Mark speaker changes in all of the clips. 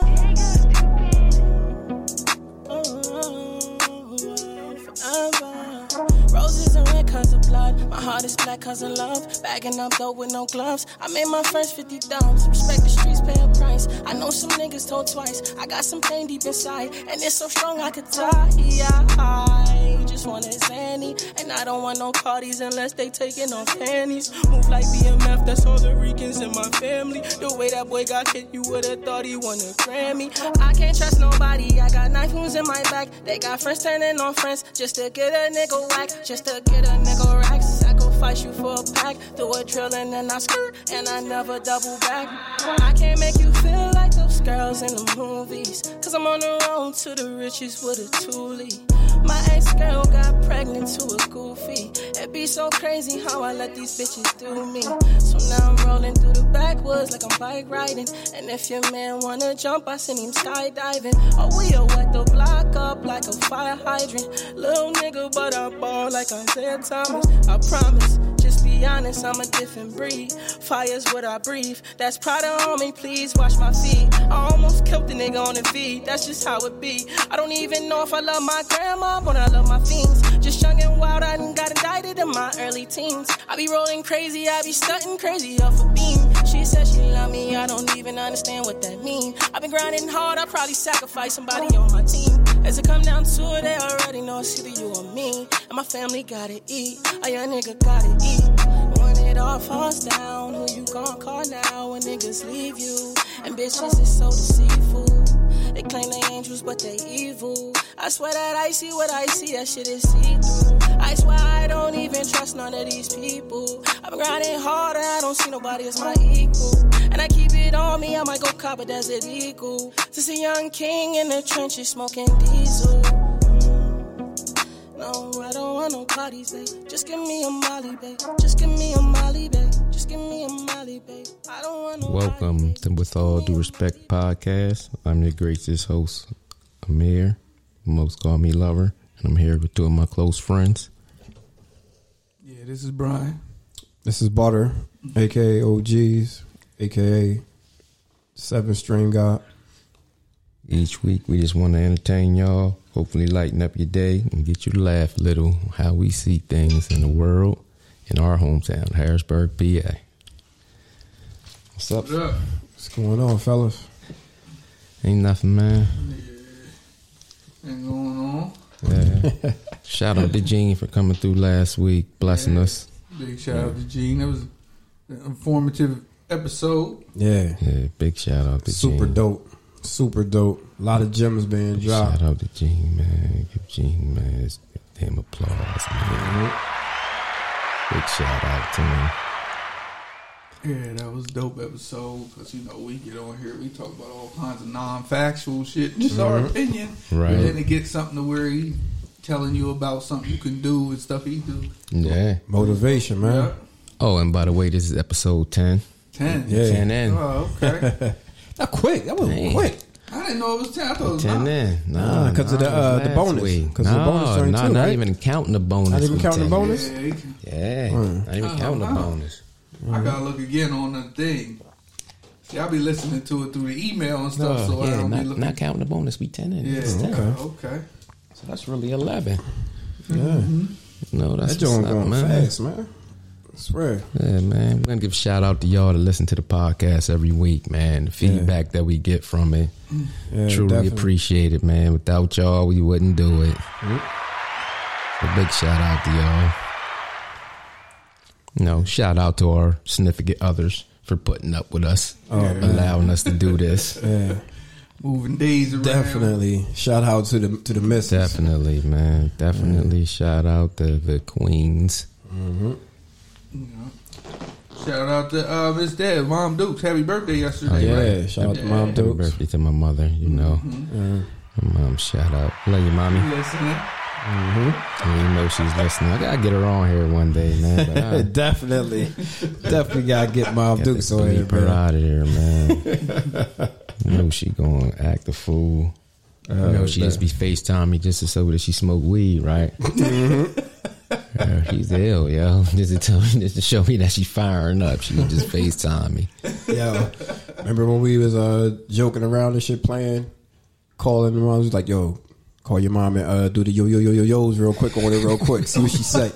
Speaker 1: Mm-hmm. cause of blood. My heart is black cause of love. Bagging up though with no gloves. I made my first 50 dubs. Respect the streets, pay a price. I know some niggas told twice. I got some pain deep inside, and it's so strong I could die. I just want it Zanny, and I don't want no parties unless they taking off panties. Move like BMF, that's all the Ricans in my family. The way that boy got hit, you would've thought he won a Grammy. I can't trust nobody. I got knife wounds in my back. They got friends turning on friends just to get a nigga whack, just to get a nigga rack. Sacrifice you for a pack. Do a drill and then I skirt, and I never double back. I can't make you feel like those girls in the movies. Cause I'm on the road to the riches with a toolie. My ex girl got pregnant to a goofy. It be so crazy how I let these bitches do me. So now I'm rolling through the backwoods like I'm bike riding. And if your man wanna jump, I send him skydiving. Oh, we are wet the block up like a fire hydrant. Little nigga, but I ball like Isaiah Thomas. I promise. Just be honest, I'm a different breed. Fire's what I breathe. That's pride on me, please wash my feet. I almost killed the nigga on the feed. That's just how it be. I don't even know if I love my grandma, but I love my fiends. Just young and wild, I done got indicted in my early teens. I be rolling crazy, I be stunting crazy off a beam. She said she love me, I don't even understand what that mean. i been grinding hard, I probably sacrificed somebody on my team. As it come down to it, they already know it's either you or me. And my family gotta eat, a young nigga gotta eat. When it all falls down, who you gon' call now when niggas leave you? And bitches is so deceitful. They claim they angels, but they evil. I swear that I see what I see, that shit is see through. I swear I don't even trust none of these people. I've been grinding hard and I don't see nobody as my equal. And I keep it on me, I might go cop a desert eagle. Just a young king in the trenches smoking diesel. Mm. No, I don't want no parties, babe. Just give me a Molly, babe. Just give me a Molly, babe. Just give me a Molly, babe. I don't want no
Speaker 2: Welcome
Speaker 1: Molly, babe.
Speaker 2: to With All Due Respect podcast. I'm your gracious host, Amir. Most call me Lover, and I'm here with two of my close friends.
Speaker 3: Yeah, this is Brian.
Speaker 4: This is Butter, aka OGs, aka Seven String God.
Speaker 2: Each week, we just want to entertain y'all, hopefully lighten up your day and get you to laugh a little how we see things in the world in our hometown, Harrisburg, PA. What's up?
Speaker 4: What's going on, fellas?
Speaker 2: Ain't nothing, man.
Speaker 3: And going on.
Speaker 2: Yeah. Shout out to Gene for coming through last week, blessing us.
Speaker 3: Big shout out to Gene. That was an informative episode.
Speaker 4: Yeah,
Speaker 2: Yeah, big shout out to
Speaker 4: super
Speaker 2: Gene.
Speaker 4: dope, super dope. A lot of gems being
Speaker 2: Big Shout
Speaker 4: dropped.
Speaker 2: out to Gene, man. Give Gene, man, his damn applause, man. Big shout out to him.
Speaker 3: Yeah, that was dope episode because you know we get on here, we talk about all kinds of non-factual shit, just our opinion.
Speaker 2: Right.
Speaker 3: And then it gets something to where he telling you about something you can do and stuff he do.
Speaker 2: Yeah.
Speaker 4: Motivation, man.
Speaker 3: Yeah.
Speaker 2: Oh, and by the way, this is episode 10.
Speaker 3: Ten.
Speaker 4: Yeah.
Speaker 2: 10 in.
Speaker 3: Oh, okay.
Speaker 4: Not quick. That was
Speaker 2: Dang.
Speaker 4: quick.
Speaker 3: I didn't know it was ten. I thought it was
Speaker 2: 10
Speaker 3: nine.
Speaker 2: in.
Speaker 4: Nah, 'cause of the,
Speaker 2: it was
Speaker 4: uh, the
Speaker 2: last
Speaker 4: bonus.
Speaker 2: week.
Speaker 4: 'Cause the
Speaker 2: No,
Speaker 4: bonus joint
Speaker 2: no,
Speaker 4: too,
Speaker 2: not
Speaker 4: right?
Speaker 2: even counting the bonus.
Speaker 4: Not even
Speaker 2: we
Speaker 4: counting the
Speaker 2: 10 in.
Speaker 4: bonus? Hmm.
Speaker 3: Yeah, he can-
Speaker 2: Yeah, not even
Speaker 3: Oh,
Speaker 2: counting the
Speaker 3: wow.
Speaker 2: bonus.
Speaker 3: I gotta look again on the thing. See, I be listening to it through the email and stuff,
Speaker 2: No,
Speaker 3: so I
Speaker 2: yeah,
Speaker 3: don't
Speaker 2: not,
Speaker 3: be looking.
Speaker 2: not counting the bonus. We 10 in.
Speaker 3: yeah,
Speaker 2: It's 10.
Speaker 3: okay. okay.
Speaker 2: So that's really 11.
Speaker 4: Yeah,
Speaker 2: No, Mm-hmm. that's
Speaker 4: that joint
Speaker 2: what's up,
Speaker 4: going
Speaker 2: man.
Speaker 4: fast, man. I swear.
Speaker 2: Yeah, man. We're gonna give a shout out to y'all to listen to the podcast every week, man. The feedback that we get from it.
Speaker 4: Yeah,
Speaker 2: truly
Speaker 4: definitely.
Speaker 2: appreciate it, man. Without y'all, we wouldn't do it. A big shout out to y'all. No, shout out to our significant others for putting up with us,
Speaker 4: Oh,
Speaker 2: allowing us to do this.
Speaker 4: Yeah,
Speaker 3: Moving days around.
Speaker 4: definitely. Shout out to the to the missus.
Speaker 2: Definitely, man. Definitely shout out to the queens.
Speaker 3: You know. Shout out to uh, Miss Dad, Mom Dukes. Happy birthday yesterday.
Speaker 2: Oh,
Speaker 4: Yeah, shout out to Mom
Speaker 2: Happy
Speaker 4: Dukes.
Speaker 2: birthday to my mother, you know.
Speaker 4: Mm-hmm.
Speaker 2: My mom, shout out. Love you, mommy.
Speaker 3: You listening?
Speaker 2: And you know she's listening. I gotta get her on here one day, man. But I
Speaker 4: definitely, definitely gotta get Mom
Speaker 2: got to
Speaker 4: Dukes on here,
Speaker 2: bleep her
Speaker 4: bro.
Speaker 2: out of here, man. you know she going to act a fool. you know she just be FaceTime me just so that she smoke weed, right? Uh, he's ill, yo. Just to tell me, just to show me that she firing up. She would just FaceTime me.
Speaker 4: Yo, remember when we was uh joking around and shit playing, calling mom? was like, yo, call your mom and uh do the yo yo yo yo yo's real quick on it real quick. See what she say.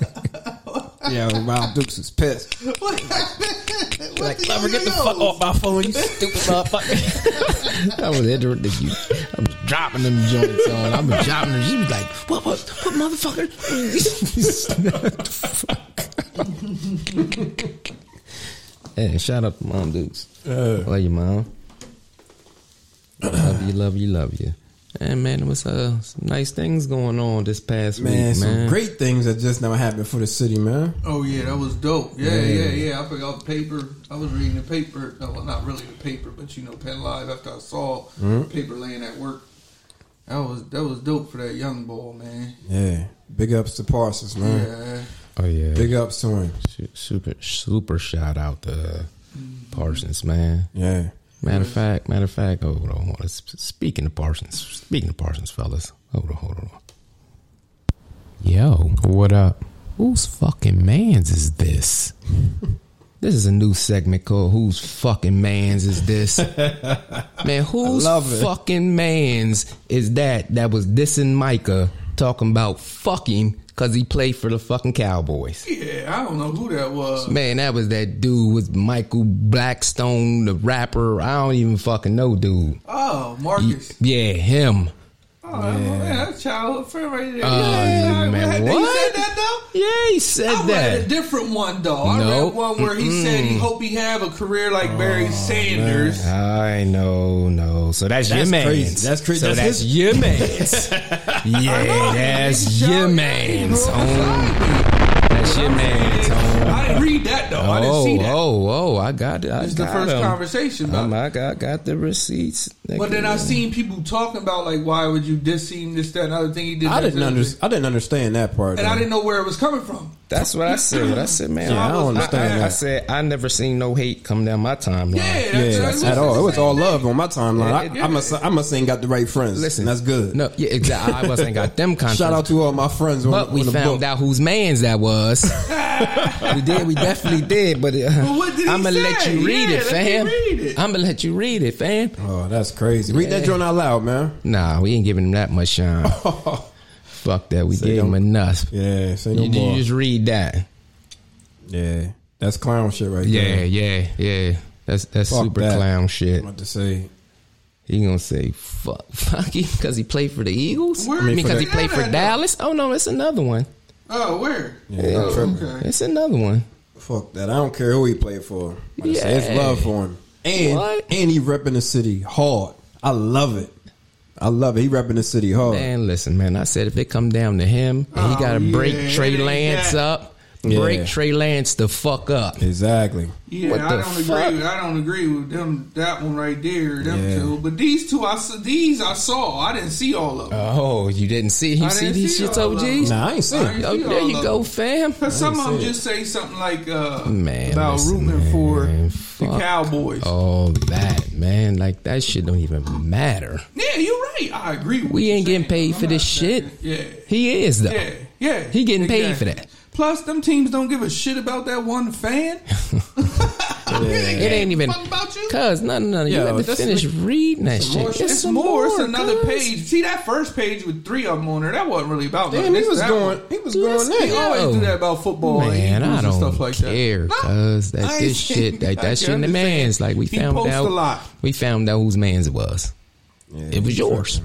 Speaker 4: Yeah, Rob Dukes is pissed.
Speaker 2: like, Clever, get the fuck off my phone, you stupid motherfucker. I was interrupting you. I was dropping them joints on. I was dropping them. She was like, what, what, what, motherfucker? what the fuck? hey, shout out to Mom Dukes.
Speaker 4: Uh.
Speaker 2: love you, Mom. love you, love you, love you. And man, it was uh, some nice things going on this past
Speaker 4: Man,
Speaker 2: week,
Speaker 4: some
Speaker 2: man.
Speaker 4: great things that just never happened for the city, man.
Speaker 3: Oh yeah, that was dope. Yeah, yeah, yeah. I forgot the paper. I was reading the paper. No, well, not really the paper, but you know, Penn Live. After I saw the paper laying at work, that was that was dope for that young boy, man.
Speaker 4: Yeah. Big ups to Parsons, man.
Speaker 3: Yeah,
Speaker 2: Oh yeah,
Speaker 4: Big ups to him.
Speaker 2: Su- super super shout out to uh, Parsons, man.
Speaker 4: Yeah.
Speaker 2: Matter of fact, matter of fact, hold on. hold on. S- Speaking of Parsons, speaking of Parsons, fellas, hold on, hold on. Yo, what up? Whose fucking man's is this? this is a new segment called "Whose fucking man's is this?" Man, whose
Speaker 4: love it.
Speaker 2: fucking man's is that that was dissing Micah talking about fucking because he played for the fucking Cowboys?
Speaker 3: yeah. I don't know who that was.
Speaker 2: Man, that was that dude with Michael Blackstone, the rapper. I don't even fucking know, dude.
Speaker 3: Oh, Marcus.
Speaker 2: Yeah, him.
Speaker 3: Oh, man, that's childhood friend right there.
Speaker 2: Oh,
Speaker 3: yeah, I-
Speaker 2: man,
Speaker 3: I- He
Speaker 2: what?
Speaker 3: said that though.
Speaker 2: Yeah, he said
Speaker 3: I read a
Speaker 2: that.
Speaker 3: different one though. I
Speaker 2: Nope. Oh,
Speaker 3: read one where he said he hope he have a career like Barry Sanders.
Speaker 2: I know, no. So that's, your
Speaker 4: That's
Speaker 2: man.
Speaker 4: crazy. That's crazy.
Speaker 2: So that's,
Speaker 4: That's his-
Speaker 2: your man's. yeah, that's your man's. Tone. That's your man's. Tone.
Speaker 3: I didn't read that though. I didn't see
Speaker 2: Oh,
Speaker 3: that.
Speaker 2: oh, oh! I got it. I
Speaker 3: It's the
Speaker 2: got
Speaker 3: first
Speaker 2: him.
Speaker 3: conversation.
Speaker 2: Um,
Speaker 3: But,
Speaker 2: I got got the receipts.
Speaker 3: but then I seen people talking about like, why would you diss him? This, that, another thing he did.
Speaker 4: I
Speaker 3: that,
Speaker 4: didn't
Speaker 3: that,
Speaker 4: under,
Speaker 3: that.
Speaker 4: I didn't understand that part.
Speaker 3: and I
Speaker 4: though.
Speaker 3: didn't know where it was coming from.
Speaker 2: That's what I said. I said, man,
Speaker 4: Yeah, I don't understand
Speaker 2: I, I
Speaker 4: that.
Speaker 2: said I never seen no hate come down my timeline.
Speaker 3: Yeah,
Speaker 4: yeah,
Speaker 3: that's, that's
Speaker 4: at all. It was
Speaker 3: that's-
Speaker 4: all love on my timeline.
Speaker 3: Yeah,
Speaker 4: I, I must, I must ain't got the right friends.
Speaker 2: Listen,
Speaker 4: Listen, that's good.
Speaker 2: No, yeah, exactly. I wasn't got them contracts.
Speaker 4: Shout out to all my friends on,
Speaker 2: but
Speaker 4: on
Speaker 2: we
Speaker 4: the
Speaker 2: found
Speaker 4: book.
Speaker 2: out whose man's that was. we did. We definitely did. But, uh,
Speaker 3: what did he
Speaker 2: I'm gonna let
Speaker 3: say?
Speaker 2: you read
Speaker 3: Yeah,
Speaker 2: it,
Speaker 3: let me
Speaker 2: fam.
Speaker 3: read it.
Speaker 2: I'm gonna let you read it, fam.
Speaker 4: Oh, that's crazy. Read that joint out loud, man.
Speaker 2: Nah, we ain't giving him that much shine. Fuck that. We gave him
Speaker 4: Oh. don't-
Speaker 2: enough.
Speaker 4: Yeah, say no
Speaker 2: You, you
Speaker 4: more.
Speaker 2: just read that.
Speaker 4: yeah, that's clown shit right
Speaker 2: Yeah,
Speaker 4: there.
Speaker 2: yeah, yeah. That's that's
Speaker 4: Fuck
Speaker 2: super
Speaker 4: that.
Speaker 2: clown shit.
Speaker 4: I'm about to say.
Speaker 2: He gonna say fuck, fuck him because he played for the Eagles. I
Speaker 3: Where
Speaker 2: mean,
Speaker 3: did
Speaker 2: because he
Speaker 3: that-
Speaker 2: played for
Speaker 3: Yeah, I know.
Speaker 2: Dallas. Oh no, it's another one.
Speaker 3: Oh, where?
Speaker 4: Yeah, I'm tripping.
Speaker 3: Okay.
Speaker 2: It's another one.
Speaker 4: Fuck that. I don't care who he played for. I just say
Speaker 2: Yeah.
Speaker 4: it's love for him. And
Speaker 2: What?
Speaker 4: and he repping the city hard. I love it. I love it. He repping the city hard.
Speaker 2: Man, listen, man. I said if it come down to him, and he
Speaker 3: Oh,
Speaker 2: gotta break
Speaker 3: yeah,
Speaker 2: Trey
Speaker 3: it ain't
Speaker 2: Lance
Speaker 3: that.
Speaker 2: up.
Speaker 4: Yeah.
Speaker 2: Break Trey Lance the fuck up.
Speaker 4: Exactly.
Speaker 3: Yeah,
Speaker 2: What
Speaker 3: I
Speaker 2: the
Speaker 3: don't
Speaker 2: fuck?
Speaker 3: agree. With, I don't agree with them. That one right there, them
Speaker 4: Yeah.
Speaker 3: two. But these two, I s- these I saw. I didn't see all of them.
Speaker 2: Oh, you didn't see? You
Speaker 3: I
Speaker 2: see
Speaker 3: didn't
Speaker 2: these
Speaker 3: see
Speaker 2: shits,
Speaker 3: all of
Speaker 2: OGs?
Speaker 4: Nah, I ain't
Speaker 3: I
Speaker 4: seen
Speaker 3: ain't
Speaker 4: it.
Speaker 2: Oh,
Speaker 3: see
Speaker 2: there
Speaker 3: all
Speaker 2: you
Speaker 3: of
Speaker 2: go,
Speaker 3: them.
Speaker 2: fam.
Speaker 3: Cause some of them
Speaker 4: see it.
Speaker 3: just say something like uh,
Speaker 2: Man,
Speaker 3: about
Speaker 2: listen,
Speaker 3: rooting for
Speaker 2: man,
Speaker 3: the
Speaker 2: fuck Oh.
Speaker 3: Cowboys.
Speaker 2: All that, man. Like that shit don't even matter.
Speaker 3: Yeah, you're right. I agree. With
Speaker 2: We
Speaker 3: you
Speaker 2: ain't getting
Speaker 3: saying.
Speaker 2: paid for
Speaker 3: I'm
Speaker 2: this
Speaker 3: not
Speaker 2: shit.
Speaker 3: saying- Yeah,
Speaker 2: He is though.
Speaker 3: yeah, yeah.
Speaker 2: He getting paid for that.
Speaker 3: Plus, them teams don't give a shit about that one fan.
Speaker 2: It ain't even
Speaker 3: Fuck about you.
Speaker 2: cuz no no no you
Speaker 4: Yo,
Speaker 2: have to
Speaker 4: that's
Speaker 2: finish reading that shit.
Speaker 4: more
Speaker 2: It's,
Speaker 4: shit.
Speaker 3: It's
Speaker 2: some
Speaker 3: more. It's another
Speaker 2: cuz.
Speaker 3: page. See that first page with three of them on there. That wasn't really about.
Speaker 4: Damn,
Speaker 3: nothing.
Speaker 4: he
Speaker 3: It's
Speaker 4: was
Speaker 3: that
Speaker 4: going.
Speaker 3: one.
Speaker 4: He was
Speaker 2: Dude,
Speaker 4: going
Speaker 2: that's
Speaker 4: in.
Speaker 3: He always do that about football
Speaker 2: Man,
Speaker 3: and, Eagles
Speaker 2: I don't
Speaker 3: and stuff like
Speaker 2: care,
Speaker 3: that.
Speaker 2: cuz
Speaker 3: I
Speaker 2: that
Speaker 3: ain't
Speaker 2: this shit,
Speaker 3: kidding.
Speaker 2: like
Speaker 3: I
Speaker 2: that shit in the
Speaker 3: understand.
Speaker 2: man's. Like we
Speaker 3: He
Speaker 2: found
Speaker 3: posts
Speaker 2: out,
Speaker 3: a lot.
Speaker 2: we found out whose man's it was. it was yours.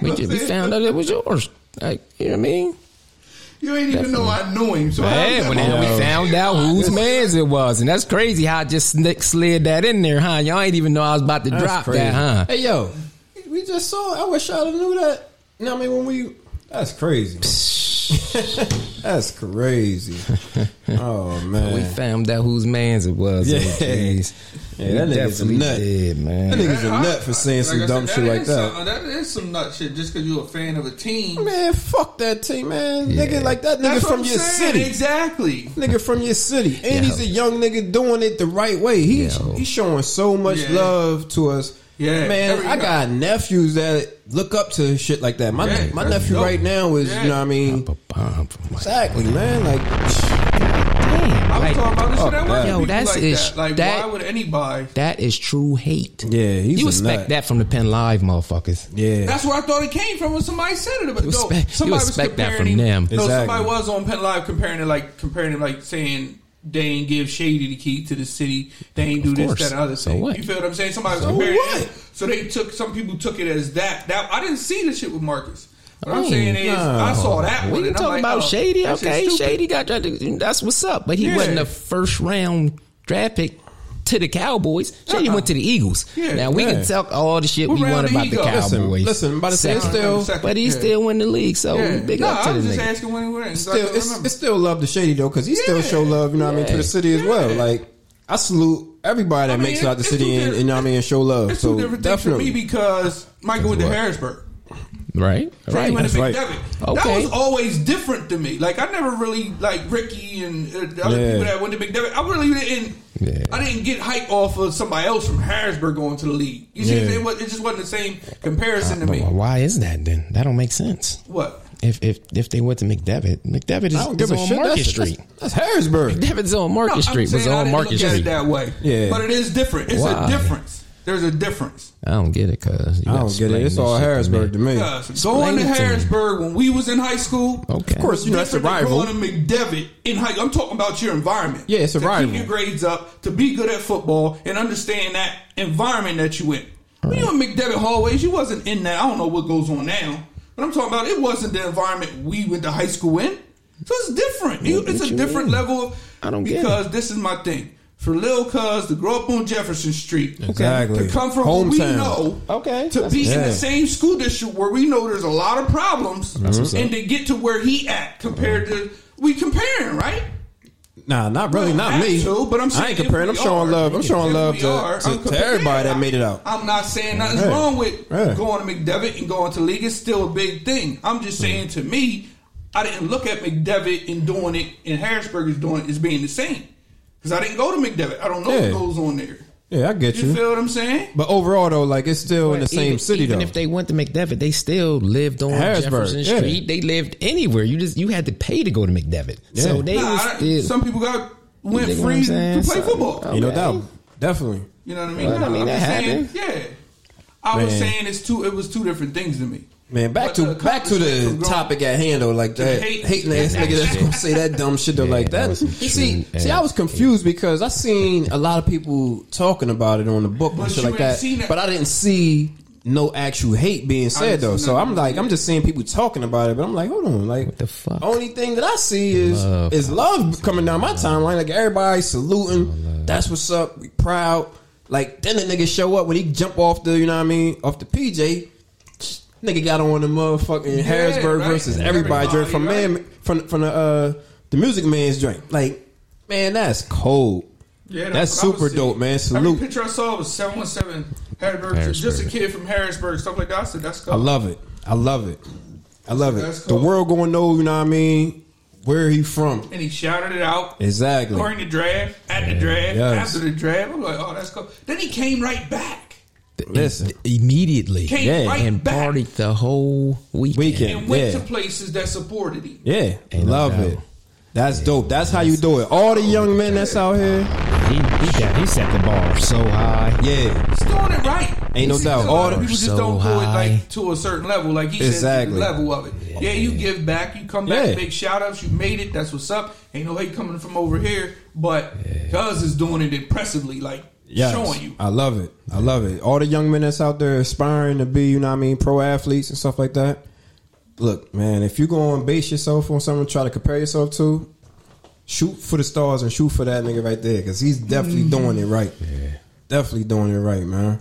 Speaker 2: we, just, we found out it was yours. Like you know what I mean?
Speaker 3: You ain't even know I knew him. So
Speaker 2: Hey,
Speaker 3: I
Speaker 2: when we found out whose man's it was, and that's crazy how I just snick slid that in there, huh? Y'all ain't even know I was about to drop that, huh?
Speaker 4: Hey yo, we just saw. it. I wish I knew that. You know what I mean, when we. That's crazy. that's crazy. Oh man.
Speaker 2: We found out whose man's it was. Yeah,
Speaker 4: Yeah.
Speaker 2: jeez.
Speaker 4: Yeah,
Speaker 2: We
Speaker 4: that nigga's a
Speaker 2: definitely
Speaker 4: nut.
Speaker 2: did, man.
Speaker 4: That nigga's a nut for saying some dumb shit like that. uh,
Speaker 3: That is some nut shit. Just because you're a fan of a team,
Speaker 4: Man, fuck that team, man.
Speaker 2: Yeah.
Speaker 4: Nigga, like that nigga
Speaker 3: That's what
Speaker 4: from
Speaker 3: I'm
Speaker 4: your
Speaker 3: saying.
Speaker 4: city.
Speaker 3: Exactly.
Speaker 4: Nigga from your city. And
Speaker 2: Yeah.
Speaker 4: he's a young nigga doing it the right way. He's
Speaker 2: Yo.
Speaker 4: he's showing so much
Speaker 3: Yeah.
Speaker 4: love to us.
Speaker 3: Yeah.
Speaker 4: Man,
Speaker 3: Every-
Speaker 4: I got nephews that look up to shit like that. My
Speaker 3: Yeah.
Speaker 4: my nephew
Speaker 3: Dope.
Speaker 4: right now is,
Speaker 3: Yeah.
Speaker 4: you know what I mean?
Speaker 2: Drop a bomb for my-
Speaker 4: Exactly, man. Like
Speaker 2: saying.
Speaker 3: I'm
Speaker 2: Like,
Speaker 3: talking about this shit at work.
Speaker 4: that.
Speaker 3: Yo,
Speaker 2: Yo,
Speaker 3: that's
Speaker 2: that's
Speaker 3: like
Speaker 2: ish-
Speaker 3: that. Like,
Speaker 2: that-
Speaker 3: why would anybody?
Speaker 2: that is true hate.
Speaker 4: Yeah, he's
Speaker 2: you
Speaker 4: a
Speaker 2: expect
Speaker 4: nut.
Speaker 2: that from the Penn Live motherfuckers.
Speaker 4: Yeah,
Speaker 3: That's where I thought it came from when somebody said it. But
Speaker 2: You
Speaker 3: no,
Speaker 2: expect- you
Speaker 3: somebody was
Speaker 2: expect that
Speaker 3: comparing
Speaker 2: from
Speaker 3: him.
Speaker 2: them.
Speaker 3: No, somebody
Speaker 4: Exactly.
Speaker 3: was on Penn Live comparing it like comparing it like saying they ain't give Shady the key to the city. They ain't do
Speaker 2: Of
Speaker 3: this,
Speaker 2: course.
Speaker 3: that, and other
Speaker 2: So
Speaker 3: thing.
Speaker 2: what?
Speaker 3: You feel what I'm saying? Somebody was
Speaker 4: So
Speaker 3: comparing
Speaker 4: what?
Speaker 3: it. So they took some people took it as that. That I didn't see the shit with Marcus. What I'm
Speaker 2: Hey,
Speaker 3: saying is I
Speaker 2: Oh, no.
Speaker 3: saw that
Speaker 2: What
Speaker 3: one.
Speaker 2: you
Speaker 3: and I'm
Speaker 2: talking
Speaker 3: like,
Speaker 2: about?
Speaker 3: oh,
Speaker 2: Shady?
Speaker 3: that shit's
Speaker 2: Okay,
Speaker 3: stupid.
Speaker 2: Shady got drafted. That's what's up. But he
Speaker 3: Yeah.
Speaker 2: wasn't a first round draft pick to the Cowboys. Shady
Speaker 3: Uh-uh.
Speaker 2: went to the Eagles.
Speaker 3: Yeah.
Speaker 2: now we
Speaker 4: Yeah.
Speaker 2: can talk all the shit
Speaker 3: What
Speaker 2: we
Speaker 3: round
Speaker 2: want
Speaker 3: did
Speaker 2: about
Speaker 3: he
Speaker 2: the
Speaker 3: go?
Speaker 2: Cowboys.
Speaker 4: Listen, listen, by the same
Speaker 2: Second.
Speaker 4: still-
Speaker 3: Second,
Speaker 2: but he's
Speaker 3: yeah.
Speaker 2: still in the league. So
Speaker 3: Yeah.
Speaker 2: big
Speaker 3: no,
Speaker 2: up
Speaker 3: I
Speaker 2: to
Speaker 3: was
Speaker 2: the
Speaker 3: just
Speaker 2: nigga.
Speaker 3: asking when he went.
Speaker 4: still it's, it's still love to Shady though, because he still
Speaker 3: Yeah.
Speaker 4: show love. You know what I mean to
Speaker 2: Yeah.
Speaker 4: the city as well. Like I salute everybody that
Speaker 3: I mean,
Speaker 4: makes it out the
Speaker 3: it's
Speaker 4: city
Speaker 3: two
Speaker 4: and,
Speaker 3: different-
Speaker 4: and you know what I mean and show love.
Speaker 3: It's
Speaker 4: so
Speaker 3: two different things for
Speaker 4: definitely,
Speaker 3: me because Michael went to
Speaker 2: What?
Speaker 3: Harrisburg.
Speaker 2: Right.
Speaker 3: Right,
Speaker 2: Right.
Speaker 3: went
Speaker 2: That's
Speaker 3: to
Speaker 2: right.
Speaker 4: right.
Speaker 3: McDevitt. That
Speaker 2: Okay.
Speaker 3: was always different to me. Like I never really like Ricky and uh, the other
Speaker 4: Yeah.
Speaker 3: people that went to McDevitt. I really didn't.
Speaker 2: Yeah.
Speaker 3: I didn't get hype off of somebody else from Harrisburg going to the league. You see, what I'm
Speaker 4: Yeah.
Speaker 3: saying? it, was, it just wasn't the same comparison to
Speaker 2: But
Speaker 3: me.
Speaker 2: why is that then? That don't make sense.
Speaker 3: What?
Speaker 2: If if if they went to McDevitt, McDevitt
Speaker 4: I don't
Speaker 2: is, is
Speaker 4: give a
Speaker 2: on
Speaker 4: shit.
Speaker 2: Market
Speaker 4: That's,
Speaker 2: Street.
Speaker 4: that's, that's Harrisburg.
Speaker 2: McDevitt's on Market
Speaker 3: No, I'm
Speaker 2: Street. Was
Speaker 3: saying I
Speaker 2: on
Speaker 3: didn't
Speaker 2: Market
Speaker 3: look at it
Speaker 2: Street.
Speaker 3: that way.
Speaker 4: Yeah.
Speaker 3: but it is different. It's a
Speaker 2: Why?
Speaker 3: difference. There's a difference.
Speaker 2: I don't get it, cause you
Speaker 4: I
Speaker 2: gotta
Speaker 4: don't get
Speaker 2: explain
Speaker 4: it. It's
Speaker 2: this
Speaker 4: all
Speaker 2: shit to me.
Speaker 4: Harrisburg to me.
Speaker 3: Because going
Speaker 2: it
Speaker 3: to
Speaker 2: to me.
Speaker 3: Harrisburg when we was in high school,
Speaker 2: Okay.
Speaker 4: Of course, you know that's a
Speaker 3: different than
Speaker 4: rival.
Speaker 3: Going to McDevitt in high, I'm talking about your environment.
Speaker 4: Yeah, it's a
Speaker 3: to
Speaker 4: rival.
Speaker 3: Keep your grades up, to be good at football, and understand that environment that you in. When you in McDevitt hallways, you wasn't in that. I don't know what goes on now, but I'm talking about it wasn't the environment we went to high school in. So it's different. You-
Speaker 2: What
Speaker 3: it's a
Speaker 2: you
Speaker 3: different
Speaker 2: mean?
Speaker 3: level. Of,
Speaker 2: I don't get it.
Speaker 3: because this is my thing. For Lil Cuz to grow up on Jefferson Street,
Speaker 4: Exactly.
Speaker 3: to come from what we
Speaker 4: Hometown.
Speaker 3: know,
Speaker 2: Okay.
Speaker 3: to be in the
Speaker 4: Yeah.
Speaker 3: same school district where we know there's a lot of problems,
Speaker 2: what's up.
Speaker 3: and to get to where he at compared to we comparing right.
Speaker 4: Nah, not really, not
Speaker 3: Have
Speaker 4: me.
Speaker 3: to, but I'm saying
Speaker 4: I ain't
Speaker 3: if
Speaker 4: comparing. I'm
Speaker 3: we
Speaker 4: showing
Speaker 3: are,
Speaker 4: love. I'm showing
Speaker 3: if
Speaker 4: love
Speaker 3: we
Speaker 4: to,
Speaker 3: are, I'm
Speaker 4: to, to
Speaker 3: comparing.
Speaker 4: everybody that made it out.
Speaker 3: I'm not saying nothing's
Speaker 4: Right.
Speaker 3: wrong with
Speaker 4: Right.
Speaker 3: going to McDevitt and going to league. It's still a big thing. I'm
Speaker 4: Mm.
Speaker 3: just saying to me, I didn't look at McDevitt and doing it and Harrisburg is doing it as being the same because I didn't go to McDevitt. I don't know
Speaker 4: Yeah.
Speaker 3: what goes on there.
Speaker 4: Yeah, I get
Speaker 3: You
Speaker 4: you.
Speaker 3: feel what I'm saying?
Speaker 4: But overall though, like it's still in the
Speaker 2: But
Speaker 4: same
Speaker 2: even,
Speaker 4: city
Speaker 2: even
Speaker 4: though.
Speaker 2: if they went to McDevitt, they still lived on
Speaker 4: Harrisburg,
Speaker 2: Jefferson
Speaker 4: yeah.
Speaker 2: Street. They lived anywhere. You just you had to pay to go to McDevitt. So
Speaker 4: Yeah.
Speaker 2: they
Speaker 3: Nah,
Speaker 2: was
Speaker 3: I-
Speaker 2: still
Speaker 3: some people got
Speaker 2: You
Speaker 3: went
Speaker 2: dig what
Speaker 3: free
Speaker 2: I'm
Speaker 3: to
Speaker 2: saying?
Speaker 3: play
Speaker 2: So-
Speaker 3: football.
Speaker 4: Ain't no
Speaker 2: Okay.
Speaker 4: doubt. Definitely.
Speaker 3: You know what I mean?
Speaker 2: Well, I
Speaker 3: Nah,
Speaker 2: mean,
Speaker 3: I'm
Speaker 2: that
Speaker 3: just saying,
Speaker 2: happened.
Speaker 3: Yeah, I was
Speaker 4: Man.
Speaker 3: saying it's two. It was two different things to me.
Speaker 4: Man, back
Speaker 3: But
Speaker 4: to
Speaker 3: the
Speaker 4: back to
Speaker 3: accomplishment
Speaker 4: the
Speaker 3: from
Speaker 4: topic at hand though, like that
Speaker 3: hate-
Speaker 4: hating ass
Speaker 2: that
Speaker 4: nigga that's
Speaker 2: shit.
Speaker 4: gonna say that dumb shit though,
Speaker 2: Yeah,
Speaker 4: like
Speaker 2: that
Speaker 4: that.
Speaker 2: was some
Speaker 4: see,
Speaker 2: true
Speaker 4: see, I
Speaker 2: ass
Speaker 4: was confused because I seen a lot of people talking about it on the book
Speaker 3: But
Speaker 4: and shit
Speaker 3: you
Speaker 4: like
Speaker 3: ain't
Speaker 4: that,
Speaker 3: seen that.
Speaker 4: but I didn't see no actual hate being said
Speaker 3: didn't
Speaker 4: though.
Speaker 3: see
Speaker 4: So
Speaker 3: nothing.
Speaker 4: I'm like, I'm just seeing people talking about it, but I'm like, hold on, like
Speaker 2: What the fuck?
Speaker 4: Only thing that I see is
Speaker 2: Love.
Speaker 4: is love coming down my timeline, like everybody saluting. That's what's up. We proud. Like then the nigga show up when he jump off the, you know what I mean, off the PJ. Nigga got on the motherfucking Harrisburg
Speaker 3: right.
Speaker 4: versus everybody
Speaker 3: Everybody,
Speaker 4: drink from
Speaker 3: right.
Speaker 4: man from from the uh the music man's drink. Like, man, that's cold.
Speaker 3: Yeah,
Speaker 4: that's,
Speaker 3: what I was
Speaker 4: super
Speaker 3: seeing.
Speaker 4: dope, man.
Speaker 3: Every
Speaker 4: Salute.
Speaker 3: picture I saw was seven one seven Harrisburg. Just a
Speaker 2: Harrisburg.
Speaker 3: kid from Harrisburg, stuff like that. I said that's cool.
Speaker 4: I love it. I love it. I love it.
Speaker 3: That's
Speaker 4: The
Speaker 3: cool.
Speaker 4: world gonna know, you know what I mean, where he from.
Speaker 3: and he shouted it out
Speaker 4: Exactly.
Speaker 3: during the draft, at the draft,
Speaker 4: yes.
Speaker 3: after the draft. I'm like, oh, that's cool. Then he came right back.
Speaker 4: Listen.
Speaker 2: immediately
Speaker 3: Came
Speaker 4: Yeah,
Speaker 3: right
Speaker 2: and
Speaker 3: back
Speaker 2: partied the whole weekend.
Speaker 4: Weekend.
Speaker 3: and went
Speaker 4: Yeah.
Speaker 3: to places that supported him.
Speaker 4: Yeah,
Speaker 2: Ain't no
Speaker 4: love
Speaker 2: doubt.
Speaker 4: it. That's dope. That's how you do it. All the young men that's out here,
Speaker 2: He, he, got, he set the bar so high.
Speaker 4: yeah,
Speaker 3: He's doing it right.
Speaker 4: Ain't no
Speaker 3: See,
Speaker 4: doubt.
Speaker 3: because a
Speaker 4: All
Speaker 3: lot of
Speaker 4: the-
Speaker 3: people just
Speaker 2: so
Speaker 3: don't do it
Speaker 2: high.
Speaker 3: like to a certain level. Like he
Speaker 4: Exactly.
Speaker 3: says, the level of it. Yeah, you give back, you come back,
Speaker 4: Yeah.
Speaker 3: big shout outs, you made it. That's what's up. Ain't no hate coming from over here, but Cuz is doing it impressively, like
Speaker 4: yes.
Speaker 3: showing you.
Speaker 4: I love it. I love it. All the young men that's out there aspiring to be, you know, what I mean, pro athletes and stuff like that. Look, man, if you're going to base yourself on something, try to compare yourself to, shoot for the stars and shoot for that nigga right there because he's definitely
Speaker 3: Mm.
Speaker 4: doing it right. Definitely doing it right, man.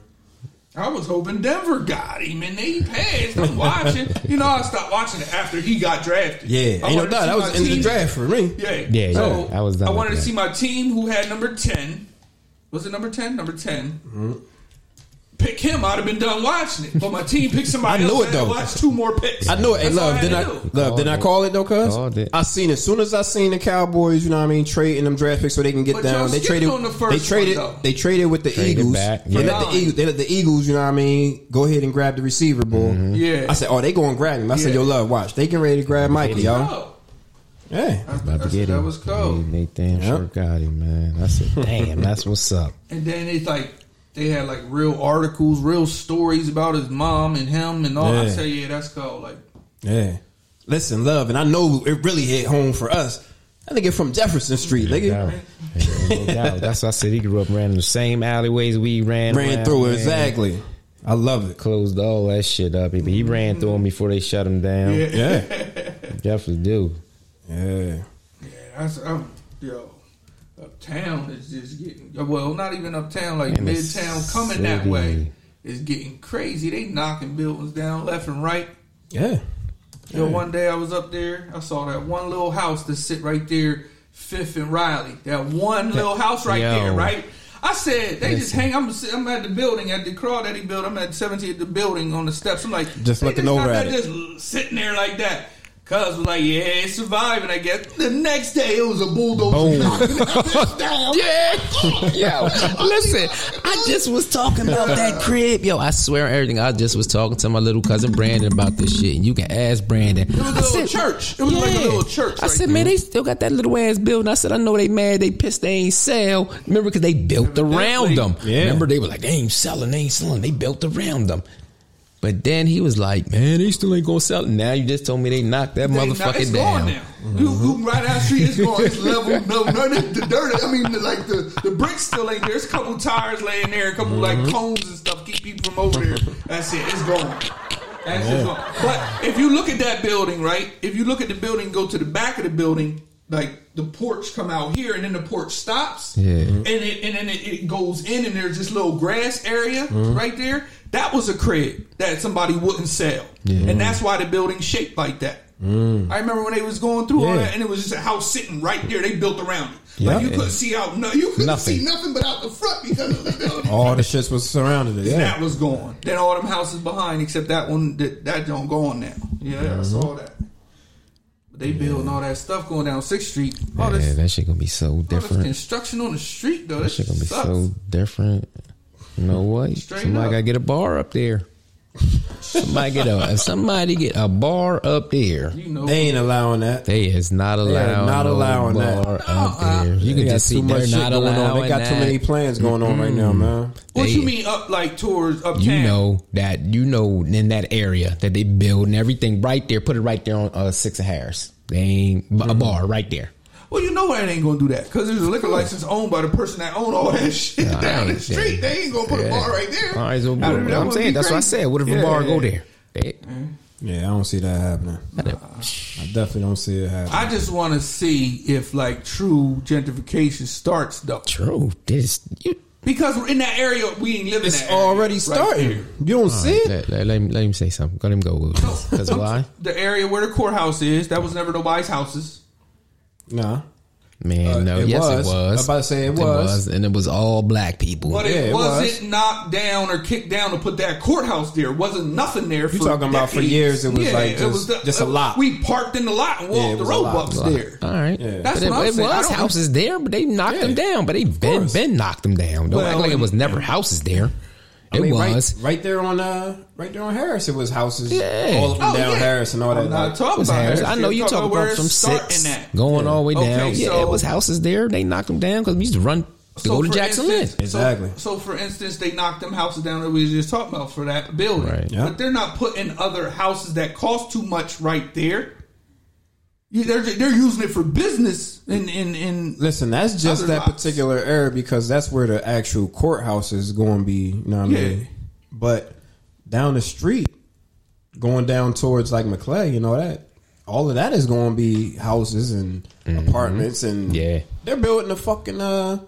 Speaker 3: I was hoping Denver got him and they passed. I'm watching. You know, I stopped watching it after he got drafted.
Speaker 4: Yeah,
Speaker 3: Oh, I
Speaker 4: ain't no
Speaker 3: wanted to
Speaker 4: doubt.
Speaker 3: see
Speaker 4: That
Speaker 3: my
Speaker 4: was in the
Speaker 3: team-
Speaker 4: draft for me.
Speaker 3: Yeah,
Speaker 2: Yeah,
Speaker 3: So
Speaker 2: yeah, I was done
Speaker 3: I
Speaker 2: with
Speaker 3: wanted to
Speaker 2: that.
Speaker 3: see my team who had number ten. Was it number ten? Number 10 Pick him. I'd have been done watching it, but my team picked somebody.
Speaker 4: I knew
Speaker 3: else
Speaker 4: it,
Speaker 3: and had to
Speaker 4: though.
Speaker 3: Watch two more picks.
Speaker 4: I know it. Hey,
Speaker 3: That's all
Speaker 4: love,
Speaker 3: had
Speaker 4: didn't I?
Speaker 3: to do.
Speaker 4: Love, didn't I call it though? Cuz
Speaker 2: Called it.
Speaker 4: I seen as soon as I seen the Cowboys, you know what I mean, trading them draft picks so they can get
Speaker 3: But y'all
Speaker 4: down. They
Speaker 3: skipped
Speaker 4: traded.
Speaker 3: on the first
Speaker 4: they traded.
Speaker 3: one, though.
Speaker 4: they traded with the
Speaker 2: Traded
Speaker 4: Eagles.
Speaker 2: back,
Speaker 4: They
Speaker 3: yeah.
Speaker 4: let the Eagles. They let the Eagles. You know what I mean? Go ahead and grab the receiver, boy.
Speaker 2: Mm-hmm.
Speaker 3: Yeah.
Speaker 4: I said, oh, they going to grab him. I said,
Speaker 3: Yeah.
Speaker 4: yo, love, watch. They getting ready to grab Mikey, y'all.
Speaker 3: No.
Speaker 4: Yeah.
Speaker 3: I,
Speaker 2: About to
Speaker 3: I said,
Speaker 2: get him.
Speaker 3: that was cold.
Speaker 2: They, they damn sure
Speaker 4: Yep.
Speaker 2: got him, man. I said, damn, that's what's up.
Speaker 3: And then it's like they had like real articles, real stories about his mom and him and all. I
Speaker 4: Yeah.
Speaker 3: say, yeah, that's cold. Like
Speaker 4: Yeah. Listen, love, and I know it really hit home for us. That nigga from Jefferson Street, nigga.
Speaker 2: No. No doubt. That's why I said he grew up ran in the same alleyways we ran
Speaker 4: Ran
Speaker 2: around,
Speaker 4: through
Speaker 2: man.
Speaker 4: exactly. I love it.
Speaker 2: Closed all that shit up. He, he ran through them before they shut him down.
Speaker 4: Yeah.
Speaker 2: Definitely do.
Speaker 4: Yeah.
Speaker 3: Yeah, that's I'm, yo. Uptown is just getting well, not even uptown, like
Speaker 2: In the
Speaker 3: midtown coming that
Speaker 2: city.
Speaker 3: way is getting crazy. They knocking buildings down left and right.
Speaker 4: Yeah.
Speaker 3: Yo, one day I was up there, I saw that one little house that sit right there, Fifth and Riley. That one little house right
Speaker 2: Yo.
Speaker 3: there, right? I said they just hang. I'm sit- I'm at the building at the crawl that he built. I'm at 70 at the building on the steps. I'm like
Speaker 4: Just
Speaker 3: they
Speaker 4: looking
Speaker 3: not
Speaker 4: over
Speaker 3: that
Speaker 4: at it.
Speaker 3: Just sitting there like that. Cuz was like, yeah, it's surviving. I guess the next day it was a bulldozer.
Speaker 2: Yeah. Yo, listen, I just was talking about that crib. Yo, I swear on everything. I just was talking to my little cousin Brandon about this shit. And you can ask Brandon. It
Speaker 3: was a little church. It was like a little church
Speaker 2: I
Speaker 3: right
Speaker 2: said, man, they still got that little ass building. I said, I know they mad. They pissed they ain't sell. Remember, because they built around them.
Speaker 4: Yeah.
Speaker 2: Remember, they were like, they ain't selling, they ain't selling. They built around them. But then he was like, man, they still ain't going to sell. Now you just told me they knocked that
Speaker 3: They-
Speaker 2: motherfucker
Speaker 3: now it's
Speaker 2: down. Mm-hmm.
Speaker 3: gone now. You, you right out street, it's gone. It's level. No, no, the, the dirt. I mean, the, like the the bricks still ain't there. There's a couple tires laying there, a couple
Speaker 2: Mm-hmm.
Speaker 3: like cones and stuff keep people from over there. That's it. It's gone. That's just gone. But if you look at that building, right? If you look at the building, go to the back of the building. Like the porch come out here, and then the porch stops,
Speaker 2: Yeah.
Speaker 3: and it, and then it, it goes in, and there's this little grass area
Speaker 2: Mm-hmm.
Speaker 3: right there. That was a crib that somebody wouldn't sell, and that's why the building's shaped like that.
Speaker 2: Mm.
Speaker 3: I remember when they was going through all
Speaker 4: Yeah.
Speaker 3: that, and it was just a house sitting right there. They built around it.
Speaker 4: Yeah.
Speaker 3: Like you couldn't see out, no, you couldn't
Speaker 2: Nothing. Oh,
Speaker 3: see nothing but out the front because of the building.
Speaker 4: All the shits was surrounded it.
Speaker 3: That
Speaker 4: Yeah.
Speaker 3: was gone. Then all them houses behind, except that one that that don't go on now. Yeah, I saw
Speaker 2: Mm-hmm.
Speaker 3: that. But they building all that stuff going down Sixth Street. All
Speaker 2: Yeah,
Speaker 3: this,
Speaker 2: that shit going to be so
Speaker 3: all this
Speaker 2: different.
Speaker 3: construction on the street though. That
Speaker 2: That shit
Speaker 3: shit
Speaker 2: gonna be
Speaker 3: sucks.
Speaker 2: so different. You know what?
Speaker 3: Straight
Speaker 2: somebody
Speaker 3: up.
Speaker 2: gotta get a bar up there. somebody get a if somebody get a bar up there.
Speaker 3: you know,
Speaker 4: They ain't allowing that.
Speaker 2: They is not allowed.
Speaker 4: not
Speaker 2: no
Speaker 4: allowing that.
Speaker 2: bar up
Speaker 3: uh,
Speaker 2: there. You
Speaker 4: They
Speaker 2: can
Speaker 4: got
Speaker 2: just see
Speaker 4: too much
Speaker 2: they're
Speaker 4: shit
Speaker 2: not
Speaker 4: going on.
Speaker 2: allowing
Speaker 4: They got
Speaker 2: that.
Speaker 4: too many plans going on right now, man.
Speaker 3: what
Speaker 2: they-
Speaker 3: you mean up like towards uptown?
Speaker 2: You know that you know in that area that they building everything right there. Put it right there on uh, Six of Harris. They ain't a
Speaker 3: Mm-hmm.
Speaker 2: bar right there.
Speaker 3: Well, you know why they ain't gonna do that because there's a liquor license owned by the person that own all that shit
Speaker 2: Nah, I
Speaker 3: down the
Speaker 2: ain't
Speaker 3: street.
Speaker 2: saying-
Speaker 3: They ain't gonna put a
Speaker 2: Yeah.
Speaker 3: bar right there.
Speaker 2: All right, so
Speaker 3: Now, that
Speaker 2: I'm
Speaker 3: would
Speaker 2: saying
Speaker 3: be
Speaker 2: that's what I
Speaker 3: crazy.
Speaker 2: said. What if
Speaker 3: Yeah,
Speaker 2: a bar
Speaker 3: yeah,
Speaker 2: go
Speaker 3: yeah.
Speaker 2: there? They-
Speaker 4: Yeah, I don't see that happening. I definitely don't see it happening.
Speaker 3: I just want to see if like true gentrification starts though,
Speaker 2: True. This you
Speaker 3: because we're in that area we ain't living.
Speaker 4: It's
Speaker 3: that area
Speaker 4: already
Speaker 3: right
Speaker 4: starting.
Speaker 3: there.
Speaker 4: you
Speaker 2: Oh,
Speaker 4: don't see it?
Speaker 2: Let, let, let, him, let him say something. Let him go. Will. That's why,
Speaker 3: The area where the courthouse is that was never nobody's houses.
Speaker 4: Nah.
Speaker 2: man.
Speaker 4: Uh,
Speaker 2: no,
Speaker 4: it
Speaker 2: yes,
Speaker 4: was.
Speaker 2: it
Speaker 4: I
Speaker 2: was.
Speaker 4: was about to say it was.
Speaker 2: and it was all black people.
Speaker 3: But
Speaker 4: Yeah,
Speaker 3: it
Speaker 4: it was.
Speaker 3: wasn't knocked down or kicked down to put that courthouse there. Wasn't nothing there.
Speaker 4: You
Speaker 3: for
Speaker 4: talking about for
Speaker 3: decades.
Speaker 4: years it was, like, just- just a lot.
Speaker 3: uh, We parked in the lot and walked
Speaker 4: Yeah, it
Speaker 3: the
Speaker 4: was a lot.
Speaker 3: roadblocks
Speaker 4: Lot.
Speaker 3: there.
Speaker 2: all right,
Speaker 4: Yeah.
Speaker 2: But
Speaker 3: That's
Speaker 2: it,
Speaker 3: what I'm
Speaker 2: it
Speaker 3: saying. I
Speaker 2: was
Speaker 3: don't-
Speaker 2: houses there, but they knocked them down. But they been
Speaker 4: course.
Speaker 2: been knocked them down. Don't act
Speaker 3: Well,
Speaker 2: like it was never houses there. It
Speaker 4: I mean,
Speaker 2: was.
Speaker 4: right, right there on uh, right there on Harris. It was houses
Speaker 2: Yeah.
Speaker 4: all up and
Speaker 3: Oh,
Speaker 4: down
Speaker 3: yeah.
Speaker 4: Harris and all that.
Speaker 3: I'm not
Speaker 4: like-
Speaker 3: talking
Speaker 2: was
Speaker 3: about
Speaker 2: Harris.
Speaker 3: that.
Speaker 2: I know
Speaker 3: You're
Speaker 2: you talking
Speaker 3: where
Speaker 2: about
Speaker 3: it's
Speaker 2: from
Speaker 3: starting
Speaker 2: six
Speaker 3: at.
Speaker 2: going all the way
Speaker 3: Okay,
Speaker 2: down. yeah,
Speaker 3: so-
Speaker 2: it was houses there. They knocked them down because we used to run to go to
Speaker 3: for
Speaker 2: Jackson
Speaker 3: instance-
Speaker 2: Lynn.
Speaker 3: so-
Speaker 4: Exactly.
Speaker 3: So, for instance, they knocked them houses down that we was just talking about for that building.
Speaker 2: Right.
Speaker 4: Yeah.
Speaker 3: But they're not putting other houses that cost too much right there. You- They're, they're using it for business and and, and
Speaker 4: Listen, that's just
Speaker 3: Other
Speaker 4: that
Speaker 3: lots.
Speaker 4: particular area because that's where the actual courthouse is going to be. You know what I
Speaker 3: Yeah.
Speaker 4: mean? But down the street, going down towards like McClay and all that, all of that is going to be houses and apartments and
Speaker 2: Mm-hmm. Yeah.
Speaker 4: they're building a fucking uh.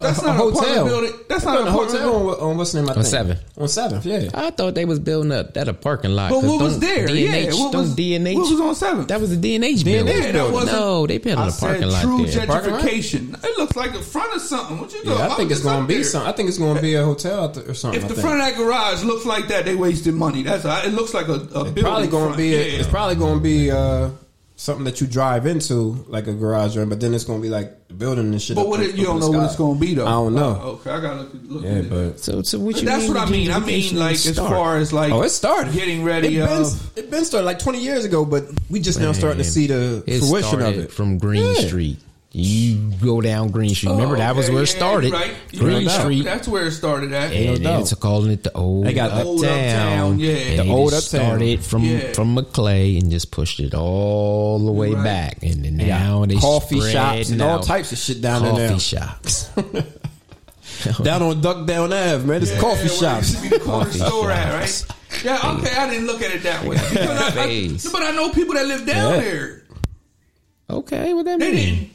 Speaker 3: That's not an apartment building. That's
Speaker 4: They're
Speaker 3: not an
Speaker 4: building a
Speaker 3: apartment
Speaker 4: hotel on, on what's the name? I think?
Speaker 2: Seventh.
Speaker 4: On seventh, yeah.
Speaker 2: I thought they was building up that a parking lot.
Speaker 3: But
Speaker 2: 'cause
Speaker 3: what was
Speaker 2: don't
Speaker 3: there?
Speaker 2: DNH,
Speaker 3: Yeah, what
Speaker 2: don't
Speaker 3: was-
Speaker 2: DNH.
Speaker 3: what was on Seventh?
Speaker 2: That was the DNH building.
Speaker 4: DNH building.
Speaker 3: wasn't-
Speaker 2: No, they built on
Speaker 3: I
Speaker 2: a parking
Speaker 3: said
Speaker 2: lot
Speaker 3: true
Speaker 2: there.
Speaker 4: Parking lot?
Speaker 3: gentrification. It looks like the front of something. What you doing?
Speaker 4: Yeah, I
Speaker 3: Why
Speaker 4: think
Speaker 3: was
Speaker 4: it's
Speaker 3: this
Speaker 4: gonna
Speaker 3: up
Speaker 4: be
Speaker 3: there?
Speaker 4: something. I think it's gonna be a hotel out there or something.
Speaker 3: If
Speaker 4: I
Speaker 3: the
Speaker 4: think.
Speaker 3: front of that garage looks like that, they wasted money. That's it looks like a, a building.
Speaker 4: probably gonna
Speaker 3: front.
Speaker 4: be,
Speaker 3: Yeah.
Speaker 4: it's probably gonna be uh, something that you drive into, like a garage door, but then it's gonna be like the building and shit.
Speaker 3: But
Speaker 4: up
Speaker 3: what
Speaker 4: in-
Speaker 3: if you
Speaker 4: up in
Speaker 3: don't
Speaker 4: the
Speaker 3: know what
Speaker 4: sky.
Speaker 3: it's going to be though? Uh, oh.
Speaker 4: I don't know.
Speaker 3: okay, I gotta look. at- look
Speaker 4: Yeah,
Speaker 3: into that.
Speaker 4: but
Speaker 2: So, so what you
Speaker 3: that's
Speaker 2: mean
Speaker 3: what I
Speaker 2: with
Speaker 3: mean. I mean,
Speaker 2: gentrification
Speaker 3: like
Speaker 2: is
Speaker 3: as
Speaker 2: start?
Speaker 3: far as like
Speaker 4: oh, it started
Speaker 3: getting ready. uh,
Speaker 4: It been,
Speaker 3: of,
Speaker 4: it been started like twenty years ago, but we just now starting to
Speaker 2: Man,
Speaker 4: see the
Speaker 2: it
Speaker 4: fruition of
Speaker 2: started
Speaker 4: it.
Speaker 2: from Green
Speaker 4: Yeah.
Speaker 2: Street. You go down Green Street. Remember that was
Speaker 3: Okay,
Speaker 2: where it
Speaker 3: yeah,
Speaker 2: started.
Speaker 3: Right? You
Speaker 2: Green
Speaker 3: know,
Speaker 2: Street.
Speaker 3: That's where it started at.
Speaker 2: and
Speaker 4: No doubt.
Speaker 2: it's calling it the old
Speaker 4: They got the
Speaker 2: uptown.
Speaker 4: old
Speaker 3: uptown, yeah.
Speaker 2: And
Speaker 4: The
Speaker 2: they
Speaker 4: old
Speaker 2: just
Speaker 4: uptown.
Speaker 2: started from
Speaker 3: Yeah.
Speaker 2: from McClay and just pushed it all the way
Speaker 3: Right.
Speaker 2: back, and then
Speaker 4: got
Speaker 2: now they
Speaker 4: coffee shops and
Speaker 2: spreading
Speaker 4: all
Speaker 2: out.
Speaker 4: types of shit down
Speaker 2: coffee
Speaker 4: there now.
Speaker 2: shops.
Speaker 4: Down on Duck Down Ave, man. It's
Speaker 3: Yeah,
Speaker 4: coffee
Speaker 3: where it
Speaker 4: shops.
Speaker 3: used to be the corner
Speaker 2: Coffee
Speaker 3: store at,
Speaker 2: shops.
Speaker 3: right? Yeah, okay, I didn't look at it that way. Because I- I-
Speaker 2: Face.
Speaker 3: but I know people that live down
Speaker 4: Yeah.
Speaker 3: there.
Speaker 2: Okay, what that
Speaker 3: They
Speaker 2: mean?
Speaker 3: didn't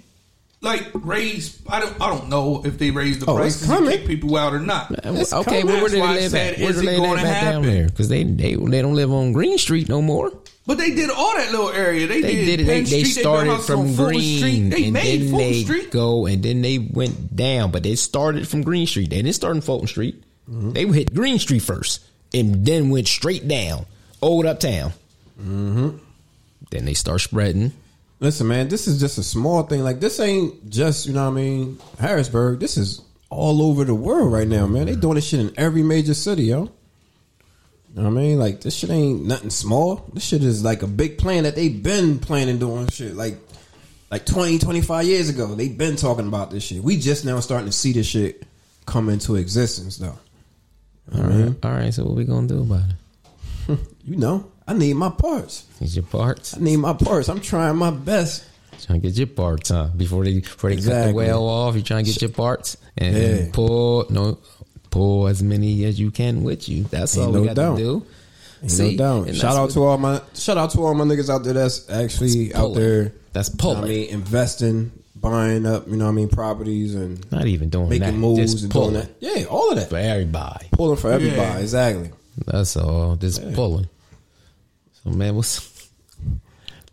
Speaker 3: like raise. I don't. I don't know if they raised the
Speaker 4: Oh, it's
Speaker 3: prices to
Speaker 4: coming.
Speaker 3: kick people out or not.
Speaker 4: It's
Speaker 2: okay,
Speaker 4: coming.
Speaker 2: well, where do they
Speaker 3: That's why I
Speaker 2: live
Speaker 3: said,
Speaker 2: at? Where
Speaker 3: is
Speaker 2: do
Speaker 3: it
Speaker 2: they live
Speaker 3: gonna
Speaker 2: at down
Speaker 3: happen?
Speaker 2: there? Because they, they they don't live on Green Street no more.
Speaker 3: But they did all that little area. They,
Speaker 2: They
Speaker 3: did.
Speaker 2: did it. They,
Speaker 3: Penn
Speaker 2: they
Speaker 3: Street, built
Speaker 2: started
Speaker 3: houses on
Speaker 2: from
Speaker 3: Fulton
Speaker 2: Green,
Speaker 3: Street. They
Speaker 2: and
Speaker 3: made
Speaker 2: then
Speaker 3: Fulton
Speaker 2: they
Speaker 3: Street.
Speaker 2: go, and then they went down. But it started from Green Street. They didn't start in Fulton Street.
Speaker 3: Mm-hmm.
Speaker 2: They hit Green Street first, and then went straight down Old Uptown. Mm-hmm. Then they start spreading.
Speaker 4: Listen, man, this is just a small thing. Like this ain't just you know what I mean Harrisburg. This is all over the world right now, man. They doing this shit in every major city, yo. You know what I mean, like this shit ain't nothing small. This shit is like a big plan that they've been planning doing shit like like 20, 25 years ago. They've been talking about this shit. We just now starting to see this shit come into existence, though.
Speaker 2: All right,
Speaker 3: Mm-hmm.
Speaker 2: all right. So what we gonna do about it?
Speaker 4: You know, I need my parts.
Speaker 2: Get your parts.
Speaker 4: I need my parts. I'm trying my best.
Speaker 2: Trying to get your parts, huh? Before they before they cut
Speaker 4: Exactly.
Speaker 2: the well off, you trying to get your parts and
Speaker 4: Yeah.
Speaker 2: pull no pull as many as you can with you. That's
Speaker 4: Ain't
Speaker 2: all
Speaker 4: no
Speaker 2: we got
Speaker 4: doubt.
Speaker 2: to do.
Speaker 4: See, no doubt.
Speaker 2: and
Speaker 4: Shout
Speaker 2: that's
Speaker 4: out
Speaker 2: what-
Speaker 4: to all my shout out to all my niggas out there that's actually
Speaker 2: That's
Speaker 4: out
Speaker 2: pulling.
Speaker 4: there.
Speaker 2: That's
Speaker 4: you know what
Speaker 2: pulling.
Speaker 4: I mean, investing, buying up. You know what I mean, properties and
Speaker 2: Not even doing
Speaker 4: making
Speaker 2: that.
Speaker 4: moves
Speaker 2: just
Speaker 4: and
Speaker 2: pulling
Speaker 4: doing that. Yeah, all of that.
Speaker 2: for everybody.
Speaker 4: Pulling for everybody.
Speaker 3: Yeah.
Speaker 4: Exactly.
Speaker 2: That's all. Just pulling. So man, what's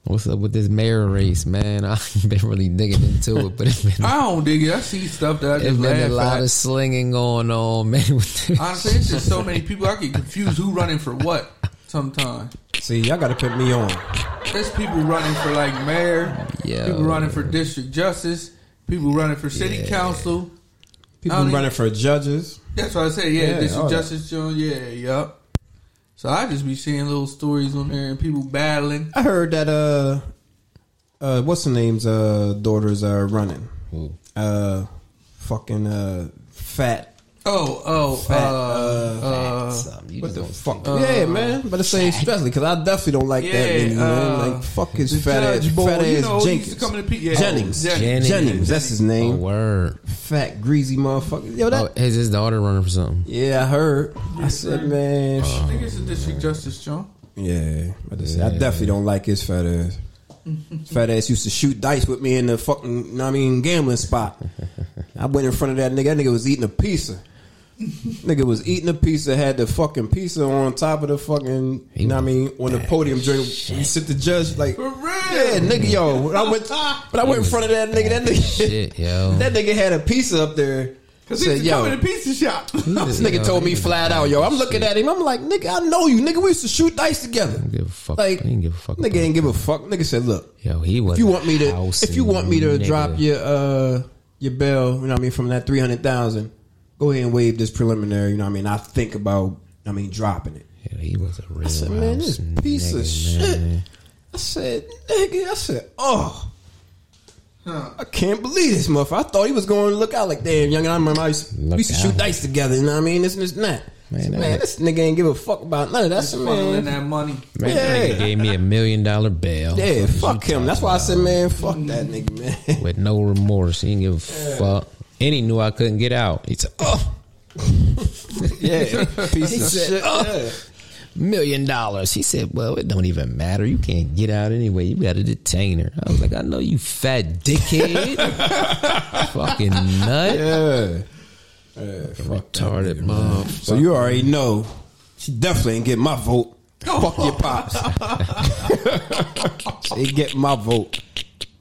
Speaker 2: what's up with this mayor race, man? I've been really digging into it, but it's been,
Speaker 3: I don't dig it. I see stuff that I
Speaker 2: it's
Speaker 3: just
Speaker 2: been a
Speaker 3: laugh
Speaker 2: lot
Speaker 3: at.
Speaker 2: of slinging going on, man. with this.
Speaker 3: Honestly, it's just so many people. I get confused who running for what. Sometimes
Speaker 4: See, y'all got to put me on.
Speaker 3: there's people running for like mayor,
Speaker 2: Yo.
Speaker 3: people running for district justice, people running for city
Speaker 2: Yeah.
Speaker 3: council. I
Speaker 4: People
Speaker 3: don't
Speaker 4: running
Speaker 3: even-
Speaker 4: for judges.
Speaker 3: That's what I say. Yeah,
Speaker 4: Yeah,
Speaker 3: district
Speaker 4: all that.
Speaker 3: justice, John. Yeah, yup. So I just be seeing little stories on there and people battling.
Speaker 4: I heard that uh, uh, what's the name's uh daughters are running.
Speaker 2: Who?
Speaker 4: Uh, fucking uh, fat.
Speaker 3: Oh, oh,
Speaker 4: Fat,
Speaker 3: uh,
Speaker 2: Fat
Speaker 3: uh,
Speaker 2: something. Um, You
Speaker 4: What
Speaker 2: just
Speaker 4: the
Speaker 2: don't-
Speaker 4: fuck? yeah, man. But the same especially because I definitely don't like that
Speaker 3: Yeah,
Speaker 4: nigga,
Speaker 3: uh,
Speaker 4: man. Like fuck
Speaker 3: the
Speaker 4: his fat
Speaker 3: judge
Speaker 4: ass,
Speaker 3: boy,
Speaker 4: fat
Speaker 3: you know,
Speaker 4: ass
Speaker 3: he used to
Speaker 4: Jenkins.
Speaker 3: come to P- yeah.
Speaker 4: Jennings.
Speaker 3: Oh,
Speaker 4: Jennings.
Speaker 2: Jennings.
Speaker 4: That's his
Speaker 2: Oh,
Speaker 4: name.
Speaker 2: word.
Speaker 4: Fat greasy motherfucker. Yo, that.
Speaker 2: Oh, is his daughter running for something?
Speaker 4: Yeah, I heard. I said, man.
Speaker 2: Oh.
Speaker 3: I think it's a district justice, John.
Speaker 4: Yeah, I, just said, I definitely don't like his fat ass. fat ass used to shoot dice with me in the fucking, you know what I mean, gambling spot. I went in front of that nigga. That nigga was eating a pizza. nigga was eating a pizza. Had the fucking pizza on top of the fucking, you know what I mean, on the podium during you sit the judge like.
Speaker 3: For real.
Speaker 4: Yeah, nigga, yo. When I went, when I went in front of that nigga, that nigga,
Speaker 2: Shit, yo.
Speaker 4: that nigga had a pizza up there.
Speaker 3: Cause
Speaker 4: Said,
Speaker 3: he's
Speaker 4: yo,
Speaker 3: coming to pizza shop.
Speaker 4: this nigga told me flat out, yo. I'm looking at him. I'm like, nigga, I know you, nigga. We used to shoot dice together.
Speaker 2: don't give a fuck.
Speaker 4: Like,
Speaker 2: He didn't give a fuck
Speaker 4: Nigga
Speaker 2: about
Speaker 4: ain't give a fuck. Nigga said, look,
Speaker 2: Yo, he was.
Speaker 4: if you want me to,
Speaker 2: house
Speaker 4: if you want me to
Speaker 2: nigga.
Speaker 4: drop your uh your bill, you know what I mean, from that three hundred thousand, go ahead and waive this preliminary. You know what I mean. I think about, I mean, dropping it.
Speaker 2: Yo, he was a real
Speaker 4: I said, man,
Speaker 2: house
Speaker 4: this piece of
Speaker 2: nigga,
Speaker 4: shit.
Speaker 2: man.
Speaker 4: I said, nigga, I said, oh. I can't believe this motherfucker. I thought he was going to look out like damn young. I remember I used, we
Speaker 2: Look
Speaker 4: used to shoot
Speaker 2: out.
Speaker 4: dice together. You know what I mean? This and this and that. I said, Man,
Speaker 2: Man, that-
Speaker 4: this nigga ain't give a fuck about none of that. I
Speaker 3: Just
Speaker 4: said,
Speaker 3: funneling
Speaker 4: man,
Speaker 3: that money.
Speaker 2: Man,
Speaker 4: Yeah.
Speaker 2: that nigga gave me a million dollar bail.
Speaker 4: yeah, fuck him. That's why I said, man, fuck that nigga, man.
Speaker 2: With no remorse. He didn't give a fuck. And he knew I couldn't get out. He said, oh,
Speaker 4: Yeah, piece
Speaker 2: He
Speaker 4: of
Speaker 2: said,
Speaker 4: shit.
Speaker 2: "Oh."
Speaker 4: Yeah.
Speaker 2: million dollars. He said, well, it don't even matter. You can't get out anyway. You got a detainer. I was like, I know you fat dickhead. Fucking nut.
Speaker 4: Yeah.
Speaker 2: Retarded mom.
Speaker 4: So you already know she definitely ain't get my vote. Fuck your pops. she ain't get my vote.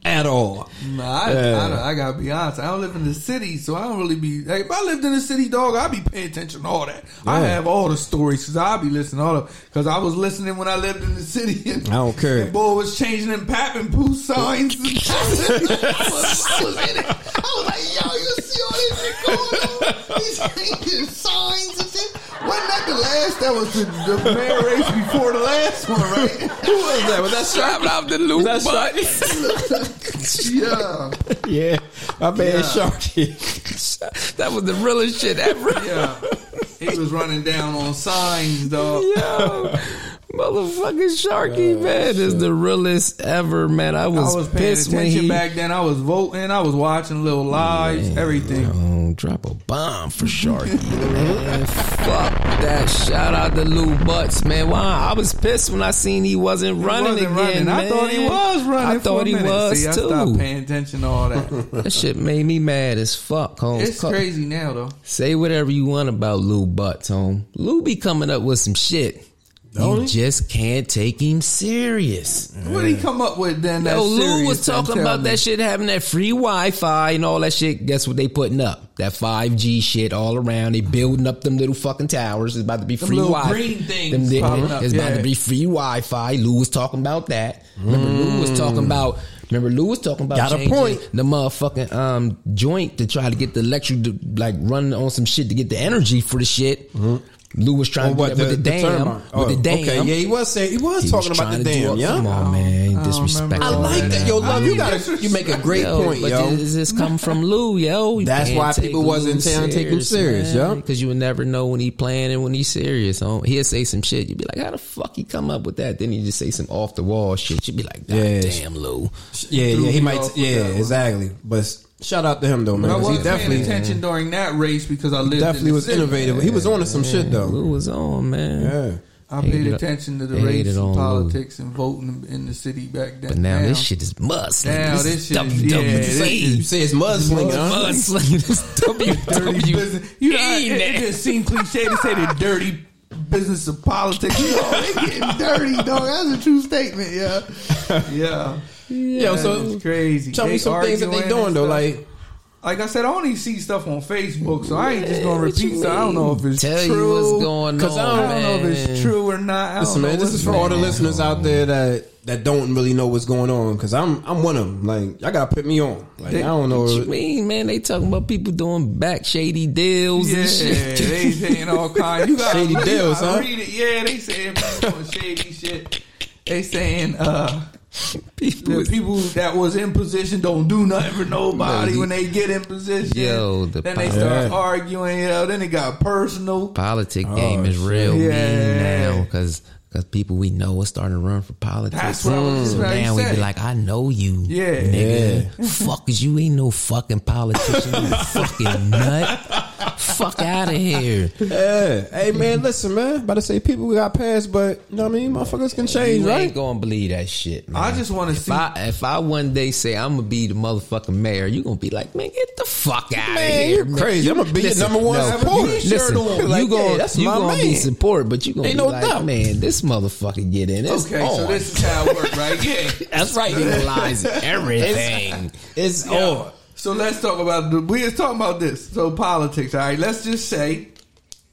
Speaker 4: at all.
Speaker 3: Nah, I, I, don't- I gotta be honest. I don't live in the city, so I don't really be. Like, if I lived in the city, dog, I'd be paying attention to all that. I
Speaker 4: Yeah.
Speaker 3: have all the stories because I be listening to all of. Because I was listening when I lived in the city. And,
Speaker 4: I don't care.
Speaker 3: And boy was changing them pap and poo signs. And I, was, I was in it. I was like, yo, you see all this shit going on? He's changing signs and shit. Wasn't that the last? That was the, the mayor race before the last one, right?
Speaker 4: Who was that? Was that Sharp?
Speaker 2: out the loop,
Speaker 4: That's
Speaker 3: yeah,
Speaker 4: Yeah, my
Speaker 3: Yeah.
Speaker 4: man Shark.
Speaker 2: that was the realest shit ever.
Speaker 3: yeah. He was running down on signs, dog.
Speaker 2: Yo, motherfucking Sharky, man, is the realest ever, man. I
Speaker 3: I
Speaker 2: was,
Speaker 3: was paying
Speaker 2: pissed when
Speaker 3: attention
Speaker 2: he
Speaker 3: back then. I was voting. I was watching little lives, everything.
Speaker 2: Oh, drop a bomb for Sharky, man. Fuck that. Shout out to Lou Butts, man. Wow, I was pissed when I seen he wasn't running
Speaker 3: Wasn't
Speaker 2: again.
Speaker 3: running. I
Speaker 2: man.
Speaker 3: thought he was
Speaker 2: I
Speaker 3: running.
Speaker 2: thought
Speaker 3: for a
Speaker 2: he
Speaker 3: minute.
Speaker 2: was
Speaker 3: See, I stopped
Speaker 2: too.
Speaker 3: paying attention to all that.
Speaker 2: That shit made me mad as fuck, Holmes.
Speaker 3: it's
Speaker 2: Co-
Speaker 3: crazy now, though.
Speaker 2: Say whatever you want about Lou Butts, Holmes. Lou be coming up with some shit. you just can't take him serious.
Speaker 3: What did he come up with then? That
Speaker 2: Yo, Lou
Speaker 3: serious
Speaker 2: was
Speaker 3: thing?
Speaker 2: talking
Speaker 3: Tell
Speaker 2: about
Speaker 3: me.
Speaker 2: that shit having that free Wi-Fi and all that shit. Guess what they putting up? That 5G shit all around. They building up them little fucking towers. It's about to be free
Speaker 3: little
Speaker 2: Wi-Fi.
Speaker 3: green things
Speaker 2: Them di-
Speaker 3: popping up,
Speaker 2: it's about
Speaker 3: yeah.
Speaker 2: to be free Wi-Fi. Lou was talking about that. Remember, Lou
Speaker 3: Mm.
Speaker 2: was talking about. Remember, Lou was talking about
Speaker 4: Got a
Speaker 2: changing
Speaker 4: point.
Speaker 2: the motherfucking um, joint to try to get the electric to like run on some shit to get the energy for the shit.
Speaker 3: Mm-hmm.
Speaker 2: Lou was trying to
Speaker 4: On
Speaker 2: do that with the, dam,
Speaker 4: turbine. Oh,
Speaker 2: with the dam.
Speaker 4: Okay, yeah, he was saying he was
Speaker 2: He was
Speaker 4: talking about
Speaker 2: trying to
Speaker 4: the
Speaker 2: do
Speaker 4: damn.
Speaker 2: all-
Speaker 4: Yeah,
Speaker 2: Come on, man.
Speaker 3: I don't
Speaker 2: Disrespect.
Speaker 3: remember
Speaker 4: I
Speaker 3: all
Speaker 4: like that. Yo, love, you
Speaker 3: Oh,
Speaker 4: got
Speaker 3: that's-
Speaker 4: you make a great
Speaker 2: Yo,
Speaker 4: point,
Speaker 2: but
Speaker 4: yo.
Speaker 2: This, this come from Lou, yo. You
Speaker 4: That's
Speaker 2: can't
Speaker 4: why
Speaker 2: take
Speaker 4: people wasn't
Speaker 2: Lou
Speaker 4: saying take him serious, yo.
Speaker 2: Because you would never know when he playing and when he's serious. Home. He'll say some shit. You'd be like, how the fuck he come up with that? Then he just say some off the wall shit. You'd be like, God
Speaker 4: Yeah.
Speaker 2: damn, Lou.
Speaker 4: yeah,
Speaker 3: threw
Speaker 4: yeah,
Speaker 3: me
Speaker 4: he might.
Speaker 3: off with
Speaker 4: Yeah,
Speaker 3: that one.
Speaker 4: exactly. But s- shout out to him though, man.
Speaker 3: I
Speaker 4: 'cause
Speaker 3: was
Speaker 4: he
Speaker 3: paying
Speaker 4: definitely,
Speaker 3: attention during that race because I lived.
Speaker 4: definitely
Speaker 3: in the
Speaker 4: was
Speaker 3: city.
Speaker 4: innovative. He was on to some shit though.
Speaker 2: Lou was on, man.
Speaker 4: Yeah,
Speaker 3: I
Speaker 2: Hated
Speaker 3: paid
Speaker 2: it.
Speaker 3: attention to the
Speaker 2: Hated
Speaker 3: race,
Speaker 2: it
Speaker 3: and
Speaker 2: on Lou.
Speaker 3: politics, and voting in the city back then.
Speaker 2: But now, this shit is muslim.
Speaker 3: Now
Speaker 2: this,
Speaker 3: this
Speaker 2: is
Speaker 3: shit is- yeah, this
Speaker 4: you
Speaker 2: WWE.
Speaker 4: say it's mudslinging. huh?
Speaker 2: Muslim. This is
Speaker 3: dirty
Speaker 2: WWE.
Speaker 3: business. You know, I- it, it
Speaker 2: man.
Speaker 3: just seemed cliche to say the dirty business of politics. You know, they getting dirty, dog. That's a true statement. Yeah, yeah.
Speaker 4: Yo, so
Speaker 3: That's crazy.
Speaker 4: tell me
Speaker 3: They
Speaker 4: some things that they
Speaker 3: arguing
Speaker 4: doing
Speaker 3: and
Speaker 4: though,
Speaker 3: stuff.
Speaker 4: like.
Speaker 3: like I said, I only see stuff on Facebook, so I ain't just
Speaker 2: Yeah,
Speaker 3: gonna
Speaker 2: what you
Speaker 3: repeat. So I don't know if it's
Speaker 2: Tell you
Speaker 3: true.
Speaker 2: what's going
Speaker 4: 'Cause I
Speaker 2: on,
Speaker 3: I don't know if
Speaker 2: man.
Speaker 3: it's true or not. I don't
Speaker 4: Listen,
Speaker 3: know
Speaker 4: man, this
Speaker 3: what's
Speaker 4: is for all the listeners out there that that don't really know what's going on because I'm I'm one of them. Like, y'all gotta put me on. Like, I don't know.
Speaker 2: What you mean, man? They talking about people doing back shady deals
Speaker 3: Yeah,
Speaker 2: and shit.
Speaker 3: they saying all kinds. You got
Speaker 4: Shady
Speaker 3: you
Speaker 4: deals,
Speaker 3: gotta
Speaker 4: huh?
Speaker 3: Read it. Yeah, they saying people doing shady shit. They saying uh,
Speaker 2: People
Speaker 3: the
Speaker 2: is-
Speaker 3: people that was in position don't do nothing for nobody
Speaker 2: No, you-
Speaker 3: when they get in position.
Speaker 2: Yo, the
Speaker 3: then they
Speaker 2: pol-
Speaker 3: start
Speaker 4: Yeah.
Speaker 3: arguing. You know, then it got personal.
Speaker 2: politic game is real
Speaker 3: Oh, shit.
Speaker 2: mean
Speaker 3: Yeah.
Speaker 2: now because people we know are starting to run for politics.
Speaker 3: That's what I was just
Speaker 2: So
Speaker 3: about to
Speaker 2: now we
Speaker 3: say.
Speaker 2: be like, I know you,
Speaker 3: Yeah.
Speaker 2: nigga. Fuck, is you ain't no fucking politician, you fucking nut. Fuck out of here.
Speaker 4: Yeah. Hey, man, listen, man. About to say people we got past, but you know what I mean. Motherfuckers can change,
Speaker 2: You
Speaker 4: right?
Speaker 2: ain't gonna believe that shit, man.
Speaker 3: I just want to
Speaker 2: If
Speaker 3: see.
Speaker 2: I if I one day say I'm gonna be the motherfucking mayor, you gonna be like, man, get the fuck out of
Speaker 4: Man,
Speaker 2: here.
Speaker 4: you're crazy. I'm gonna be your number one supporter.
Speaker 2: You, listen,
Speaker 4: Sure do. Like,
Speaker 2: you gonna,
Speaker 4: yeah, that's
Speaker 2: you
Speaker 4: my
Speaker 2: gonna be
Speaker 4: man.
Speaker 2: support, but you gonna
Speaker 4: Ain't
Speaker 2: be
Speaker 4: no
Speaker 2: like,
Speaker 4: doubt.
Speaker 2: man, this motherfucker get in. It's
Speaker 3: Okay,
Speaker 2: on.
Speaker 3: so this is how it works, right? Yeah.
Speaker 2: that's right. Legalize everything.
Speaker 4: It's
Speaker 3: Yeah.
Speaker 4: on.
Speaker 3: So let's talk about the, we was talking about this. So politics, all right. Let's just say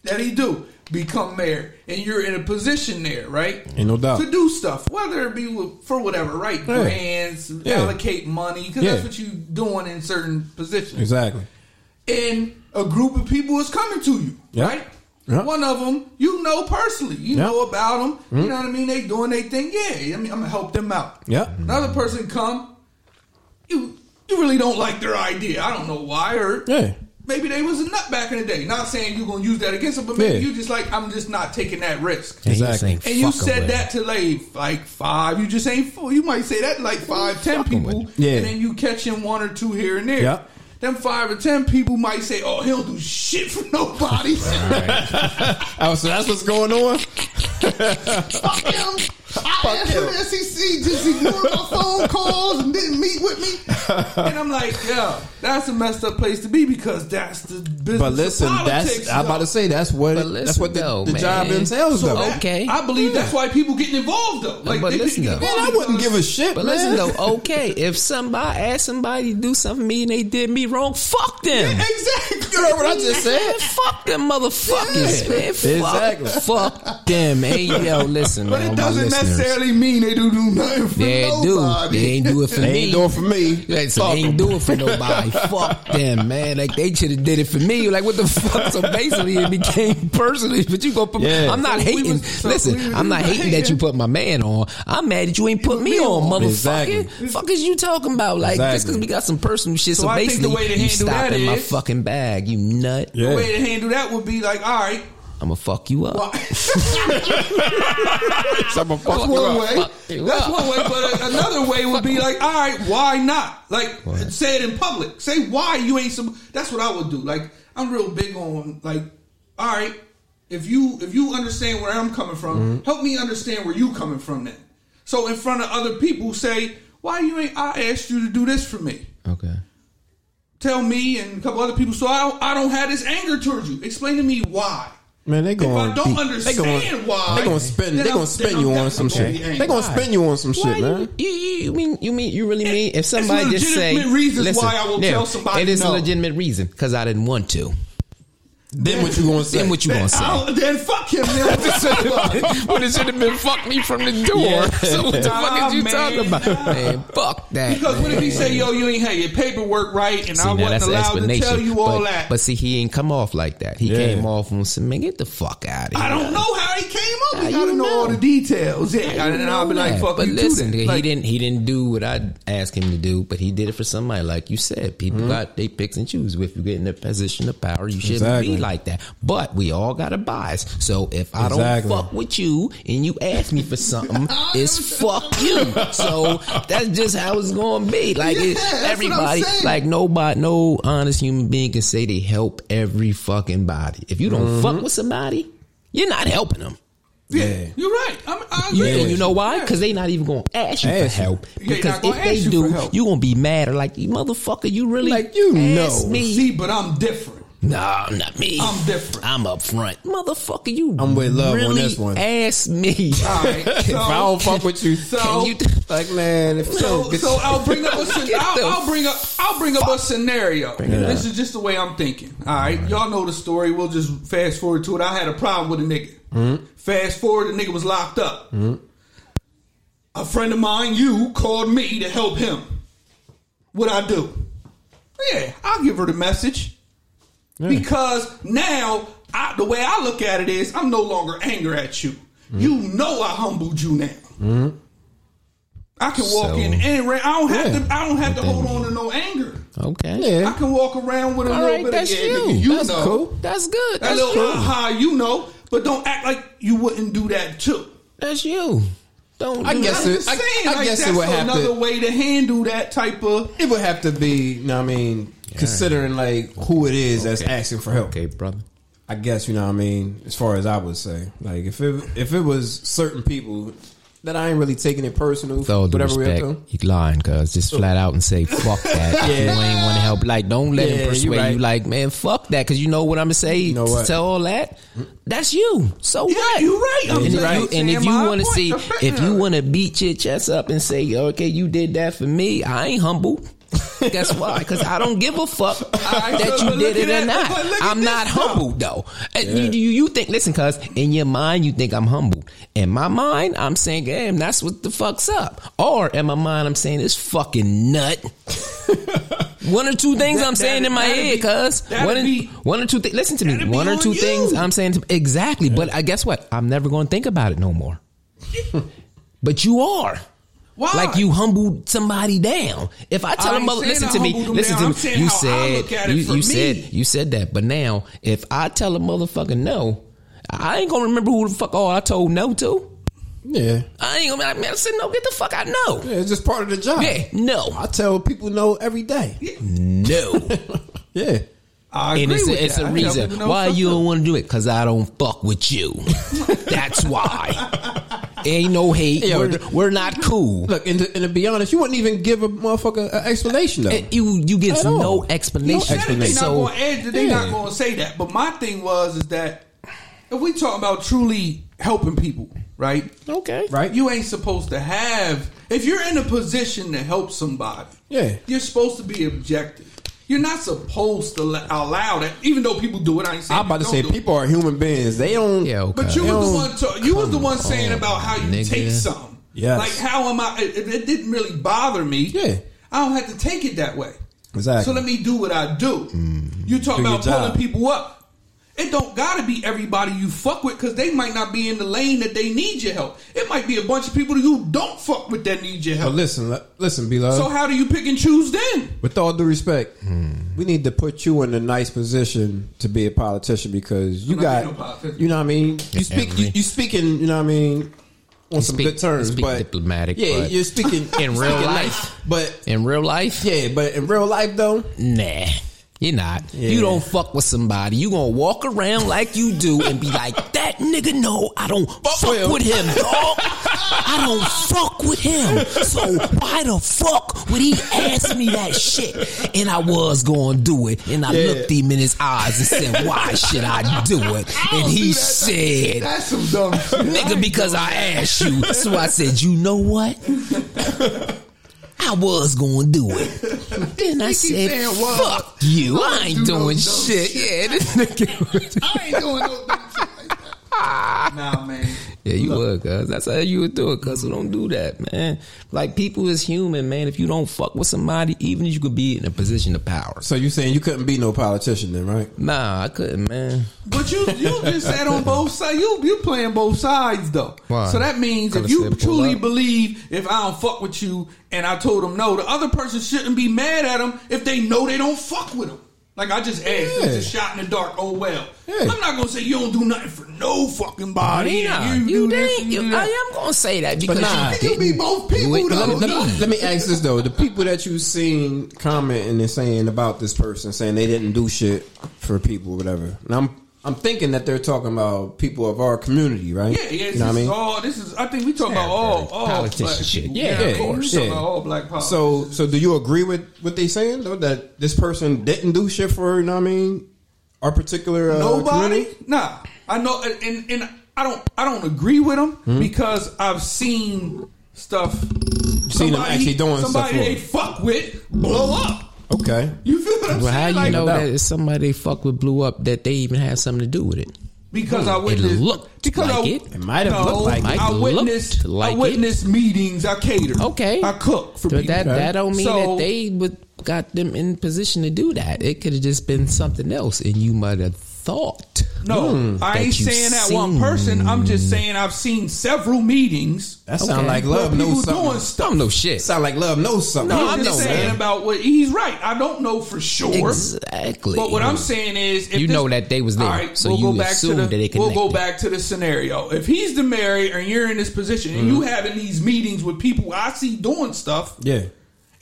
Speaker 3: that he do become mayor, and you're in a position there, right?
Speaker 4: Ain't no doubt.
Speaker 3: to do stuff, whether it be with, for whatever, right?
Speaker 4: Yeah.
Speaker 3: Grants,
Speaker 4: Yeah.
Speaker 3: allocate money, because
Speaker 4: Yeah.
Speaker 3: that's what you doing in certain positions.
Speaker 4: Exactly.
Speaker 3: And a group of people is coming to you,
Speaker 4: Yeah.
Speaker 3: right?
Speaker 4: Yeah.
Speaker 3: One of them you know personally, you
Speaker 4: Yeah. Mm-hmm.
Speaker 3: know about them. You know what I mean? They doing their thing. Yeah, I mean, I'm gonna help them out.
Speaker 4: Yeah.
Speaker 3: Another person come, you you really don't like their idea. I don't know why, or
Speaker 4: Yeah.
Speaker 3: maybe they was a nut back in the day. Not saying you're gonna use that against them, but maybe
Speaker 4: Yeah.
Speaker 3: you just like I'm just not taking that risk.
Speaker 2: And you
Speaker 4: Exactly.
Speaker 2: saying,
Speaker 3: And you
Speaker 2: fuck
Speaker 3: said
Speaker 2: away.
Speaker 3: that to like like five. You just ain't fool. You might say that to like five, ten
Speaker 2: fucking
Speaker 3: people,
Speaker 2: with
Speaker 4: you. Yeah.
Speaker 3: and then you catching one or two here and there.
Speaker 4: Yeah.
Speaker 3: Them five or ten people might say, "Oh, he'll do shit for nobody."
Speaker 4: Oh, so that's what's going on.
Speaker 3: Fuck him. I asked for the SEC, just ignored my phone calls and didn't meet with me. And I'm like, yeah, that's a messed up place to be because that's the business.
Speaker 4: But listen,
Speaker 3: of politics,
Speaker 4: that's I'm about to say that's what
Speaker 2: But
Speaker 4: it- that's
Speaker 2: listen,
Speaker 4: what the,
Speaker 2: though,
Speaker 4: the job
Speaker 2: man.
Speaker 4: entails
Speaker 2: So
Speaker 4: though.
Speaker 2: that- Okay.
Speaker 3: I believe that's why people getting involved though. Like,
Speaker 2: but
Speaker 3: they
Speaker 2: listen,
Speaker 3: getting
Speaker 2: though.
Speaker 4: Man,
Speaker 3: involved
Speaker 4: I wouldn't give
Speaker 3: because-
Speaker 4: a shit.
Speaker 2: But
Speaker 4: man.
Speaker 2: listen though, okay, if somebody asked somebody to do something to me and they did me wrong, fuck them.
Speaker 4: Exactly. You heard what I just said?
Speaker 2: Man, fuck them motherfuckers,
Speaker 4: Yeah.
Speaker 2: man. Fuck,
Speaker 4: Exactly.
Speaker 2: fuck them. Hey, yo, listen,
Speaker 3: But
Speaker 2: man, all
Speaker 3: it
Speaker 2: my
Speaker 3: doesn't
Speaker 2: listeners.
Speaker 3: necessarily mean they do do nothing for
Speaker 2: They ain't do.
Speaker 3: nobody.
Speaker 2: They ain't do it for
Speaker 4: They
Speaker 2: me.
Speaker 4: ain't doing for me.
Speaker 2: Like, so
Speaker 4: Fuck
Speaker 2: they
Speaker 4: 'em.
Speaker 2: ain't do it for nobody. Fuck them, man. Like they should have did it for me. Like what the fuck? So basically, it became personal. But you go, put,
Speaker 4: Yeah.
Speaker 2: I'm not
Speaker 3: So we
Speaker 2: hating.
Speaker 3: was- so we
Speaker 2: Listen,
Speaker 3: was-
Speaker 2: I'm not hating that you put my man on. I'm mad that you ain't put me on, motherfucker.
Speaker 4: Exactly.
Speaker 2: Fuck is you talking about? Like just
Speaker 4: Exactly.
Speaker 2: because we got some personal shit. So,
Speaker 3: So I think
Speaker 2: basically,
Speaker 3: the way to
Speaker 2: you
Speaker 3: handle
Speaker 2: stop
Speaker 3: that
Speaker 2: in my
Speaker 3: is-
Speaker 2: fucking bag, you nut.
Speaker 3: The
Speaker 4: Yeah.
Speaker 3: way to handle that would be like, all right,
Speaker 2: I'ma fuck you up.
Speaker 3: well,
Speaker 4: Some of
Speaker 3: that's
Speaker 4: fuck
Speaker 3: one
Speaker 4: you up.
Speaker 3: way.
Speaker 2: Fuck you
Speaker 3: That's
Speaker 2: up.
Speaker 3: one way. But a- another way would be like, all right, why not? Like, say it in public. Say why you ain't some. That's what I would do. Like, I'm real big on like, all right, if you if you understand where I'm coming from,
Speaker 2: Mm-hmm.
Speaker 3: help me understand where you coming from. Then, so in front of other people, say why you ain't. I asked you to do this for me.
Speaker 2: Okay.
Speaker 3: Tell me and a couple other people, so I I don't have this anger towards you. Explain to me why.
Speaker 4: Man, they
Speaker 3: If
Speaker 4: going.
Speaker 3: I don't understand why,
Speaker 4: They gonna spin.
Speaker 3: then
Speaker 4: They
Speaker 3: I'm-
Speaker 4: gonna spin
Speaker 3: then
Speaker 4: you
Speaker 3: I'm
Speaker 4: on some
Speaker 3: definitely
Speaker 4: shit.
Speaker 3: gonna be
Speaker 4: They gonna
Speaker 3: angry.
Speaker 4: spin you on some shit, man.
Speaker 2: You, you, you mean you mean you really mean if
Speaker 3: It's
Speaker 2: somebody just say
Speaker 3: legitimate reasons
Speaker 2: listen,
Speaker 3: why I will
Speaker 2: yeah,
Speaker 3: tell somebody
Speaker 2: it is
Speaker 3: no.
Speaker 2: a legitimate reason because I didn't want to.
Speaker 4: Then what you gonna say?
Speaker 2: Then what you gonna say?
Speaker 3: I'll- Then fuck him. Then what the
Speaker 2: when it should have been fuck me from the door.
Speaker 4: Yeah.
Speaker 2: So what the fuck
Speaker 3: Nah,
Speaker 2: is you
Speaker 3: man.
Speaker 2: talking about? Man, fuck that.
Speaker 3: Because what if he
Speaker 2: man.
Speaker 3: say, yo, you ain't had your paperwork right, and
Speaker 2: See,
Speaker 3: I
Speaker 2: now
Speaker 3: wasn't
Speaker 2: that's an
Speaker 3: allowed to
Speaker 2: explanation.
Speaker 3: tell you all
Speaker 2: but,
Speaker 3: that?
Speaker 2: But see, he ain't come off like that. He
Speaker 4: Yeah.
Speaker 2: came off and said, man, get the fuck out of here.
Speaker 3: I don't know how he came up.
Speaker 2: How
Speaker 3: We gotta
Speaker 2: uh, you
Speaker 3: know,
Speaker 2: know?
Speaker 3: all the details. Yeah,
Speaker 2: I
Speaker 3: and I'll be like, fuck
Speaker 2: but
Speaker 3: you
Speaker 2: listen,
Speaker 3: too. Then.
Speaker 2: nigga, he
Speaker 3: Like,
Speaker 2: didn't. He didn't do what I asked him to do, but he did it for somebody. Like you said, people
Speaker 3: Mm-hmm.
Speaker 2: got they picks and choose. If you get in a position of power, you shouldn't
Speaker 4: Exactly.
Speaker 2: be like that. But we all got a bias. So if I
Speaker 4: Exactly.
Speaker 2: don't fuck with you and you ask me for something,
Speaker 3: Oh,
Speaker 2: it's fuck you. So that's just how it's going to be. Like
Speaker 3: Yeah,
Speaker 2: it,
Speaker 3: that's what I'm
Speaker 2: everybody,
Speaker 3: saying.
Speaker 2: like nobody, no honest human being can say they help every fucking body. If you don't
Speaker 3: Mm-hmm.
Speaker 2: fuck with somebody, you're not helping them.
Speaker 3: yeah,
Speaker 4: Yeah.
Speaker 3: you're right. I'm, I
Speaker 2: You,
Speaker 3: agree.
Speaker 2: and
Speaker 3: with
Speaker 2: you know why? Because they not even going to ask you
Speaker 4: Ask
Speaker 2: for
Speaker 4: you.
Speaker 2: help.
Speaker 3: not
Speaker 2: Because
Speaker 3: gonna
Speaker 2: if they
Speaker 3: ask you for
Speaker 2: do,
Speaker 3: help.
Speaker 2: you going to be mad or like, "You motherfucker, you really
Speaker 4: Like, you
Speaker 2: asked
Speaker 4: know.
Speaker 2: me.
Speaker 3: See, but I'm different.
Speaker 2: Nah, not me.
Speaker 3: I'm different.
Speaker 2: I'm up front. Motherfucker, you
Speaker 4: I'm with love on
Speaker 2: really
Speaker 4: this one.
Speaker 2: ask me.
Speaker 3: All right,
Speaker 4: If I
Speaker 3: so,
Speaker 4: don't fuck with you,
Speaker 3: So-
Speaker 2: Can you
Speaker 4: like man, if
Speaker 3: so, so I'll bring up a scen-
Speaker 2: Get the
Speaker 3: I'll, I'll bring up I'll bring up a scenario.
Speaker 2: it
Speaker 3: This
Speaker 2: up.
Speaker 3: is just the way I'm thinking. All right, y'all know the story. We'll just fast forward to it. I had a problem with a nigga. Fast forward, the nigga was locked up. A friend of mine, you, called me to help him. What I do? Yeah, I'll give her the message because now I, the way I look at it is I'm no longer angry at you. You know I humbled you now. I can walk
Speaker 2: So-
Speaker 3: in and ra- I don't have
Speaker 4: Yeah.
Speaker 3: to. I don't have to hold on to no anger.
Speaker 2: okay.
Speaker 4: yeah,
Speaker 3: I can walk around with a
Speaker 2: All
Speaker 3: little
Speaker 2: right,
Speaker 3: bit
Speaker 2: that's
Speaker 3: of yeah,
Speaker 2: you.
Speaker 3: nigga, you
Speaker 2: that's
Speaker 3: know
Speaker 2: cool. That's good.
Speaker 3: that
Speaker 2: That's
Speaker 3: little
Speaker 2: cool.
Speaker 3: aha, you know, but don't act like you wouldn't do that too.
Speaker 2: That's you. Don't.
Speaker 4: I
Speaker 2: do
Speaker 4: guess
Speaker 2: that.
Speaker 4: it-
Speaker 3: I'm just
Speaker 4: I-
Speaker 3: saying,
Speaker 4: I
Speaker 3: like,
Speaker 4: guess it
Speaker 3: that's
Speaker 4: would have
Speaker 3: another
Speaker 4: to-
Speaker 3: way to handle that type of.
Speaker 4: it would have to be. You know what I mean, considering like who it is that's asking for help.
Speaker 2: Okay, brother.
Speaker 4: I guess you know what I mean. As far as I would say, like if it if it was certain people that I ain't really taking it personal,
Speaker 2: With all due
Speaker 4: whatever
Speaker 2: respect,
Speaker 4: we have to.
Speaker 2: you lying, cuz. Just flat out and say, fuck that. If you ain't want to help. Like, don't let
Speaker 4: Yeah,
Speaker 2: him
Speaker 4: you
Speaker 2: persuade you,
Speaker 4: right.
Speaker 2: like, man, fuck that. Cause you know what I'm going to say? You
Speaker 4: know what?
Speaker 2: Tell all that. That's you. So
Speaker 3: Yeah,
Speaker 2: what?
Speaker 3: you right. I'm
Speaker 2: and, if
Speaker 3: just
Speaker 2: you,
Speaker 3: saying
Speaker 2: and if you
Speaker 3: my
Speaker 2: want to
Speaker 3: point.
Speaker 2: see, if you want to beat your chest up and say, okay, you did that for me, I ain't humble. Guess why? Because I don't give a fuck
Speaker 3: right,
Speaker 2: that
Speaker 3: so
Speaker 2: you
Speaker 3: but
Speaker 2: did
Speaker 3: look
Speaker 2: it
Speaker 3: at
Speaker 2: or
Speaker 3: that-
Speaker 2: not.
Speaker 3: but look at
Speaker 2: I'm
Speaker 3: this
Speaker 2: not
Speaker 3: though.
Speaker 2: humble though. And You, you you think listen, cuz in your mind you think I'm humble. In my mind, I'm saying, damn, that's what the fuck's up. Or in my mind, I'm saying this fucking nut. one or two things I'm saying in my
Speaker 3: that'd
Speaker 2: head,
Speaker 3: be-
Speaker 2: cuz
Speaker 3: that'd
Speaker 2: one,
Speaker 3: be-
Speaker 2: and- one or two things. Listen to me.
Speaker 3: that'd be
Speaker 2: One or
Speaker 3: on
Speaker 2: two
Speaker 3: you.
Speaker 2: things I'm saying to, exactly. But I guess what? I'm never going to think about it no more. but you are.
Speaker 3: Why?
Speaker 2: Like you humbled somebody down. If I tell
Speaker 3: I
Speaker 2: a
Speaker 3: ain't
Speaker 2: mother,
Speaker 3: saying
Speaker 2: listen
Speaker 3: I
Speaker 2: to me,
Speaker 3: humbled them
Speaker 2: listen
Speaker 3: down. I'm
Speaker 2: to me.
Speaker 3: saying
Speaker 2: You
Speaker 3: how I
Speaker 2: said
Speaker 3: look at
Speaker 2: you,
Speaker 3: it for
Speaker 2: you
Speaker 3: me.
Speaker 2: said you said that, but now if I tell a motherfucker no, I ain't gonna remember who the fuck all I told no to.
Speaker 4: Yeah,
Speaker 2: I ain't gonna be like, man, I said no. Get the fuck out, no.
Speaker 4: yeah, it's just part of the job.
Speaker 2: Yeah, no,
Speaker 4: I tell people no every day.
Speaker 2: no.
Speaker 4: Yeah,
Speaker 3: I agree
Speaker 2: and it's
Speaker 3: with
Speaker 2: a, it's
Speaker 3: that.
Speaker 2: a
Speaker 3: I tell
Speaker 2: reason
Speaker 3: people no
Speaker 2: why
Speaker 3: fuck
Speaker 2: you
Speaker 3: up.
Speaker 2: don't want to do it because I don't fuck with you. That's why. Ain't no hate.
Speaker 4: Yo,
Speaker 2: we're,
Speaker 4: the-
Speaker 2: we're not cool.
Speaker 4: Look, and to, and to be honest, you wouldn't even give a motherfucker an explanation though.
Speaker 2: And you you get
Speaker 4: At
Speaker 2: no
Speaker 4: all.
Speaker 2: explanation.
Speaker 4: No explanation.
Speaker 3: They're not
Speaker 2: So
Speaker 3: going to add. They're
Speaker 4: yeah.
Speaker 3: not going to say that. But my thing was is that if we talking about truly helping people, right?
Speaker 2: okay,
Speaker 4: Right?
Speaker 3: You ain't supposed to have. If you're in a position to help somebody,
Speaker 4: Yeah.
Speaker 3: you're supposed to be objective. You're not supposed to le- allow that, even though people do it. I ain't saying
Speaker 4: I'm about to
Speaker 3: you
Speaker 4: say
Speaker 3: don't do it.
Speaker 4: people are human beings. They don't.
Speaker 2: Yeah, okay.
Speaker 3: But you
Speaker 4: Yo,
Speaker 3: was the one. To, you was the one saying
Speaker 2: on,
Speaker 3: about how you
Speaker 2: nigga.
Speaker 3: take something.
Speaker 4: Yes.
Speaker 3: Like how am I? It, it didn't really bother me.
Speaker 4: Yeah.
Speaker 3: I don't have to take it that way.
Speaker 4: Exactly. Mm-hmm.
Speaker 3: So let me do what I do. You talk
Speaker 4: Do your
Speaker 3: about pulling
Speaker 4: job.
Speaker 3: people up. It don't gotta be everybody you fuck with because they might not be in the lane that they need your help. It might be a bunch of people that you don't fuck with that need your
Speaker 4: But
Speaker 3: help.
Speaker 4: listen, li- listen, beloved.
Speaker 3: so how do you pick and choose then?
Speaker 4: with all due respect, we need to put you in a nice position to be a politician because you
Speaker 3: I'm not being no
Speaker 4: got,
Speaker 3: politician.
Speaker 4: you know what I mean. You speak, you, you speaking, you know what I mean, on some
Speaker 2: speak-
Speaker 4: good terms,
Speaker 2: you speak
Speaker 4: but
Speaker 2: diplomatic,
Speaker 4: Yeah,
Speaker 2: but-
Speaker 4: you're speaking
Speaker 2: In
Speaker 4: you're
Speaker 2: real life.
Speaker 4: speaking nice, but
Speaker 2: in real life,
Speaker 4: yeah, but in real life though,
Speaker 2: nah. You're not. You
Speaker 4: Yeah.
Speaker 2: don't fuck with somebody. You gonna walk around like you do and be like, that nigga no, I don't fuck
Speaker 4: with
Speaker 2: with him, dog. I don't fuck with him. So why the fuck would he ask me that shit? And I was gonna do it. And I
Speaker 4: Yeah.
Speaker 2: looked him in his eyes and said, why should I do it? And he said,
Speaker 3: That's some dumb shit.
Speaker 2: Nigga, because I asked you. So I said, you know what? I was going to do it. Then I said,
Speaker 3: saying was.
Speaker 2: fuck you. I ain't
Speaker 3: do no
Speaker 2: doing
Speaker 3: dumb
Speaker 2: shit. Yeah, this nigga.
Speaker 3: I ain't doing no dumb shit like that. Nah, man.
Speaker 2: yeah, you would, cuz. That's how you would do it, cuz. So don't do that, man. Like, people is human, man. If you don't fuck with somebody, even if you could be in a position of power.
Speaker 4: so you saying you couldn't be no politician then, right?
Speaker 2: Nah, I couldn't, man.
Speaker 3: But you you just sat on both sides. You you playing both sides though.
Speaker 2: Why?
Speaker 3: So that means if
Speaker 2: Could've
Speaker 3: you
Speaker 2: said pull
Speaker 3: truly
Speaker 2: up.
Speaker 3: believe if I don't fuck with you and I told them no, the other person shouldn't be mad at them if they know they don't fuck with them. Like I just asked,
Speaker 4: Yeah.
Speaker 3: it's a shot in the dark. Oh well.
Speaker 4: Yeah.
Speaker 3: I'm not gonna say you don't do nothing for no fucking body.
Speaker 2: Nah,
Speaker 3: and
Speaker 2: you
Speaker 3: do this
Speaker 2: did.
Speaker 3: and you do
Speaker 2: You,
Speaker 3: that.
Speaker 2: I am going to say that because
Speaker 4: nah,
Speaker 2: you
Speaker 3: You
Speaker 2: didn't
Speaker 3: be both people
Speaker 2: do it.
Speaker 3: though.
Speaker 4: Let me, let,
Speaker 3: No.
Speaker 4: me, let me ask this though: the people that you've seen commenting and saying about this person, saying they didn't do shit for people, whatever. And I'm I'm thinking that they're talking about people of our community, right?
Speaker 3: Yeah, yeah. This
Speaker 4: You know what I
Speaker 3: is
Speaker 4: mean?
Speaker 3: all. This is. I think we talking about all all
Speaker 2: Politician
Speaker 3: black
Speaker 2: shit.
Speaker 3: people.
Speaker 2: Yeah,
Speaker 4: of
Speaker 3: we
Speaker 4: course.
Speaker 3: Talking
Speaker 4: Yeah.
Speaker 3: about all black politics.
Speaker 4: So, so do you agree with what they saying though? That this person didn't do shit for you know what I mean? Our particular uh,
Speaker 3: Nobody?
Speaker 4: community?
Speaker 3: Nah. I know and and I don't I don't agree with them
Speaker 2: Hmm?
Speaker 3: because I've seen stuff
Speaker 4: Seen them actually doing stuff
Speaker 3: somebody
Speaker 4: for
Speaker 3: they
Speaker 4: them.
Speaker 3: fuck with blow up.
Speaker 4: Okay,
Speaker 3: You feel what I'm
Speaker 2: Well,
Speaker 3: saying?
Speaker 2: how you
Speaker 3: Like,
Speaker 2: know
Speaker 4: no.
Speaker 2: that it's somebody they fuck with blew up that they even had something to do with it?
Speaker 3: Because I
Speaker 2: Hmm. It
Speaker 3: witnessed
Speaker 2: looked
Speaker 3: because
Speaker 2: like
Speaker 3: I,
Speaker 2: it.
Speaker 4: it might have looked like
Speaker 2: might
Speaker 4: it.
Speaker 3: I
Speaker 2: looked
Speaker 3: witnessed
Speaker 2: like
Speaker 3: I
Speaker 2: it.
Speaker 3: witnessed meetings. I catered.
Speaker 2: Okay,
Speaker 3: I cook for
Speaker 2: but
Speaker 3: people.
Speaker 2: that that don't mean
Speaker 3: So-
Speaker 2: that they would got them in position to do that. It could have just been something else, and you might have thought.
Speaker 3: No, I
Speaker 2: Hmm. that
Speaker 3: ain't
Speaker 2: you
Speaker 3: saying that one
Speaker 2: seen.
Speaker 3: person. I'm just saying I've seen several meetings.
Speaker 4: that sound
Speaker 2: Okay.
Speaker 4: like
Speaker 3: where
Speaker 4: love
Speaker 3: people
Speaker 4: knows
Speaker 3: doing
Speaker 4: something.
Speaker 3: stuff.
Speaker 2: Don't know shit.
Speaker 4: Sound like love knows something.
Speaker 2: No,
Speaker 3: He's
Speaker 2: I'm
Speaker 3: just
Speaker 2: just
Speaker 3: saying
Speaker 2: saying.
Speaker 3: about what he's right. I don't know for sure.
Speaker 2: Exactly.
Speaker 3: But what I'm saying is, if
Speaker 2: You
Speaker 3: this-
Speaker 2: know that they was there,
Speaker 3: All right,
Speaker 2: so
Speaker 3: we'll
Speaker 2: you
Speaker 3: go back to
Speaker 2: assume
Speaker 3: the,
Speaker 2: that it
Speaker 3: We'll go
Speaker 2: connected.
Speaker 3: back to the scenario. If he's the mayor and you're in this position and
Speaker 2: Mm.
Speaker 3: you having these meetings with people I see doing stuff,
Speaker 4: yeah.
Speaker 3: and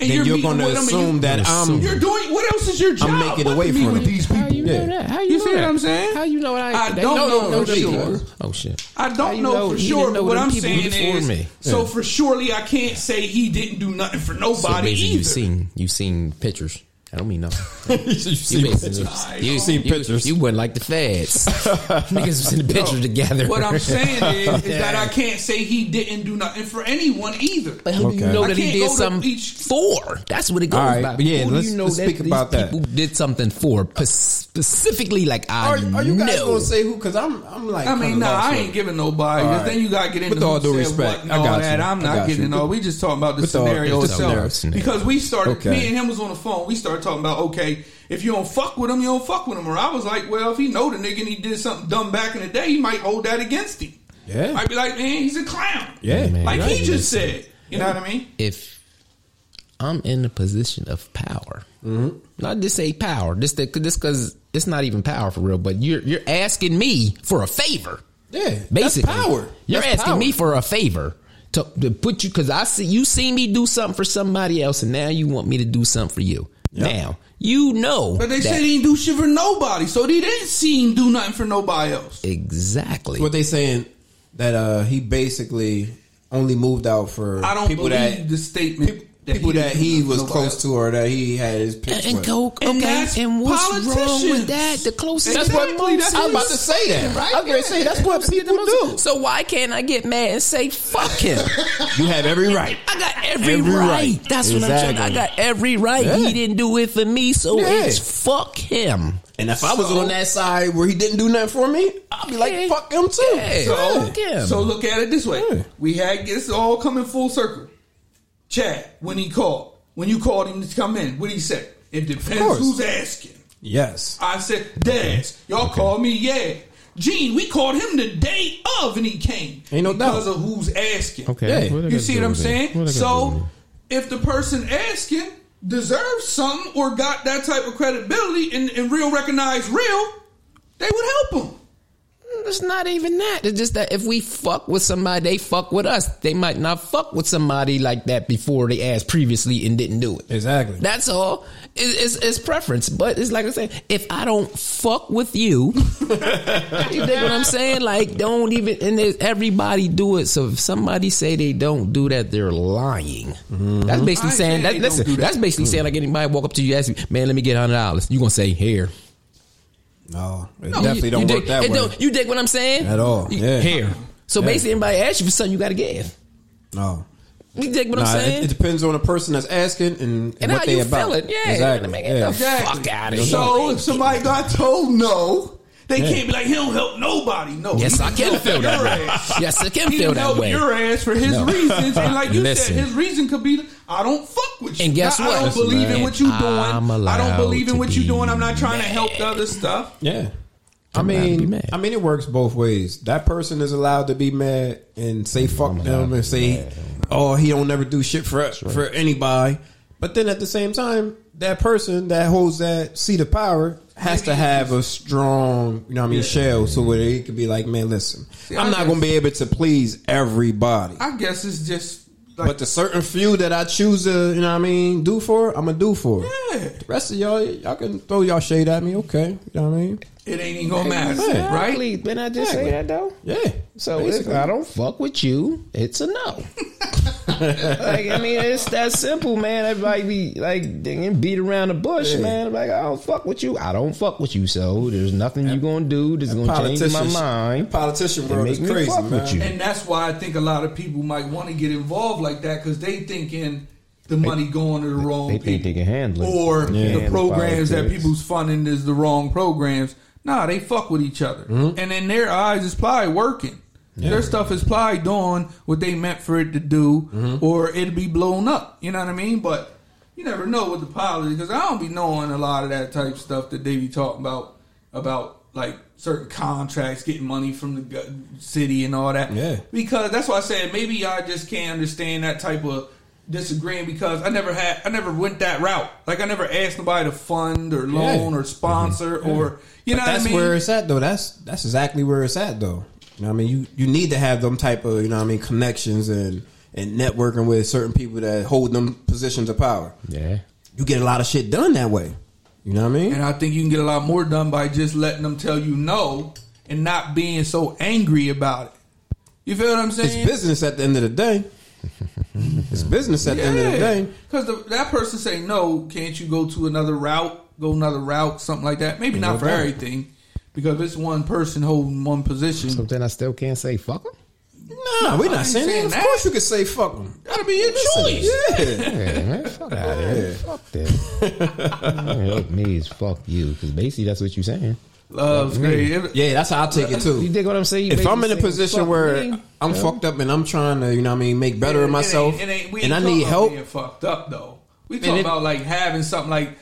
Speaker 4: then you're,
Speaker 3: meeting
Speaker 4: going to
Speaker 3: with them and you-
Speaker 4: assume that I'm.
Speaker 3: you're doing what else is your job?
Speaker 4: making
Speaker 3: but
Speaker 4: a way
Speaker 3: to meet
Speaker 4: for
Speaker 3: with
Speaker 4: them.
Speaker 3: these
Speaker 2: How
Speaker 3: people.
Speaker 2: you
Speaker 4: Yeah.
Speaker 2: know that? How you,
Speaker 3: You
Speaker 2: know
Speaker 3: see what
Speaker 2: that?
Speaker 3: I'm saying?
Speaker 2: How you know that?
Speaker 3: I
Speaker 2: they-
Speaker 3: don't
Speaker 2: no,
Speaker 3: know
Speaker 2: no,
Speaker 3: for
Speaker 2: they-
Speaker 3: sure.
Speaker 2: Oh shit.
Speaker 3: I
Speaker 2: How
Speaker 3: don't
Speaker 2: you
Speaker 3: know, for
Speaker 2: he didn't
Speaker 3: sure,
Speaker 2: know
Speaker 3: but what
Speaker 2: them
Speaker 3: I'm
Speaker 2: people
Speaker 3: saying
Speaker 2: before
Speaker 3: is,
Speaker 2: me?
Speaker 3: so for surely I can't say he didn't do nothing for
Speaker 2: So
Speaker 3: nobody
Speaker 2: basically,
Speaker 3: either.
Speaker 2: you seen you seen pictures. I don't mean nothing.
Speaker 4: you see
Speaker 2: You,
Speaker 4: pictures.
Speaker 2: basically-
Speaker 4: You seen pictures.
Speaker 2: You wouldn't like the feds. Niggas was in the picture together.
Speaker 3: What I'm saying is, is that I can't say he didn't do nothing for anyone either.
Speaker 2: But who do you
Speaker 4: Okay.
Speaker 2: know
Speaker 3: I
Speaker 2: that he
Speaker 3: can't
Speaker 2: did
Speaker 3: go to
Speaker 2: something
Speaker 3: each-
Speaker 2: for? That's what it goes
Speaker 4: All right,
Speaker 2: by.
Speaker 4: but yeah,
Speaker 2: who do
Speaker 4: let's-
Speaker 2: you know
Speaker 4: let's
Speaker 2: that
Speaker 4: speak
Speaker 2: these
Speaker 4: about that.
Speaker 2: people did something for pos- specifically? Like I
Speaker 4: Are, are you guys
Speaker 2: know.
Speaker 4: going to say who? Because I'm, I'm like.
Speaker 3: I mean,
Speaker 4: kinda
Speaker 3: nah,
Speaker 4: lost
Speaker 3: I
Speaker 4: with
Speaker 3: ain't
Speaker 4: it.
Speaker 3: giving nobody. 'cause
Speaker 4: All right.
Speaker 3: Then you got to get into
Speaker 4: With all due
Speaker 3: who
Speaker 4: respect,
Speaker 3: said what and
Speaker 4: I
Speaker 3: all
Speaker 4: got
Speaker 3: that.
Speaker 4: you.
Speaker 3: I'm
Speaker 4: I
Speaker 3: not
Speaker 4: got
Speaker 3: getting
Speaker 4: you.
Speaker 3: all. We just talking about the
Speaker 4: With all-
Speaker 3: scenario
Speaker 4: it's a
Speaker 3: itself
Speaker 2: narrow scenario.
Speaker 3: because we started.
Speaker 4: Okay.
Speaker 3: Me and him was on the phone. We started talking about okay, if you don't fuck with him, you don't fuck with him. Or I was like, well, if he know the nigga and he did something dumb back in the day, he might hold that against him.
Speaker 4: Yeah.
Speaker 3: I'd be like, man, he's a clown.
Speaker 4: Yeah, man.
Speaker 3: like
Speaker 2: right.
Speaker 3: he just said. You know what I mean?
Speaker 2: if I'm in a position of power,
Speaker 4: Mm-hmm.
Speaker 2: not just say power, just that, this because it's not even power for real. But you're you're asking me for a favor.
Speaker 4: Yeah, that's
Speaker 2: basically,
Speaker 4: power.
Speaker 2: You're
Speaker 4: That's
Speaker 2: asking
Speaker 4: power.
Speaker 2: me for a favor to, to put you because I see you see me do something for somebody else, and now you want me to do something for you. Now you know
Speaker 3: But they
Speaker 2: that-
Speaker 3: said he didn't do shit for nobody, so they didn't see him do nothing for nobody else.
Speaker 2: exactly.
Speaker 4: What they saying? that uh, he basically only moved out for
Speaker 3: I don't
Speaker 4: people
Speaker 3: believe
Speaker 4: that
Speaker 3: the statement. that
Speaker 4: people
Speaker 3: he
Speaker 4: that he
Speaker 3: was
Speaker 4: was
Speaker 3: nobody
Speaker 4: close
Speaker 3: else.
Speaker 4: to or that he had his picture
Speaker 2: And
Speaker 4: with.
Speaker 2: coke, okay.
Speaker 3: And
Speaker 2: And,
Speaker 3: that's
Speaker 2: wrong
Speaker 3: politicians.
Speaker 2: with that? The closest.
Speaker 3: That's what most-
Speaker 4: I was about to say that.
Speaker 3: Right?
Speaker 4: I was going to say that's what people do.
Speaker 2: So why can't I get mad and say fuck him?
Speaker 4: You have every right.
Speaker 2: I got every,
Speaker 4: Every
Speaker 2: right.
Speaker 4: right.
Speaker 2: That's what I'm saying. I
Speaker 4: Exactly.
Speaker 2: got every right.
Speaker 4: Yeah.
Speaker 2: He didn't do it for me, so
Speaker 4: Yeah.
Speaker 2: it's fuck him.
Speaker 4: And if I was on that side where he didn't do nothing for me, I'd be like,
Speaker 2: Yeah.
Speaker 4: fuck him too.
Speaker 2: Yeah.
Speaker 4: So,
Speaker 3: So,
Speaker 2: Fuck him.
Speaker 3: so look at it this way:
Speaker 4: Yeah.
Speaker 3: we had this all coming full circle. Chad, when he called, when you called him to come in, what did he say? It depends
Speaker 4: course.
Speaker 3: who's asking.
Speaker 4: Yes.
Speaker 3: I said, Daz, y'all called me, yeah. Gene, we called him the day of and he came.
Speaker 4: Ain't no doubt.
Speaker 3: because of who's asking.
Speaker 4: Yeah.
Speaker 2: that
Speaker 3: You
Speaker 2: got
Speaker 3: see
Speaker 2: to
Speaker 3: what
Speaker 2: do
Speaker 3: I'm
Speaker 2: with it?
Speaker 3: saying?
Speaker 2: What that got to do with
Speaker 3: so
Speaker 2: it?
Speaker 3: if the person asking deserves something or got that type of credibility and, and real recognized real, they would help him.
Speaker 2: It's not even that. It's just that if we fuck with somebody, they fuck with us. They might not fuck with somebody like that before they asked previously and didn't do it.
Speaker 4: Exactly.
Speaker 2: That's all. It- It's, it's preference, but it's like I said. If I don't fuck with you, you dig what I'm saying? Like, don't even. And there's- everybody do it. So if somebody say they don't do that, they're lying. That's basically
Speaker 3: I
Speaker 2: saying
Speaker 3: say
Speaker 2: that.
Speaker 3: they
Speaker 2: Listen,
Speaker 3: don't do that.
Speaker 2: that's basically saying like anybody walk up to you, ask you, man, let me get hundred dollars. You gonna say here?
Speaker 4: No, it
Speaker 2: No,
Speaker 4: definitely
Speaker 2: you-
Speaker 4: don't
Speaker 2: you
Speaker 4: work
Speaker 2: dig-
Speaker 4: that
Speaker 2: it
Speaker 4: way.
Speaker 2: don't- You dig what I'm saying?
Speaker 4: At all.
Speaker 2: You-
Speaker 4: Yeah.
Speaker 2: Here. So
Speaker 4: Yeah.
Speaker 2: basically, anybody asks you for something, you got to give.
Speaker 4: No.
Speaker 2: You dig what
Speaker 4: Nah,
Speaker 2: I'm
Speaker 4: it-
Speaker 2: saying?
Speaker 4: it, depends on the person that's asking and,
Speaker 2: and
Speaker 4: what
Speaker 2: how
Speaker 4: they
Speaker 2: you
Speaker 4: about.
Speaker 2: feel it? Yeah.
Speaker 4: exactly.
Speaker 2: Man,
Speaker 4: yeah.
Speaker 2: Get the fuck out of here.
Speaker 3: So if somebody got told no, they
Speaker 4: Yeah.
Speaker 3: can't be like, he don't help nobody. No.
Speaker 2: Yes,
Speaker 3: he
Speaker 2: I can
Speaker 3: helped
Speaker 2: feel that
Speaker 3: your
Speaker 2: way.
Speaker 3: ass.
Speaker 2: Yes, I can
Speaker 3: He
Speaker 2: feel that
Speaker 3: helped
Speaker 2: way.
Speaker 3: your ass for his reasons. And like you
Speaker 2: Listen.
Speaker 3: said, his reason could be, I don't fuck with you.
Speaker 2: And guess
Speaker 3: I- I
Speaker 2: what?
Speaker 3: don't
Speaker 2: Listen,
Speaker 3: believe in
Speaker 2: man,
Speaker 3: what you doing.
Speaker 2: I'm
Speaker 3: I don't
Speaker 2: allowed
Speaker 3: believe in
Speaker 2: to
Speaker 3: what you
Speaker 2: be
Speaker 3: doing. I'm not trying to help the other stuff.
Speaker 4: Yeah. I
Speaker 2: I'm allowed to be
Speaker 4: mean,
Speaker 2: mad.
Speaker 4: I mean, it works both ways. That person is allowed to be mad and say "fuck them" and say, "Oh, he don't never do shit for for anybody." But then at the same time, that person that holds that seat of power has to have a strong, you know, what I mean, shell, so where he could be like, "Man, listen, I'm
Speaker 3: I
Speaker 4: not going to be able to please everybody."
Speaker 3: I guess it's just like
Speaker 4: But the certain few that I choose to, you know what I mean, do for, I'm gonna do for.
Speaker 3: Yeah.
Speaker 4: The rest of y'all, y'all can throw y'all shade at me, okay? You know what I mean?
Speaker 3: it ain't even gonna matter,
Speaker 4: Yeah.
Speaker 3: right?
Speaker 2: Didn't I just
Speaker 4: Exactly.
Speaker 2: say that though?
Speaker 4: Yeah.
Speaker 2: So if I don't fuck with you, it's a no. like I mean, it's that simple, man. Everybody be like dinging, beat around the bush,
Speaker 4: Yeah.
Speaker 2: man. Like I don't fuck with you. I don't fuck with you. So there's nothing you gonna do that's gonna change my
Speaker 4: Politicians-
Speaker 2: mind.
Speaker 4: Politician world
Speaker 2: make
Speaker 4: is
Speaker 2: me
Speaker 4: crazy,
Speaker 2: fuck
Speaker 4: man.
Speaker 2: with you.
Speaker 3: And that's why I think a lot of people might want to get involved like that because they thinking the money going to the wrong
Speaker 2: they
Speaker 3: people,
Speaker 2: think they can handle it.
Speaker 3: or
Speaker 2: Yeah.
Speaker 3: the
Speaker 2: Handle
Speaker 3: programs that
Speaker 2: politics.
Speaker 3: people's funding is the wrong programs. Nah, they fuck with each other, and in their eyes, it's probably working. Their stuff is probably doing what they meant for it to do, or it'll be blown up. You know what I mean? But you never know with the politics because I don't be knowing a lot of that type stuff that they be talking about about like certain contracts getting money from the go- city and all that.
Speaker 4: Yeah.
Speaker 3: Because that's why I said maybe I just can't understand that type of disagreeing because I never had I never went that route. Like I never asked nobody to fund or loan
Speaker 4: Yeah. Mm-hmm.
Speaker 3: or sponsor or you know
Speaker 4: that's
Speaker 3: what I mean.
Speaker 4: where it's at though. That's that's exactly where it's at though. You know what I mean? You you need to have them type of, you know what I mean, connections and and networking with certain people that hold them positions of power.
Speaker 2: Yeah.
Speaker 4: You get a lot of shit done that way. You know what I mean?
Speaker 3: and I think you can get a lot more done by just letting them tell you no and not being so angry about it. You feel what I'm
Speaker 4: it's
Speaker 3: saying?
Speaker 4: business at the end of the day. it's business at the end of the day.
Speaker 3: Because that person say no, can't you go to another route? Go another route, something like that. Maybe not for
Speaker 4: doubt.
Speaker 3: everything, because if it's one person holding one
Speaker 2: So
Speaker 3: position.
Speaker 2: then I still can't say fuck them.
Speaker 4: No, we're
Speaker 3: I
Speaker 4: not
Speaker 3: ain't
Speaker 4: saying,
Speaker 3: saying
Speaker 4: that.
Speaker 3: that.
Speaker 4: Of course, you could say fuck them.
Speaker 3: Gotta be your choice.
Speaker 4: Yeah.
Speaker 2: Yeah, man, fuck out of here. Fuck that. help me is fuck you, because basically that's what you're saying.
Speaker 3: Love's great. If-
Speaker 4: yeah, that's how I take it
Speaker 2: You
Speaker 4: too.
Speaker 2: dig what I'm saying? You
Speaker 4: If I'm in a
Speaker 2: basically saying,
Speaker 4: position
Speaker 2: "Fuck
Speaker 4: where
Speaker 2: me."
Speaker 4: I'm fucked up and I'm trying to, you know, what I mean, make better of
Speaker 3: it ain't-
Speaker 4: myself,
Speaker 3: it ain't- we
Speaker 4: and I
Speaker 3: ain't
Speaker 4: need
Speaker 3: talking about
Speaker 4: help.
Speaker 3: Being fucked up though. We talking
Speaker 4: it-
Speaker 3: about like having something like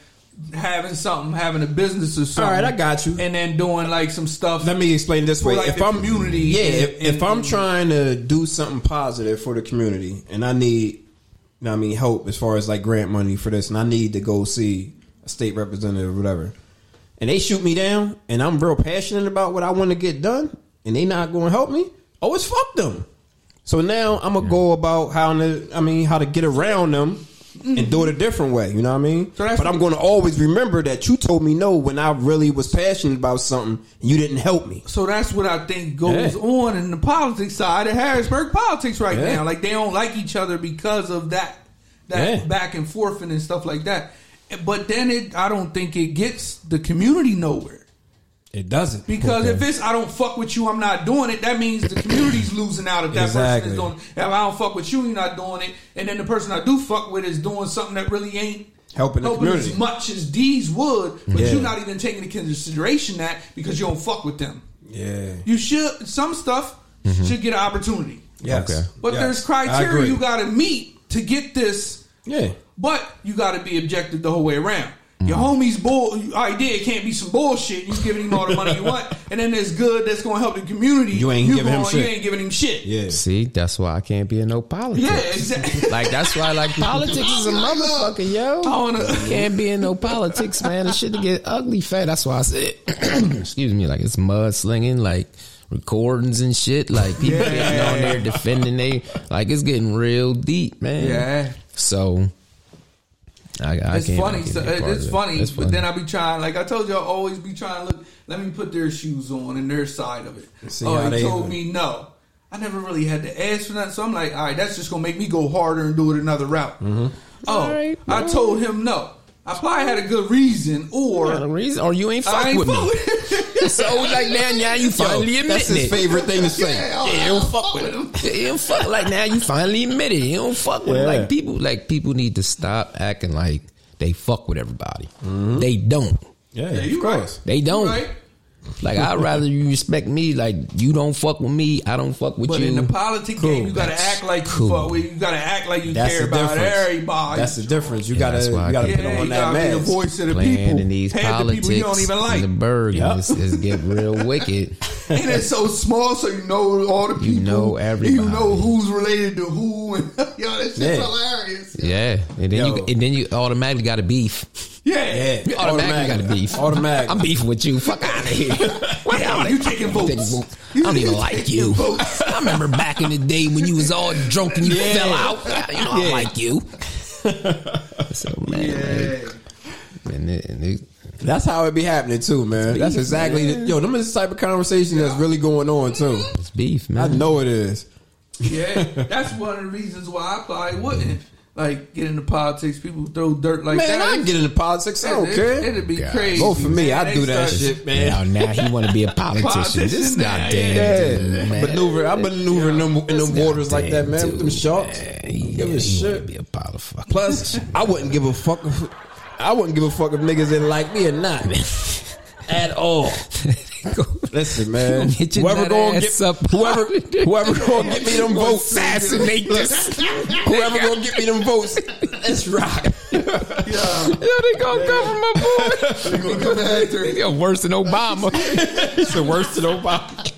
Speaker 3: having something, having a business or something.
Speaker 4: All right, I got you.
Speaker 3: And then doing like some stuff.
Speaker 4: Let me explain this
Speaker 3: For,
Speaker 4: way:
Speaker 3: like,
Speaker 4: if
Speaker 3: the
Speaker 4: I'm
Speaker 3: community
Speaker 4: yeah,
Speaker 3: and-
Speaker 4: if, if
Speaker 3: and-
Speaker 4: I'm
Speaker 3: and-
Speaker 4: trying to do something positive for the community, and I need, you know, what I mean, help as far as like grant money for this, and I need to go see a state representative, or whatever, and they shoot me down, and I'm real passionate about what I want to get done, and they not going to help me. Oh, it's fuck them. So now I'm gonna go about how to, I mean, how to get around them and do it a different way. You know what I mean?
Speaker 3: Mm-hmm. So that's-
Speaker 4: but I'm going to always remember that you told me no when I really was passionate about something and you didn't help me.
Speaker 3: So that's what I think goes
Speaker 4: Yeah.
Speaker 3: on in the politics side of Harrisburg politics right
Speaker 4: Yeah.
Speaker 3: now. Like they don't like each other because of that that
Speaker 4: Yeah.
Speaker 3: back and forth and stuff like that. But then it, I don't think it gets the community nowhere.
Speaker 4: It doesn't
Speaker 3: Because if it's I don't fuck with you, I'm not doing it. That means the community's losing out if that person
Speaker 4: Exactly.
Speaker 3: is doing. If I don't fuck with you, you're not doing it. And then the person I do fuck with is doing something that really ain't
Speaker 4: Helping the community.
Speaker 3: as much as these would. But
Speaker 4: Yeah.
Speaker 3: you're not even taking into consideration that because you don't fuck with them.
Speaker 4: yeah,
Speaker 3: You should some stuff should get an opportunity,
Speaker 4: yes,
Speaker 2: Okay.
Speaker 3: but
Speaker 4: Mm-hmm. Yes.
Speaker 3: there's
Speaker 4: I agree.
Speaker 3: criteria you got to meet to get this.
Speaker 4: yeah.
Speaker 3: But you got to be objective the whole way around. Your
Speaker 4: Mm-hmm.
Speaker 3: homie's bull idea can't be some bullshit. You giving him all the money you want, and then there's good that's going to help the community.
Speaker 4: You ain't
Speaker 3: You're
Speaker 4: giving him
Speaker 3: going- You
Speaker 4: shit.
Speaker 3: ain't giving him shit.
Speaker 4: Yeah.
Speaker 2: See, that's why I can't be in no politics.
Speaker 3: yeah, exactly.
Speaker 2: Like that's why like politics is a motherfucker, yo.
Speaker 3: I wanna-
Speaker 2: can't be in no politics, man. The shit to get ugly fat. That's why I said, excuse me, like it's mudslinging, like recordings and shit. Like people getting on there defending they, like it's getting real deep, man.
Speaker 3: Yeah.
Speaker 2: So I, I
Speaker 3: it's
Speaker 2: can't. I
Speaker 3: funny.
Speaker 2: can't
Speaker 3: So, uh,
Speaker 2: be a part
Speaker 3: it's
Speaker 2: of it.
Speaker 3: funny,
Speaker 2: It's
Speaker 3: but then I be trying. Like I told you, I always be trying. to Look, let me put their shoes on and their side of it.
Speaker 4: See
Speaker 3: oh,
Speaker 4: how
Speaker 3: he
Speaker 4: they
Speaker 3: told
Speaker 4: look.
Speaker 3: me no. I never really had to ask for that, so I'm like, all right, that's just gonna make me go harder and do it another route. Oh,
Speaker 2: Alright,
Speaker 3: I
Speaker 2: no.
Speaker 3: told him no. I probably had a good reason, or
Speaker 2: Not a reason, or you ain't fuck
Speaker 3: I ain't
Speaker 2: with
Speaker 3: fuck
Speaker 2: me.
Speaker 3: with him.
Speaker 2: so like now, now you finally admitting
Speaker 4: that's his
Speaker 2: it.
Speaker 4: favorite thing to say.
Speaker 3: Yeah,
Speaker 2: Yeah,
Speaker 3: I
Speaker 2: you
Speaker 3: don't
Speaker 2: don't fuck with him. Yeah, you don't fuck. Like now, you finally admit it. You don't fuck with him.
Speaker 4: Yeah.
Speaker 2: Like people, like people need to stop acting like they fuck with everybody.
Speaker 4: Mm-hmm.
Speaker 2: They don't.
Speaker 4: Yeah,
Speaker 3: Yeah, you
Speaker 4: of
Speaker 3: right.
Speaker 4: course.
Speaker 2: They don't.
Speaker 3: Right?
Speaker 2: Like I'd rather you respect me. Like you don't fuck with me. I don't fuck with
Speaker 3: But
Speaker 2: you.
Speaker 3: in the politics
Speaker 4: Cool.
Speaker 3: game, you gotta
Speaker 2: That's
Speaker 3: act like
Speaker 2: cool.
Speaker 3: you fuck with. You gotta act like you
Speaker 4: That's
Speaker 3: care
Speaker 4: the
Speaker 3: about
Speaker 4: difference.
Speaker 3: everybody.
Speaker 4: That's the difference. You
Speaker 2: Yeah,
Speaker 4: gotta,
Speaker 2: that's why I
Speaker 4: you gotta
Speaker 2: can't-
Speaker 4: put
Speaker 3: yeah,
Speaker 4: on
Speaker 3: you
Speaker 4: that
Speaker 3: gotta be the
Speaker 4: mask.
Speaker 3: voice of the
Speaker 2: Playing
Speaker 3: people.
Speaker 2: in these
Speaker 3: Half the
Speaker 2: politics
Speaker 3: people you don't even
Speaker 2: in the
Speaker 3: like.
Speaker 2: burg,
Speaker 4: Yup.
Speaker 2: it's, it's get real wicked.
Speaker 3: and it's so small, so you know all the people.
Speaker 2: You know everybody.
Speaker 3: You know who's related to who, and yo, that shit's
Speaker 4: Yeah.
Speaker 3: hilarious.
Speaker 2: Yeah, and then
Speaker 4: Yo.
Speaker 2: you and then you automatically got a beef.
Speaker 3: Yeah,
Speaker 4: Yeah,
Speaker 2: You automatically got a
Speaker 4: automatic.
Speaker 2: beef.
Speaker 4: Automatic.
Speaker 2: I'm beefing with you. Fuck out of here.
Speaker 3: What
Speaker 2: Yeah, I'm
Speaker 3: you taking
Speaker 2: I'm
Speaker 3: votes.
Speaker 2: I don't even like
Speaker 3: taking
Speaker 2: you.
Speaker 3: votes.
Speaker 2: I remember back in the day when you was all drunk and you
Speaker 4: Yeah.
Speaker 2: fell out. You know, I
Speaker 4: Yeah.
Speaker 2: like you. So man,
Speaker 3: yeah.
Speaker 2: like, and it, and it,
Speaker 4: That's how it be happening too, man. That's exactly the, yo. Them is the type of conversation that's really going on too.
Speaker 2: it's beef,
Speaker 4: I
Speaker 2: man.
Speaker 4: know it is.
Speaker 3: Yeah, that's one of the reasons why I probably wouldn't like get into politics. People throw dirt like
Speaker 4: Man,
Speaker 3: that.
Speaker 4: I get into politics. I don't care.
Speaker 3: It'd be
Speaker 2: God.
Speaker 3: crazy.
Speaker 4: Vote for me. I
Speaker 3: They
Speaker 4: do that
Speaker 3: start-
Speaker 4: shit,
Speaker 2: Now,
Speaker 4: man.
Speaker 2: now he want to be a politician.
Speaker 3: Politician
Speaker 2: This
Speaker 3: now,
Speaker 2: goddamn
Speaker 4: Yeah,
Speaker 2: dude, man.
Speaker 4: maneuver. I maneuver in them, in
Speaker 2: This
Speaker 4: them waters like that,
Speaker 2: goddamn
Speaker 4: man. With them
Speaker 2: dude,
Speaker 4: sharks.
Speaker 2: man.
Speaker 4: Don't
Speaker 2: Yeah,
Speaker 4: give a
Speaker 2: he wanna
Speaker 4: shit.
Speaker 2: Be a politician.
Speaker 4: Plus, I wouldn't give a fuck. If, I wouldn't give a fuck if niggas didn't like me or not.
Speaker 2: at all.
Speaker 4: Listen, man.
Speaker 2: Get your
Speaker 4: Whoever
Speaker 2: whoever
Speaker 4: gonna
Speaker 2: going
Speaker 4: get
Speaker 2: get up,
Speaker 4: whoever whoever gonna get me them votes.
Speaker 2: assassinate this.
Speaker 4: Whoever gonna get me them votes. Let's rock.
Speaker 3: Yeah.
Speaker 2: Yo, they gonna come for my boy.
Speaker 3: They gonna come after it.
Speaker 2: Yo, worse than Obama. He's the worst than Obama.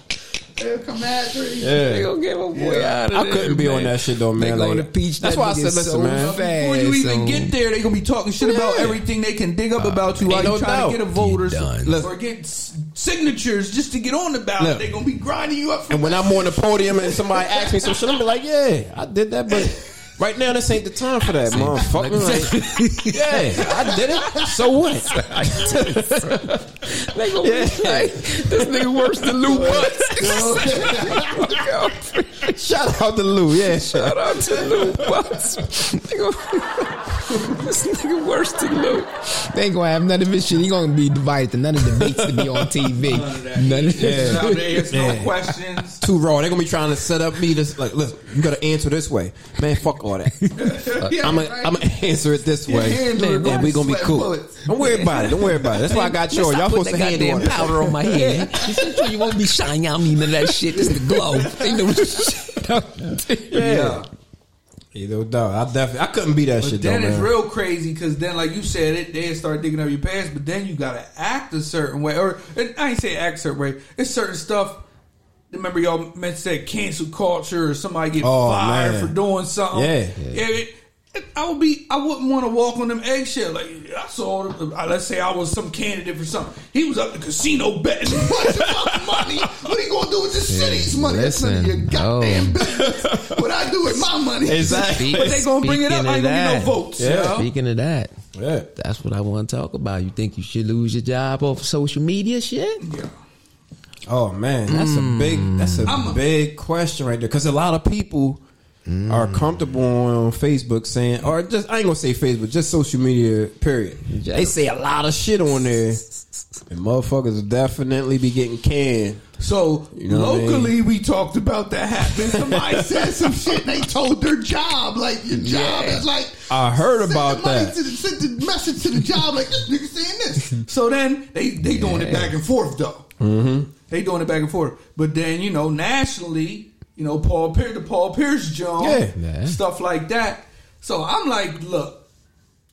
Speaker 3: They'll come after it.
Speaker 2: They
Speaker 4: Yeah.
Speaker 2: gonna get my boy out of
Speaker 4: I
Speaker 2: there,
Speaker 4: couldn't be on
Speaker 2: man.
Speaker 4: that shit though, man.
Speaker 2: They gonna
Speaker 4: Like,
Speaker 2: impeach
Speaker 4: that's
Speaker 2: that
Speaker 4: why I
Speaker 2: nigga
Speaker 4: said, listen,
Speaker 2: so
Speaker 4: man.
Speaker 3: Before you even
Speaker 2: fast,
Speaker 3: get there, they gonna be talking shit about
Speaker 4: Yeah. Uh,
Speaker 3: everything they can dig up about you while
Speaker 4: ain't
Speaker 3: you
Speaker 4: no
Speaker 3: trying
Speaker 4: doubt.
Speaker 3: to get a vote
Speaker 2: You
Speaker 3: or,
Speaker 2: done.
Speaker 3: or get s- signatures just to get on the ballot.
Speaker 4: Look.
Speaker 3: They gonna be grinding you up. For
Speaker 4: And when I'm on the podium and somebody asks me some shit, I'm be like, yeah, I did that, but. Right now, this ain't the time for that, motherfucker. Like, yeah, I did it. So what?
Speaker 2: They gonna be like, this nigga worse than Lou Butts. Yo,
Speaker 4: Shout out to Lou. Yeah,
Speaker 2: Shout out to Lou Butts. They gonna- this nigga worse than Lou. They ain't gonna have none of this shit. He gonna be divided to none of the debates to be on TV. None of
Speaker 3: that.
Speaker 2: this.
Speaker 3: Out there, it's no
Speaker 4: Yeah.
Speaker 3: questions.
Speaker 4: too raw. They're gonna be trying to set up me to like, look, you gotta answer this way, man. Fuck all that.
Speaker 3: Yeah,
Speaker 4: I'm gonna
Speaker 3: right.
Speaker 4: I'm gonna answer it this way,
Speaker 3: handle it,
Speaker 4: and we gonna be
Speaker 3: sweat
Speaker 4: cool.
Speaker 3: bullets.
Speaker 4: Don't worry about it. Don't worry about it. That's why I got yours.
Speaker 2: Stop
Speaker 4: Y'all
Speaker 2: putting
Speaker 4: supposed to
Speaker 2: that
Speaker 4: handle
Speaker 2: goddamn
Speaker 4: it.
Speaker 2: powder on my head. you won't be shining. I don't need none of that shit. This is the glow. Ain't no shit.
Speaker 3: Yeah.
Speaker 4: Yeah, no doubt. I definitely I couldn't be that
Speaker 3: But
Speaker 4: shit though,
Speaker 3: then it's
Speaker 4: man.
Speaker 3: real crazy because then, like you said, it they start digging up your past. But then you gotta act a certain way, or and I ain't say act a certain way. It's certain stuff. Remember, y'all meant said cancel culture, or somebody get
Speaker 4: Oh,
Speaker 3: fired
Speaker 4: man.
Speaker 3: for doing something.
Speaker 4: Yeah.
Speaker 3: yeah. it- it- I would be. I wouldn't want to walk on them eggshells. Like I saw. them- uh, Let's say I was some candidate for something. He was up the casino betting a bunch of fucking money. What are you gonna do with the city's money? That's none of your
Speaker 2: listen, no.
Speaker 3: goddamn business. What I do is get my money.
Speaker 4: Exactly.
Speaker 3: But they gonna bring it up.
Speaker 2: Speaking
Speaker 3: I ain't
Speaker 2: of
Speaker 3: gonna get
Speaker 2: that.
Speaker 3: no votes.
Speaker 4: Yeah.
Speaker 3: Yeah.
Speaker 2: Speaking of that,
Speaker 4: Yeah.
Speaker 2: that's what I want to talk about. You think you should lose your job off of social media shit?
Speaker 3: yeah.
Speaker 4: Oh man, that's a big that's a
Speaker 3: I'm a-
Speaker 4: big question right there because a lot of people are comfortable on Facebook saying, or just I ain't gonna say Facebook, just social media. Period. They say a lot of shit on there, and motherfuckers will definitely be getting canned.
Speaker 3: So
Speaker 4: You know what I mean?
Speaker 3: locally, we talked about that happening. Somebody said some shit. and They told their job like your job is like.
Speaker 4: I heard
Speaker 3: send the
Speaker 4: about
Speaker 3: money
Speaker 4: that.
Speaker 3: To the, send the message to the job like this nigga saying this. So then they they doing it back and forth though. Mm-hmm. They doing it back and forth. But then you know nationally, you know Paul Pierce, the Paul Pierce John,
Speaker 4: Yeah.
Speaker 2: Yeah.
Speaker 3: stuff like that. So I'm like, look.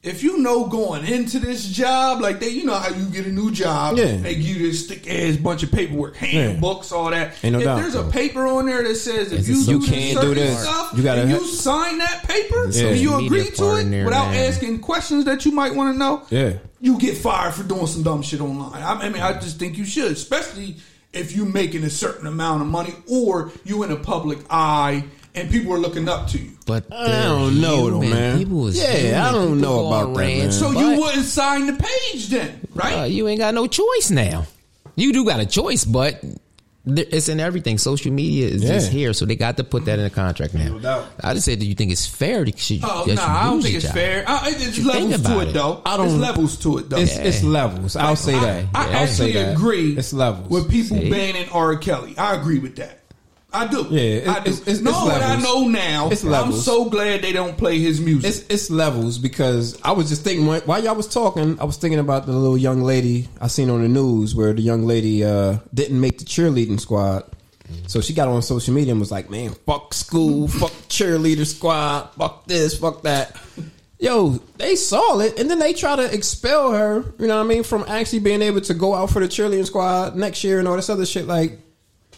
Speaker 3: If you know going into this job, like they, you know how you get a new job,
Speaker 4: Yeah.
Speaker 3: they give you this thick ass bunch of paperwork, handbooks, books, all that.
Speaker 4: Ain't no
Speaker 3: if
Speaker 4: doubt.
Speaker 3: there's a paper on there that says if
Speaker 2: It's a
Speaker 3: you
Speaker 2: social
Speaker 3: do this
Speaker 4: media
Speaker 3: certain
Speaker 4: part. You
Speaker 3: stuff,
Speaker 4: gotta
Speaker 3: and
Speaker 4: have-
Speaker 3: you sign that paper,
Speaker 2: It's a
Speaker 3: and you
Speaker 2: social
Speaker 3: agree
Speaker 2: media
Speaker 3: to
Speaker 2: part
Speaker 3: it
Speaker 2: in there,
Speaker 3: without
Speaker 2: man.
Speaker 3: asking questions that you might want to know,
Speaker 4: Yeah.
Speaker 3: you get fired for doing some dumb shit online. I, I mean, I just think you should, especially if you're making a certain amount of money or you in a public eye and people are looking up to you.
Speaker 2: But
Speaker 4: I don't
Speaker 2: they're
Speaker 4: know though,
Speaker 2: human.
Speaker 4: man.
Speaker 2: People is
Speaker 4: Yeah,
Speaker 2: human.
Speaker 4: I don't
Speaker 2: People
Speaker 4: know
Speaker 2: go
Speaker 4: about
Speaker 2: on
Speaker 4: that,
Speaker 2: rants.
Speaker 4: man.
Speaker 3: So
Speaker 2: But-
Speaker 3: you wouldn't sign the page then, right?
Speaker 2: Uh, you ain't got no choice now. You do got a choice, but there- it's in everything. Social media is just
Speaker 4: Yeah.
Speaker 2: here, so they got to put that in the contract now.
Speaker 4: No doubt.
Speaker 2: I just said, do you think it's fair? To, should,
Speaker 3: Oh
Speaker 2: that
Speaker 3: no,
Speaker 2: you
Speaker 3: I don't
Speaker 2: lose
Speaker 3: think
Speaker 2: your
Speaker 3: it's
Speaker 2: job?
Speaker 3: fair. I, it- it's
Speaker 2: You think
Speaker 3: levels to
Speaker 2: about
Speaker 3: it,
Speaker 2: it.
Speaker 3: though.
Speaker 4: I don't-
Speaker 3: it's levels to it though.
Speaker 4: It's, it's
Speaker 2: Yeah.
Speaker 4: levels. I'll say that.
Speaker 3: I, I
Speaker 4: will
Speaker 3: actually
Speaker 4: say that.
Speaker 3: agree.
Speaker 4: It's levels.
Speaker 3: with people
Speaker 2: See?
Speaker 3: banning R. Kelly. I agree with that. I do.
Speaker 4: Yeah, it-
Speaker 3: I do.
Speaker 4: it's- it's-
Speaker 3: no,
Speaker 4: it's
Speaker 3: what I
Speaker 4: levels.
Speaker 3: know now.
Speaker 4: It's
Speaker 3: I'm
Speaker 4: levels.
Speaker 3: so glad they don't play his music.
Speaker 4: It's it's levels because I was just thinking while y'all was talking, I was thinking about the little young lady I seen on the news where the young lady uh, didn't make the cheerleading squad. So she got on social media and was like, "Man, fuck school, fuck cheerleader squad, fuck this, fuck that." Yo, they saw it and then they try to expel her. You know what I mean? From actually being able to go out for the cheerleading squad next year and all this other shit. Like,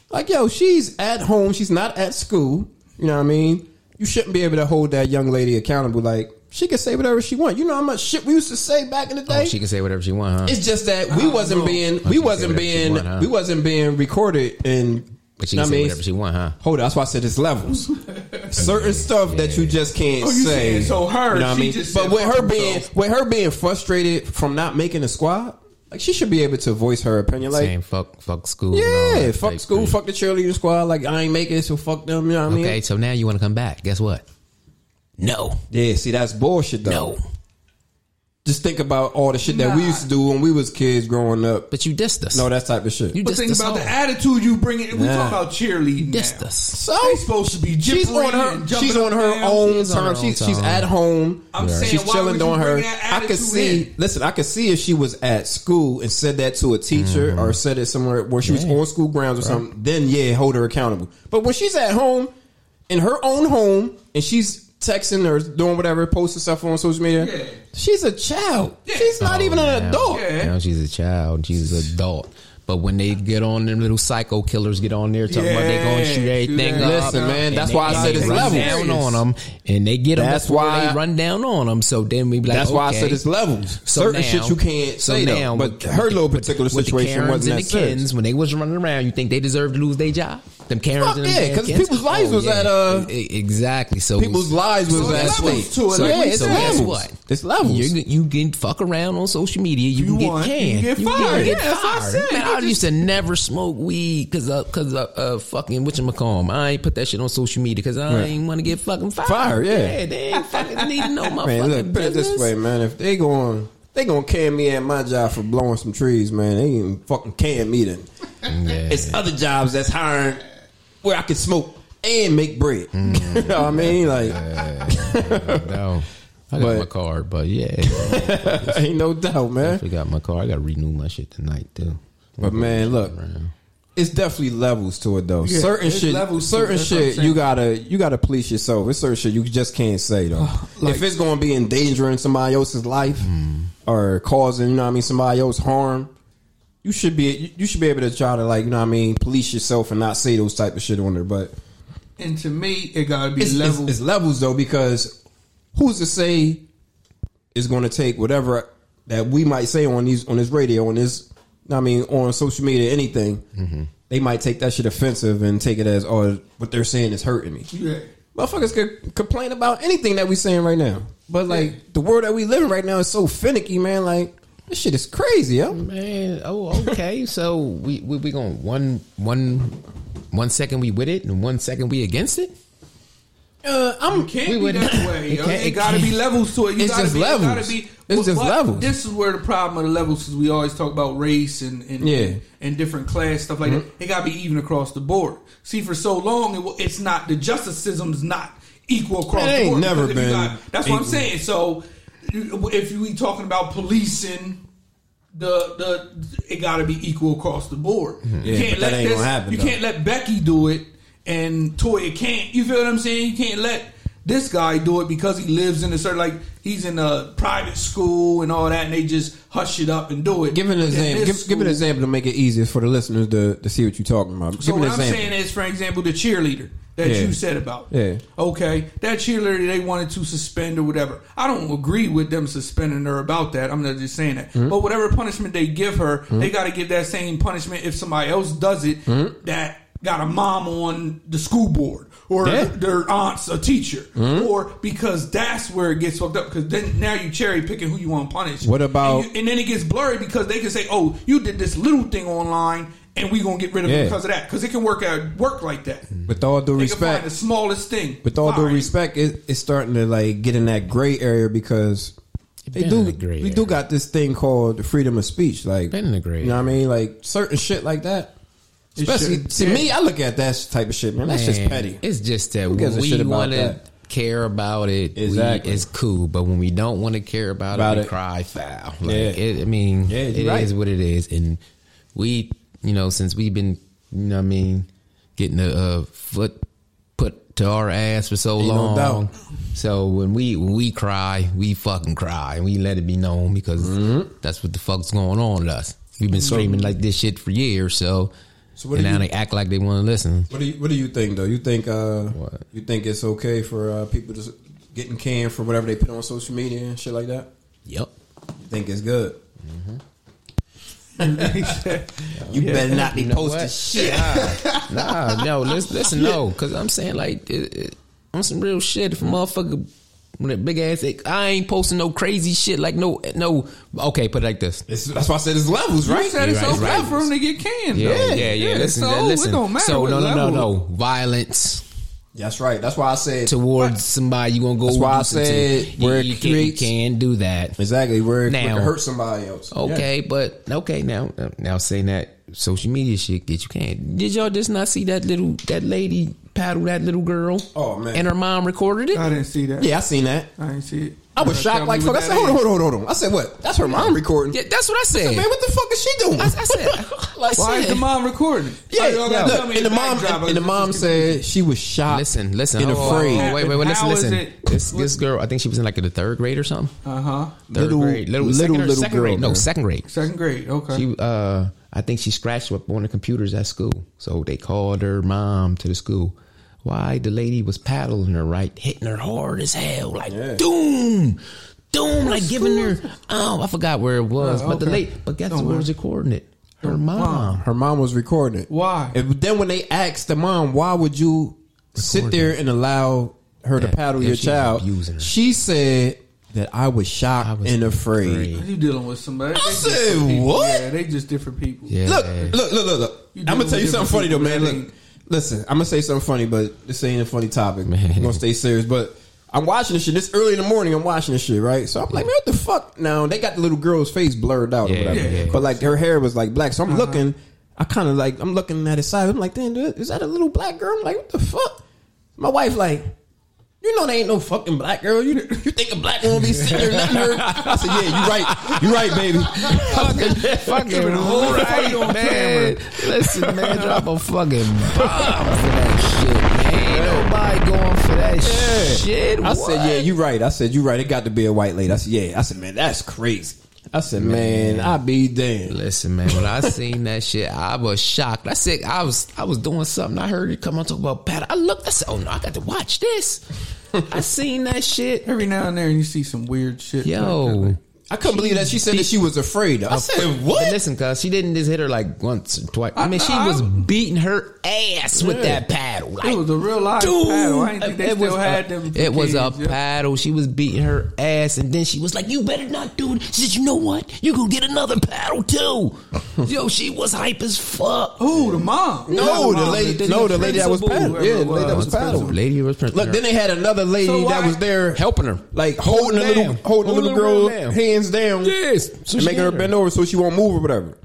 Speaker 4: like, yo, she's at home. She's not at school. You know what I mean? You shouldn't be able to hold that young lady accountable. Like, she can say whatever she want. You know how much shit we used to say back in the day.
Speaker 2: Oh, she can say whatever she want, huh?
Speaker 4: it's just that we wasn't being
Speaker 2: can
Speaker 4: we
Speaker 2: say
Speaker 4: wasn't
Speaker 2: whatever she
Speaker 4: being
Speaker 2: want, huh?
Speaker 4: we wasn't being recorded and.
Speaker 2: But she
Speaker 4: you know
Speaker 2: can
Speaker 4: what I
Speaker 2: say
Speaker 4: mean?
Speaker 2: whatever she want, huh?
Speaker 4: Hold on, that's why I said it's levels. Certain stuff that you just can't
Speaker 3: Oh, you
Speaker 4: say.
Speaker 3: saying so her,
Speaker 4: you know what I
Speaker 3: she
Speaker 4: mean?
Speaker 3: just
Speaker 4: but
Speaker 3: said
Speaker 4: with her
Speaker 3: fuck
Speaker 4: being
Speaker 3: herself.
Speaker 4: with her being frustrated from not making the squad, like she should be able to voice her opinion. Like,
Speaker 2: Saying fuck, fuck school. and all
Speaker 4: yeah,
Speaker 2: that
Speaker 4: fuck
Speaker 2: type
Speaker 4: school,
Speaker 2: thing.
Speaker 4: fuck the cheerleading squad. Like I ain't making it, so fuck them. You know what I mean?
Speaker 2: Okay, so now you want to come back? Guess what? No,
Speaker 4: Yeah, see that's bullshit though.
Speaker 2: no.
Speaker 4: Just think about all the shit that we used to do when we was kids growing up.
Speaker 2: But you dissed us.
Speaker 4: No, that type of shit.
Speaker 2: you
Speaker 3: but
Speaker 2: dissed
Speaker 3: think
Speaker 2: us
Speaker 3: about
Speaker 2: all.
Speaker 3: the attitude you bring in. We
Speaker 4: Nah.
Speaker 3: talk about cheerleading.
Speaker 2: Dissed
Speaker 3: now.
Speaker 2: us.
Speaker 4: so
Speaker 3: They supposed to be
Speaker 4: she's on
Speaker 3: gibbering
Speaker 4: her
Speaker 3: and jumping
Speaker 4: she's on
Speaker 3: up
Speaker 4: her
Speaker 3: and down.
Speaker 4: own
Speaker 2: She's on her
Speaker 4: time.
Speaker 2: own
Speaker 4: She's she's
Speaker 2: time.
Speaker 4: at home.
Speaker 3: I'm saying,
Speaker 4: she's
Speaker 3: why
Speaker 4: chilling
Speaker 3: would you
Speaker 4: doing her.
Speaker 3: bring that
Speaker 4: I could
Speaker 3: attitude
Speaker 4: see.
Speaker 3: in?
Speaker 4: Listen, I could see if she was at school and said that to a teacher
Speaker 2: Mm-hmm.
Speaker 4: or said it somewhere where she was on school grounds or something. Then yeah, hold her accountable. But when she's at home in her own home and she's texting or doing whatever, posting stuff on social media,
Speaker 3: Yeah.
Speaker 4: she's a child. She's not
Speaker 2: Oh,
Speaker 4: even an
Speaker 2: now-
Speaker 4: adult.
Speaker 3: Yeah.
Speaker 2: Now she's a child. She's an adult. But when they get on them little psycho killers, get on there talking about they going to
Speaker 3: Yeah,
Speaker 2: shoot everything
Speaker 3: shoot
Speaker 2: up.
Speaker 4: Listen, man,
Speaker 2: and
Speaker 4: that's
Speaker 2: they-
Speaker 4: why I
Speaker 2: and
Speaker 4: said
Speaker 2: they
Speaker 4: it's
Speaker 2: run
Speaker 4: levels.
Speaker 2: down on them, and they get them.
Speaker 4: That's
Speaker 2: That's why
Speaker 4: why-
Speaker 2: they run down on them. So then we be like,
Speaker 4: That's why I
Speaker 2: okay.
Speaker 4: said it's levels.
Speaker 2: So
Speaker 4: Certain
Speaker 2: now-
Speaker 4: shit you can't
Speaker 2: so
Speaker 4: say
Speaker 2: now
Speaker 4: now, but
Speaker 2: with-
Speaker 4: her
Speaker 2: with the-
Speaker 4: little particular
Speaker 2: with the
Speaker 4: situation
Speaker 2: Karens
Speaker 4: wasn't
Speaker 2: and
Speaker 4: that
Speaker 2: the
Speaker 4: serious.
Speaker 2: Kens, when they was running around, you think they deserve to lose their job? Them Karens
Speaker 4: Fuck
Speaker 2: and them
Speaker 4: yeah, 'cause
Speaker 2: Kens?
Speaker 4: people's lives was at, uh,
Speaker 2: e- exactly. So
Speaker 4: people's lives was
Speaker 3: So
Speaker 4: at
Speaker 3: it's levels
Speaker 4: stake.
Speaker 3: to it,
Speaker 4: So,
Speaker 3: like
Speaker 4: yeah,
Speaker 3: we
Speaker 4: it's
Speaker 3: said.
Speaker 4: levels.
Speaker 2: Guess what?
Speaker 4: It's levels.
Speaker 2: You, can- you can fuck around on social media. You, can
Speaker 3: want,
Speaker 2: get canned.
Speaker 3: you get
Speaker 2: You can
Speaker 3: fired.
Speaker 2: get
Speaker 3: Yeah, that's what I
Speaker 2: fired.
Speaker 3: said.
Speaker 2: Man,
Speaker 3: You
Speaker 2: I used to never smoke weed because uh, cause, uh, uh, fucking whatchamacallit. I ain't put that shit on social media because I
Speaker 4: Right.
Speaker 2: ain't want to get fucking fired.
Speaker 4: Fired, yeah.
Speaker 2: yeah they ain't fucking need to know my
Speaker 4: man,
Speaker 2: fucking
Speaker 4: look, put it
Speaker 2: business.
Speaker 4: this way, man. If they going, they gonna can me at my job for blowing some trees, man. They ain't even fucking can me then.
Speaker 2: Yeah.
Speaker 4: It's other jobs that's hiring where I can smoke and make bread. you know what I mean? Like,
Speaker 2: no. I got
Speaker 4: But-
Speaker 2: my card, but yeah,
Speaker 4: ain't no doubt, man.
Speaker 2: I got my card. I got to renew my shit tonight too.
Speaker 4: But man, look,
Speaker 2: Around.
Speaker 4: it's definitely levels to it though.
Speaker 3: Yeah,
Speaker 4: certain
Speaker 3: it's
Speaker 4: shit,
Speaker 3: levels to it.
Speaker 4: certain
Speaker 3: That's what I'm
Speaker 4: shit,
Speaker 3: saying.
Speaker 4: you gotta you gotta police yourself. It's certain shit you just can't say though. if it's gonna be endangering somebody else's life or causing, you know what I mean, somebody else harm, you should be you- you should be able to try to like, you know what I mean, police yourself and not say those type of shit on there. But
Speaker 3: And to me, it gotta be
Speaker 4: it's, it's-
Speaker 3: levels.
Speaker 4: it's levels though because who's to say is going to take whatever that we might say on these on this radio on this I mean on social media anything they might take that shit offensive and take it as oh what they're saying is hurting me
Speaker 3: yeah.
Speaker 4: Motherfuckers could complain about anything that we saying right now. But like the world that we live in right now is so finicky, man. Like this shit is crazy, yo.
Speaker 2: Man, oh okay. so we we, we going one one one second we with it and one second we against it?
Speaker 4: Uh, I'm
Speaker 3: Can't
Speaker 2: We
Speaker 3: be
Speaker 2: wouldn't-
Speaker 3: that way.
Speaker 2: it
Speaker 3: yo.
Speaker 2: can't-
Speaker 3: It,
Speaker 2: it
Speaker 3: gotta be
Speaker 2: can't.
Speaker 3: levels to it. You
Speaker 4: It's
Speaker 3: gotta
Speaker 4: just
Speaker 3: be, it gotta
Speaker 4: levels.
Speaker 3: be-
Speaker 4: It's
Speaker 3: but
Speaker 4: just
Speaker 3: what-
Speaker 4: levels.
Speaker 3: This is where the problem of the levels is. We always talk about race and and,
Speaker 4: Yeah. Mm-hmm.
Speaker 3: and different class stuff like that. It gotta be even across the board. See, for so long, it, wa- it's not the justice system's not equal across
Speaker 4: It ain't
Speaker 3: the board.
Speaker 4: never
Speaker 3: because if you
Speaker 4: been
Speaker 3: got- that's what I'm
Speaker 4: equal.
Speaker 3: saying. So you- if we talking about policing. The, the it got to be equal across the board.
Speaker 4: Mm-hmm. Yeah, but that ain't gonna happen,
Speaker 3: You
Speaker 4: though.
Speaker 3: can't let Becky do it and Toya can't. You feel what I'm saying? You can't let this guy do it because he lives in a certain like he's in a private school and all that, and they just hush it up and do it.
Speaker 4: Give an
Speaker 3: In
Speaker 4: example.
Speaker 3: this
Speaker 4: Give, give an
Speaker 3: school-
Speaker 4: example to make it easier for the listeners to, to see what you're talking about.
Speaker 3: So
Speaker 4: give
Speaker 3: what
Speaker 4: an
Speaker 3: I'm
Speaker 4: example.
Speaker 3: saying is, for example, the cheerleader that
Speaker 4: Yeah.
Speaker 3: you said about.
Speaker 4: Yeah.
Speaker 3: Okay, that cheerleader they wanted to suspend or whatever. I don't agree with them suspending her about that. I'm not just saying that.
Speaker 4: Mm-hmm.
Speaker 3: But whatever punishment they give her, they got to give that same punishment if somebody else does it
Speaker 4: Mm-hmm.
Speaker 3: that got a mom on the school board or
Speaker 4: Yeah. Mm-hmm.
Speaker 3: their aunt's a teacher or because that's where it gets fucked up because then now you cherry picking who you want to punish.
Speaker 4: What about-
Speaker 3: and, you- and then it gets blurry because they can say, "Oh, you did this little thing online." And we gonna get rid of
Speaker 4: Yeah.
Speaker 3: it because of that because it can work out work like that.
Speaker 4: with all due
Speaker 3: They can
Speaker 4: respect,
Speaker 3: find the smallest thing.
Speaker 4: with all due
Speaker 3: Fine.
Speaker 4: respect, it, it's starting to like get in that gray area because they
Speaker 2: been
Speaker 4: do
Speaker 2: in the gray
Speaker 4: we do
Speaker 2: area.
Speaker 4: got this thing called the freedom of speech. Like
Speaker 2: Been in the gray
Speaker 4: you know what I mean? Like certain shit like that.
Speaker 3: It
Speaker 4: Especially
Speaker 3: should-
Speaker 4: to me, I look at that type of shit, man. That's just
Speaker 2: Man,
Speaker 4: petty.
Speaker 2: It's just that
Speaker 4: Who gives
Speaker 2: when
Speaker 4: a shit
Speaker 2: we
Speaker 4: about
Speaker 2: want to
Speaker 4: that?
Speaker 2: care about it,
Speaker 4: Exactly.
Speaker 2: we, it's cool. But when we don't want to care about,
Speaker 4: About
Speaker 2: it, we
Speaker 4: it.
Speaker 2: cry foul. Like,
Speaker 4: Yeah.
Speaker 2: it, I mean,
Speaker 4: Yeah,
Speaker 2: it
Speaker 4: you're
Speaker 2: is
Speaker 4: right.
Speaker 2: what it is. And we, you know, since we've been, you know what I mean, getting a, uh foot put to our ass for so
Speaker 4: Ain't no
Speaker 2: long.
Speaker 4: doubt.
Speaker 2: so when we when we cry, we fucking cry and we let it be known because
Speaker 4: Mm-hmm.
Speaker 2: that's what the fuck's going on with us. We've been screaming like this shit for years, so,
Speaker 4: So what
Speaker 2: and
Speaker 4: do
Speaker 2: now they
Speaker 4: you-
Speaker 2: act like they want to listen.
Speaker 4: What do you What do you think though? You think uh,
Speaker 2: What?
Speaker 4: you think it's okay for uh, people to s- getting canned for whatever they put on social media and shit like that?
Speaker 2: Yep.
Speaker 4: You think it's good?
Speaker 2: Mm-hmm. You better not be posting shit. Nah, nah, no, listen, listen no, because I'm saying like it, it, on some real shit. If a motherfucker with a big ass, dick, I ain't posting no crazy shit like no no. Okay, put it like this.
Speaker 4: It's, that's why I said it's levels,
Speaker 3: You
Speaker 4: right?
Speaker 3: said it's
Speaker 2: You're right,
Speaker 3: okay
Speaker 2: right.
Speaker 3: for them to get canned.
Speaker 2: Yeah,
Speaker 3: though.
Speaker 2: yeah, yeah. listen,
Speaker 3: so
Speaker 2: listen.
Speaker 3: it don't matter.
Speaker 2: so
Speaker 3: what
Speaker 2: no, no, no,
Speaker 3: level.
Speaker 2: no. Violence
Speaker 4: That's right. That's why I said
Speaker 2: towards somebody you gonna go.
Speaker 4: That's why I
Speaker 2: do something to.
Speaker 4: said
Speaker 2: you,
Speaker 4: where it
Speaker 2: you, can't, you
Speaker 4: creates-
Speaker 2: can't do that.
Speaker 4: exactly where it where it
Speaker 2: Now.
Speaker 4: could hurt somebody else.
Speaker 2: Okay, but okay now now saying that social media shit get you canned. Did y'all just not see that little that lady paddle that little girl?
Speaker 4: Oh, man.
Speaker 2: And her mom recorded it.
Speaker 3: I didn't see that.
Speaker 4: Yeah, yeah I seen that.
Speaker 3: I didn't see it.
Speaker 4: I was
Speaker 3: Tell
Speaker 4: shocked
Speaker 3: me
Speaker 4: like fuck.
Speaker 3: what
Speaker 4: I
Speaker 3: that
Speaker 4: said, hold on,
Speaker 3: is.
Speaker 4: hold on, hold on. I said, what? That's her mom recording.
Speaker 2: Yeah, that's what I said.
Speaker 4: Man, what the fuck is she doing?
Speaker 2: I, I said, like,
Speaker 3: Why is the mom recording?
Speaker 4: yeah,
Speaker 3: Oh, y'all gotta
Speaker 4: look,
Speaker 3: tell me
Speaker 4: and the mom
Speaker 3: backdrop.
Speaker 4: and, and the mom said she was shocked.
Speaker 2: Listen, listen,
Speaker 4: and
Speaker 2: hold on,
Speaker 4: afraid.
Speaker 2: hold on, Wait, wait, wait. Listen,
Speaker 3: How is
Speaker 2: listen.
Speaker 3: it-
Speaker 2: This this girl, I think she was in like the third grade or something.
Speaker 3: Uh-huh.
Speaker 2: Third
Speaker 4: Little-
Speaker 2: grade, little,
Speaker 4: little,
Speaker 2: second, or
Speaker 4: little
Speaker 2: second
Speaker 4: girl,
Speaker 2: grade. No,
Speaker 4: man.
Speaker 2: second grade.
Speaker 3: Second grade. Okay.
Speaker 2: She, uh, I think she scratched up on the computers at school. So they called her mom to the school. Why the lady was paddling her, right? Hitting her hard as hell, like
Speaker 4: Yeah.
Speaker 2: doom, doom, like giving her. Oh, I forgot where it was,
Speaker 3: Oh,
Speaker 2: but the
Speaker 3: okay.
Speaker 2: late, but guess
Speaker 3: Don't
Speaker 2: where
Speaker 3: worry.
Speaker 2: was recording it? Her mom.
Speaker 4: Her mom was recording it.
Speaker 3: Why?
Speaker 4: And then when they asked the mom, why would you sit there and allow her
Speaker 2: Yeah,
Speaker 4: to paddle
Speaker 2: yeah,
Speaker 4: your
Speaker 2: she was
Speaker 4: child?
Speaker 2: abusing her.
Speaker 4: She said that I was shocked
Speaker 2: I was
Speaker 4: and afraid.
Speaker 2: afraid.
Speaker 3: you dealing with somebody? They just
Speaker 4: said,
Speaker 3: different people.
Speaker 4: what?
Speaker 3: Yeah, they just different people.
Speaker 2: Yeah.
Speaker 4: Look, look, look, look, look.
Speaker 3: You
Speaker 4: I'm gonna
Speaker 3: dealing
Speaker 4: tell you
Speaker 3: with
Speaker 4: something funny though,
Speaker 3: different
Speaker 4: man.
Speaker 3: people,
Speaker 4: Look,
Speaker 3: that
Speaker 4: listen, I'm gonna say something funny, but this ain't a funny topic.
Speaker 2: Man.
Speaker 4: I'm gonna stay serious, but. I'm watching this shit. This early in the morning, I'm watching this shit, right? So I'm like, man, what the fuck? Now they got the little girl's face blurred out
Speaker 2: Yeah,
Speaker 4: or whatever,
Speaker 2: yeah, yeah.
Speaker 4: but like her hair was like black. So I'm
Speaker 3: Uh-huh.
Speaker 4: looking, I kind of like, I'm looking at his side. I'm like, damn, dude, is that a little black girl? I'm like, what the fuck? My wife like, you know, they ain't no fucking black girl. You you think a black woman be sitting there nothing her? I said, yeah, you right, you right, baby.
Speaker 2: fucking fucking right, man. Listen, man, drop a fucking bomb for that shit, man. Ain't nobody going for that shit.
Speaker 4: I
Speaker 2: What?
Speaker 4: said, yeah, you right. I said, you right. It got to be a white lady. I said, yeah. I said, man, that's crazy. I said, man, I be damned.
Speaker 2: Listen, man. When I seen that shit, I was shocked. I said, I was, I was doing something. I heard it come on talk about Pat. I looked. I said, oh no, I got to watch this. I seen that shit.
Speaker 3: Every now and there, you see some weird shit. like that.
Speaker 2: Yo,
Speaker 4: I couldn't believe that she said that she was afraid. I said
Speaker 2: But
Speaker 4: what?
Speaker 2: listen, cuz she didn't just hit her like once or twice. I mean, she
Speaker 3: I-
Speaker 2: was beating her ass with that paddle.
Speaker 3: It
Speaker 2: Like,
Speaker 3: was a real live
Speaker 2: Dude,
Speaker 3: paddle. I didn't think they
Speaker 2: it
Speaker 3: still
Speaker 2: was
Speaker 3: had
Speaker 2: a,
Speaker 3: them.
Speaker 2: It was a
Speaker 3: kids, yeah.
Speaker 2: paddle. She was beating her ass, and then she was like, "You better not do it." She said, "You know what? You gonna get another paddle too." Yo, she was hype as fuck.
Speaker 3: Who the mom?
Speaker 4: No, the
Speaker 3: mom,
Speaker 4: lady,
Speaker 3: dude.
Speaker 4: no, the lady that was
Speaker 3: principal,
Speaker 4: paddling.
Speaker 3: whoever
Speaker 4: Yeah, the
Speaker 3: it
Speaker 4: lady that
Speaker 3: was.
Speaker 4: was paddling.
Speaker 2: Lady was printing
Speaker 4: Look,
Speaker 2: her.
Speaker 4: then they had another lady
Speaker 3: So
Speaker 4: that
Speaker 3: why-
Speaker 4: was there
Speaker 2: helping her.
Speaker 4: like holding the
Speaker 2: Holding
Speaker 4: little
Speaker 2: down.
Speaker 4: holding the
Speaker 2: Holding
Speaker 4: little
Speaker 2: the
Speaker 4: girl
Speaker 2: girl down.
Speaker 4: hands down.
Speaker 2: Yes. So
Speaker 4: and
Speaker 2: she
Speaker 4: making her
Speaker 2: had her.
Speaker 4: bend over so she won't move or whatever.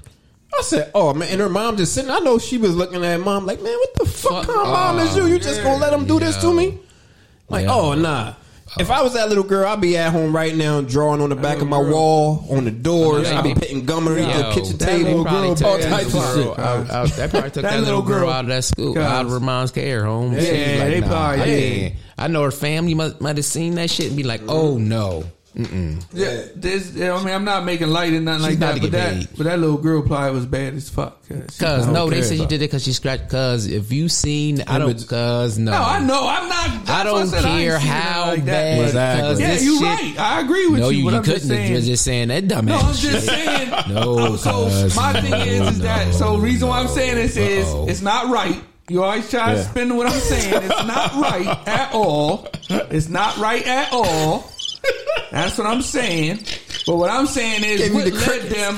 Speaker 4: I said, "Oh man!" And her mom just sitting. I know she was looking at mom like, "Man, what the fuck
Speaker 2: Fuck.
Speaker 4: kind of mom is you? You just gonna let them do this to me?" Like,
Speaker 2: Yeah.
Speaker 4: oh nah. If I was that little girl, I'd be at home right now drawing on the back of my
Speaker 3: girl.
Speaker 4: wall, on the doors.
Speaker 2: Yeah.
Speaker 4: I'd be putting gum on the
Speaker 2: Yo,
Speaker 4: kitchen
Speaker 2: that
Speaker 4: table,
Speaker 2: little girl
Speaker 4: all
Speaker 2: probably took
Speaker 4: types
Speaker 2: that
Speaker 4: of shit.
Speaker 2: little girl out- out- That probably took that little girl out of that school,
Speaker 3: Cause-
Speaker 2: out of her mom's care home. She was
Speaker 3: Yeah, they probably
Speaker 2: I
Speaker 3: did.
Speaker 2: can't. I know her family must, might have seen that shit and be like, "Oh no." Mm-mm.
Speaker 3: Yeah, this. yeah, I mean, I'm not making light and nothing
Speaker 2: She's
Speaker 3: like
Speaker 2: not
Speaker 3: that.
Speaker 2: to
Speaker 3: But
Speaker 2: get
Speaker 3: that,
Speaker 2: paid.
Speaker 3: but that little girl probably was bad as fuck.
Speaker 2: Cause no, they said
Speaker 3: she
Speaker 2: she did it because she scratched. Cause if you seen, I don't. Cause no,
Speaker 3: No, I know. I'm not.
Speaker 2: I don't care how bad.
Speaker 4: Exactly.
Speaker 2: Cause
Speaker 3: Yeah,
Speaker 2: this
Speaker 3: you
Speaker 2: shit,
Speaker 3: right. I agree with
Speaker 2: No,
Speaker 3: you.
Speaker 2: you,
Speaker 3: but
Speaker 2: you
Speaker 3: I'm
Speaker 2: couldn't.
Speaker 3: just
Speaker 2: have
Speaker 3: saying.
Speaker 2: just, saying that dumbass.
Speaker 3: no, I'm just
Speaker 2: shit.
Speaker 3: saying.
Speaker 2: No,
Speaker 3: So
Speaker 2: cuz,
Speaker 3: my thing is, is that. So
Speaker 2: no,
Speaker 3: reason why I'm saying this is
Speaker 2: Uh-oh.
Speaker 3: it's not right. You always try to
Speaker 4: Yeah.
Speaker 3: spin what I'm saying. It's not right at all. It's not right at all. That's what I'm saying. But what I'm saying is,
Speaker 4: Gave me
Speaker 3: what
Speaker 4: the
Speaker 3: led them?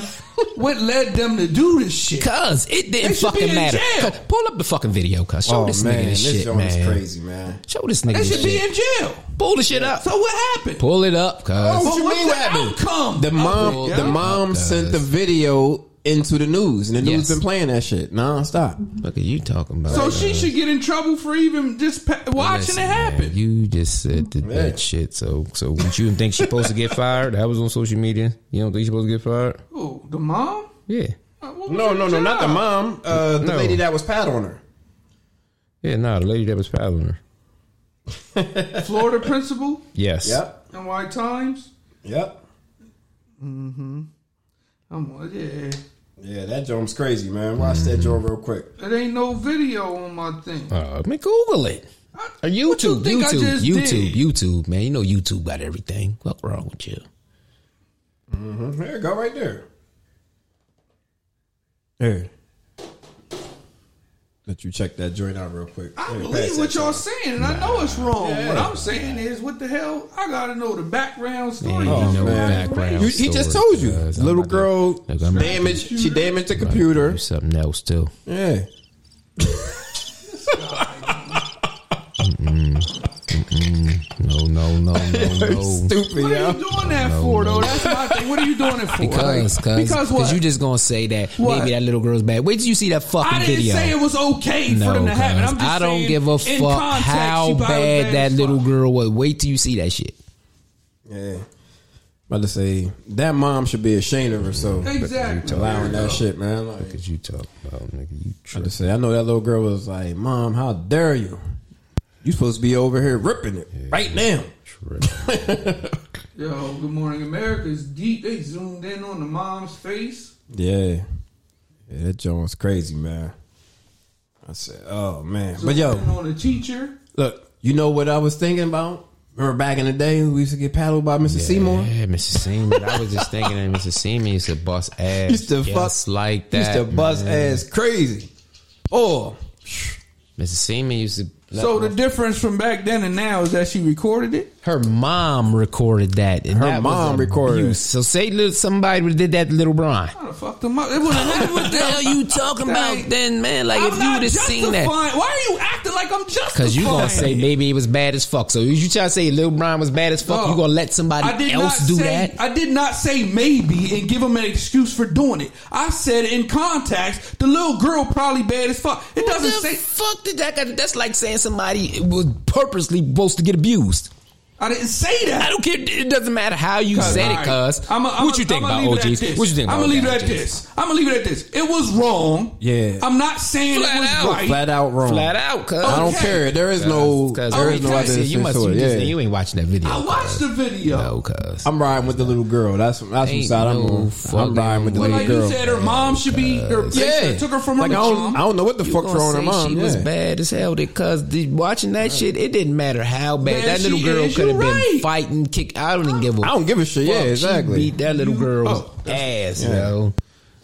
Speaker 3: What led them to do this shit?
Speaker 2: Cause it
Speaker 3: They
Speaker 2: didn't
Speaker 3: should be
Speaker 2: fucking
Speaker 3: in
Speaker 2: matter.
Speaker 3: jail.
Speaker 2: Cuz, Pull up the fucking video, cuz. Show
Speaker 4: Oh
Speaker 2: this nigga
Speaker 4: man,
Speaker 2: this,
Speaker 4: this
Speaker 2: shit,
Speaker 4: joint is
Speaker 2: man.
Speaker 4: crazy, man.
Speaker 2: Show this nigga
Speaker 3: They
Speaker 2: this
Speaker 3: should
Speaker 2: shit.
Speaker 3: be in jail.
Speaker 2: Pull the shit up.
Speaker 3: So what happened?
Speaker 2: Pull it up, cuz.
Speaker 4: Oh, what
Speaker 3: But
Speaker 4: you
Speaker 3: what's
Speaker 4: mean
Speaker 3: the
Speaker 4: what happened?
Speaker 3: outcome?
Speaker 4: The mom,
Speaker 3: Well,
Speaker 4: the
Speaker 3: yeah.
Speaker 4: mom
Speaker 2: Does.
Speaker 4: sent the video into the news, and the news
Speaker 2: Yes.
Speaker 4: been playing that shit nonstop.
Speaker 2: Look at you talking about.
Speaker 3: So
Speaker 2: cuz.
Speaker 3: she should get in trouble for even just pa- watching
Speaker 2: Listen,
Speaker 3: it happen.
Speaker 2: man, you just said that, that
Speaker 4: Yeah.
Speaker 2: shit. So, so would you think she's supposed to get fired? That was on social media. You don't think she's supposed to get fired?
Speaker 3: Who, the mom? Uh,
Speaker 2: Yeah.
Speaker 3: What was
Speaker 4: No,
Speaker 3: her
Speaker 4: no, no, not the
Speaker 3: job?
Speaker 4: mom. Uh, the
Speaker 2: No.
Speaker 4: lady that was paddling her.
Speaker 2: Yeah, no, the lady that was paddling her.
Speaker 3: Florida principal
Speaker 2: Yes.
Speaker 4: Yep,
Speaker 3: in White Times.
Speaker 4: yep.
Speaker 3: I'm like, yeah,
Speaker 4: Yeah, that joint's crazy, man. Watch that joint real quick.
Speaker 3: it ain't no video on my thing.
Speaker 2: Uh, I mean, Google it. Or
Speaker 3: What you
Speaker 2: YouTube,
Speaker 3: think I
Speaker 2: YouTube,
Speaker 3: just
Speaker 2: YouTube,
Speaker 3: did?
Speaker 2: YouTube, man. You know YouTube got everything. What's wrong with you?
Speaker 4: Hmm, There you go, right there. Hey, let you check that joint out real quick.
Speaker 3: I
Speaker 4: Here, pass
Speaker 3: believe
Speaker 4: that
Speaker 3: what y'all
Speaker 4: joint.
Speaker 3: saying, and I know it's wrong. What I'm saying is, what the hell? I gotta know the background story.
Speaker 2: Yeah, you
Speaker 3: of
Speaker 2: know the
Speaker 3: this
Speaker 2: background.
Speaker 4: You, he just told you,
Speaker 2: Yes, I'm
Speaker 4: little
Speaker 2: about to-
Speaker 4: girl
Speaker 2: Look, I'm-
Speaker 4: damaged. She damaged the
Speaker 2: Do
Speaker 4: computer.
Speaker 2: something else too.
Speaker 4: Yeah.
Speaker 2: No, no, no, no, no.
Speaker 4: Stupid,
Speaker 3: What are
Speaker 4: yo.
Speaker 3: you doing that for, though? That's my thing. What are you doing it for?
Speaker 2: Because,
Speaker 3: Like,
Speaker 2: cause,
Speaker 3: because what?
Speaker 2: Cause you just gonna say that
Speaker 3: What?
Speaker 2: maybe that little girl's bad. Wait till you see that fucking
Speaker 3: I didn't
Speaker 2: video.
Speaker 3: say it was okay for
Speaker 2: no,
Speaker 3: them to have it.
Speaker 2: cuz
Speaker 3: I'm just
Speaker 2: I don't
Speaker 3: saying,
Speaker 2: give a
Speaker 3: in
Speaker 2: fuck
Speaker 3: context, she
Speaker 2: how
Speaker 3: probably was
Speaker 2: bad that
Speaker 3: as
Speaker 2: little
Speaker 3: fuck.
Speaker 2: girl was. Wait till you see that shit.
Speaker 4: Yeah. About to say that mom should be ashamed of herself
Speaker 3: Exactly.
Speaker 4: allowing that shit, man. Like,
Speaker 2: Cause you talk about nigga, you
Speaker 4: about to say, I know that little girl was like, "Mom, how dare you? You supposed to be over here ripping it right now."
Speaker 3: Yo, Good Morning America is deep. They zoomed in on the mom's face.
Speaker 4: Yeah, yeah that joint's crazy, man. I said, "Oh man," but
Speaker 3: zoomed
Speaker 4: yo,
Speaker 3: in on the teacher.
Speaker 4: look, you know what I was thinking about? Remember back in the day, we used to get paddled by
Speaker 2: Uh,
Speaker 4: Mr. Seymour.
Speaker 2: Yeah, Mr. Seaman. I was just thinking that Mr. Seaman used to bust ass
Speaker 4: Used to
Speaker 2: just
Speaker 4: fuck-
Speaker 2: like that.
Speaker 4: used to bust
Speaker 2: man.
Speaker 4: ass crazy. Or
Speaker 2: Mr. Seaman used to.
Speaker 3: So the difference from back then and now is that she recorded it.
Speaker 2: her mom recorded that. And
Speaker 4: Her
Speaker 2: that was
Speaker 4: mom
Speaker 2: abuse.
Speaker 4: recorded it.
Speaker 2: So say little, somebody would've did that to Little Brian.
Speaker 3: I done fucked them up. It wouldn't happen
Speaker 2: What
Speaker 3: with
Speaker 2: the
Speaker 3: them.
Speaker 2: hell you talking
Speaker 3: Dang.
Speaker 2: about then, man? Like,
Speaker 3: I'm
Speaker 2: if you
Speaker 3: not
Speaker 2: would have seen that.
Speaker 3: justifying- Why are you acting like I'm justifying?
Speaker 2: Cause you gonna say
Speaker 3: it?
Speaker 2: maybe it was bad as fuck. So if you try to say Lil Brian was bad as fuck,
Speaker 3: No.
Speaker 2: you gonna let somebody else do
Speaker 3: say,
Speaker 2: that?
Speaker 3: I did not say maybe and give him an excuse for doing it. I said in context, the little girl probably bad as fuck. It
Speaker 2: What the
Speaker 3: doesn't say
Speaker 2: fuck did that? Got, that's like saying somebody was purposely supposed to get abused.
Speaker 3: I didn't say
Speaker 2: I
Speaker 3: that.
Speaker 2: don't care. It doesn't matter how you said it, cuz.
Speaker 3: I'm a- I'm
Speaker 2: What
Speaker 3: a-
Speaker 2: you think
Speaker 3: I'm a
Speaker 2: about
Speaker 3: leave it at
Speaker 2: OGs?
Speaker 3: this.
Speaker 2: What you think
Speaker 3: I'm
Speaker 2: about
Speaker 3: gonna leave it at
Speaker 2: OGs?
Speaker 3: this. I'm gonna leave it at this. It was wrong.
Speaker 4: Yeah.
Speaker 3: I'm not saying
Speaker 2: Flat
Speaker 3: it was
Speaker 2: out.
Speaker 3: right.
Speaker 4: flat out wrong.
Speaker 2: Flat out, cuz.
Speaker 4: I don't
Speaker 3: Okay.
Speaker 4: care. There is no.
Speaker 2: Cause
Speaker 4: there is no other.
Speaker 2: you must you,
Speaker 4: sense to it.
Speaker 2: just,
Speaker 4: Yeah.
Speaker 2: you ain't watching that video.
Speaker 3: I watched the video.
Speaker 2: No, cuz.
Speaker 4: I'm riding with the little girl. That's that's what
Speaker 2: Ain't
Speaker 4: side I'm
Speaker 2: no
Speaker 4: on. I'm
Speaker 2: fucking
Speaker 4: riding with the
Speaker 3: But
Speaker 4: little
Speaker 3: like you
Speaker 4: girl.
Speaker 3: said, her mom should be. Her, yeah,
Speaker 4: yeah,
Speaker 3: took her from her
Speaker 4: like I don't,
Speaker 3: mom.
Speaker 4: I don't know what the
Speaker 2: You
Speaker 4: fuck's
Speaker 2: gonna
Speaker 4: wrong with her
Speaker 2: say
Speaker 4: mom.
Speaker 2: She was
Speaker 4: yeah.
Speaker 2: bad as hell because the, watching that shit, it didn't matter how bad
Speaker 3: Man,
Speaker 2: that little
Speaker 3: she
Speaker 2: girl
Speaker 3: is.
Speaker 2: could
Speaker 3: You
Speaker 2: have been
Speaker 3: right.
Speaker 2: fighting, kick. I don't even give a.
Speaker 4: I don't give a shit. Yeah,
Speaker 2: fuck. She
Speaker 4: exactly.
Speaker 2: beat that little girl's
Speaker 3: Oh,
Speaker 2: ass,
Speaker 4: yeah.
Speaker 2: yo.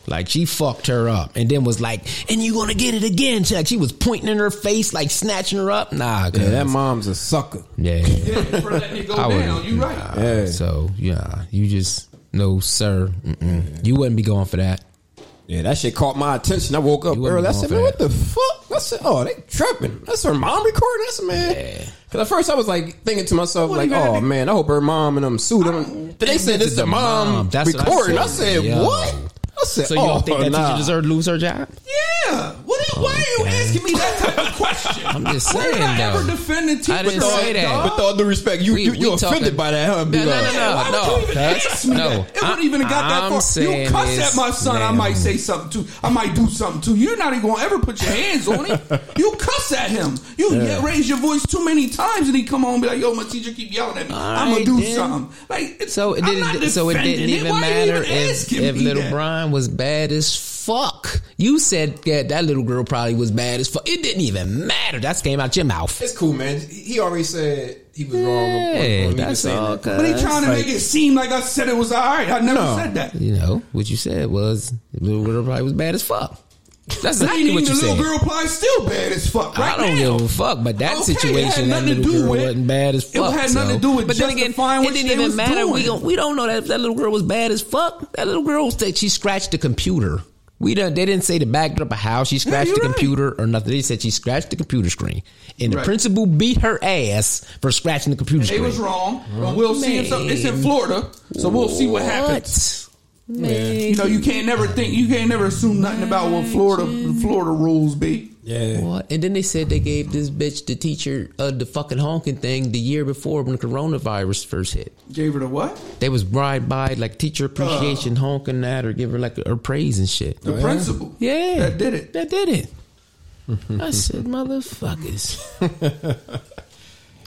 Speaker 2: Like she fucked her up, and then was like, "And you gonna get it again?" Chuck. She was pointing in her face, like snatching her up. Nah,
Speaker 4: Yeah,
Speaker 2: cuz.
Speaker 4: that mom's a sucker.
Speaker 2: yeah.
Speaker 3: Yeah, for letting it go
Speaker 2: I would-
Speaker 3: down. You right.
Speaker 2: Nah,
Speaker 4: Yeah.
Speaker 2: So yeah, you just no, sir. Mm-mm. You wouldn't be going for that.
Speaker 4: Yeah, that shit caught my attention. I woke up
Speaker 2: You wouldn't
Speaker 4: early. I
Speaker 2: be
Speaker 4: said, man,
Speaker 2: going
Speaker 4: what
Speaker 2: for
Speaker 4: the fuck? I said, oh, they tripping. That's her mom recording. I said, man.
Speaker 2: Yeah.
Speaker 4: Cause at first I was like thinking to myself,
Speaker 3: What
Speaker 4: like,
Speaker 3: do you
Speaker 4: oh
Speaker 3: gotta do?
Speaker 4: man, I hope her mom and them sued them. Then they said this is the mom,
Speaker 2: That's what I
Speaker 4: recording. I
Speaker 2: said.
Speaker 4: said,
Speaker 2: Yo.
Speaker 4: what? I said,
Speaker 2: So you
Speaker 4: oh,
Speaker 2: don't think that
Speaker 4: nah.
Speaker 2: teacher deserved to lose her job?
Speaker 3: Yeah. What is, why are you
Speaker 2: Okay.
Speaker 3: asking me that type of question?
Speaker 2: I'm just
Speaker 3: Why did
Speaker 2: saying,
Speaker 3: I ever
Speaker 2: though.
Speaker 3: defend a teacher?
Speaker 2: I didn't say that.
Speaker 3: dog?
Speaker 4: With all due respect, you
Speaker 2: We-
Speaker 4: you,
Speaker 2: we
Speaker 4: you offended
Speaker 2: talking-
Speaker 4: by that, huh?
Speaker 2: No, no, no,
Speaker 4: B-Rock?
Speaker 2: no,
Speaker 3: Why
Speaker 2: no.
Speaker 3: would you even
Speaker 2: cuz.
Speaker 3: ask me
Speaker 2: no.
Speaker 3: that? It wouldn't even have got
Speaker 2: I'm
Speaker 3: that far. You
Speaker 2: saying
Speaker 3: cuss
Speaker 2: is
Speaker 3: at my son, I
Speaker 2: now-
Speaker 3: might say something too. I might do something too. You're not even gonna ever put your hands on him. You cuss at him. You
Speaker 4: Yeah.
Speaker 3: raise your voice too many times, and he come home and be like, "Yo, my teacher keep yelling at me.
Speaker 2: All
Speaker 3: I'm gonna
Speaker 2: right,
Speaker 3: do
Speaker 2: then.
Speaker 3: something." Like it's,
Speaker 2: So it
Speaker 3: I'm
Speaker 2: didn't.
Speaker 3: not
Speaker 2: so it didn't
Speaker 3: defending
Speaker 2: even
Speaker 3: Why are you
Speaker 2: matter
Speaker 3: even
Speaker 2: if,
Speaker 3: asking
Speaker 2: if
Speaker 3: me
Speaker 2: little
Speaker 3: that?
Speaker 2: Brian was bad as fuck. You said that that little girl probably was bad as fuck. It didn't even matter. That's came out your mouth.
Speaker 4: It's cool, man. He already said he was wrong. on- on
Speaker 2: Yeah,
Speaker 4: even
Speaker 2: that's
Speaker 4: saying
Speaker 2: all.
Speaker 4: that.
Speaker 2: cuz.
Speaker 3: But he trying to
Speaker 4: Like-
Speaker 3: make it seem like I said it was all right. I never
Speaker 4: No.
Speaker 3: said that.
Speaker 2: You know what you said was little girl probably was bad as fuck. That's exactly
Speaker 3: Meaning
Speaker 2: what you
Speaker 3: the
Speaker 2: said.
Speaker 3: little girl probably still bad as fuck
Speaker 2: I
Speaker 3: right
Speaker 2: don't
Speaker 3: now.
Speaker 2: give a fuck. But that
Speaker 3: Okay, it had
Speaker 2: situation, that
Speaker 3: nothing to
Speaker 2: little
Speaker 3: do
Speaker 2: girl
Speaker 3: with-
Speaker 2: wasn't bad as
Speaker 3: it
Speaker 2: fuck.
Speaker 3: had nothing
Speaker 2: so-
Speaker 3: to do with
Speaker 2: but then again,
Speaker 3: justifying
Speaker 2: it
Speaker 3: what
Speaker 2: didn't
Speaker 3: they
Speaker 2: even
Speaker 3: was
Speaker 2: matter. We
Speaker 3: doing.
Speaker 2: don't we don't know that that little girl was bad as fuck. That little girl said she scratched the computer. We don't. They didn't say the backed up of how she scratched
Speaker 3: you're
Speaker 2: the
Speaker 3: right.
Speaker 2: computer or nothing. They said she scratched the computer screen, and the
Speaker 3: Right.
Speaker 2: principal beat her ass for scratching the computer
Speaker 3: They
Speaker 2: screen.
Speaker 3: was wrong, but we'll see. If some, it's in
Speaker 2: Man.
Speaker 3: Florida, so we'll see what happens.
Speaker 2: What? Man.
Speaker 3: You know, you can't never think, you can't never assume nothing about what Florida Florida rules be.
Speaker 4: Yeah.
Speaker 2: What? And then they said they gave this bitch the teacher uh, the fucking honking thing the year before when the coronavirus first hit.
Speaker 3: Gave her the what?
Speaker 2: They was bride by like teacher appreciation
Speaker 3: Uh.
Speaker 2: honking at or give her like her praise and shit.
Speaker 3: The principal.
Speaker 2: Oh, Yeah.
Speaker 3: that did it.
Speaker 2: That did it. I said, motherfuckers.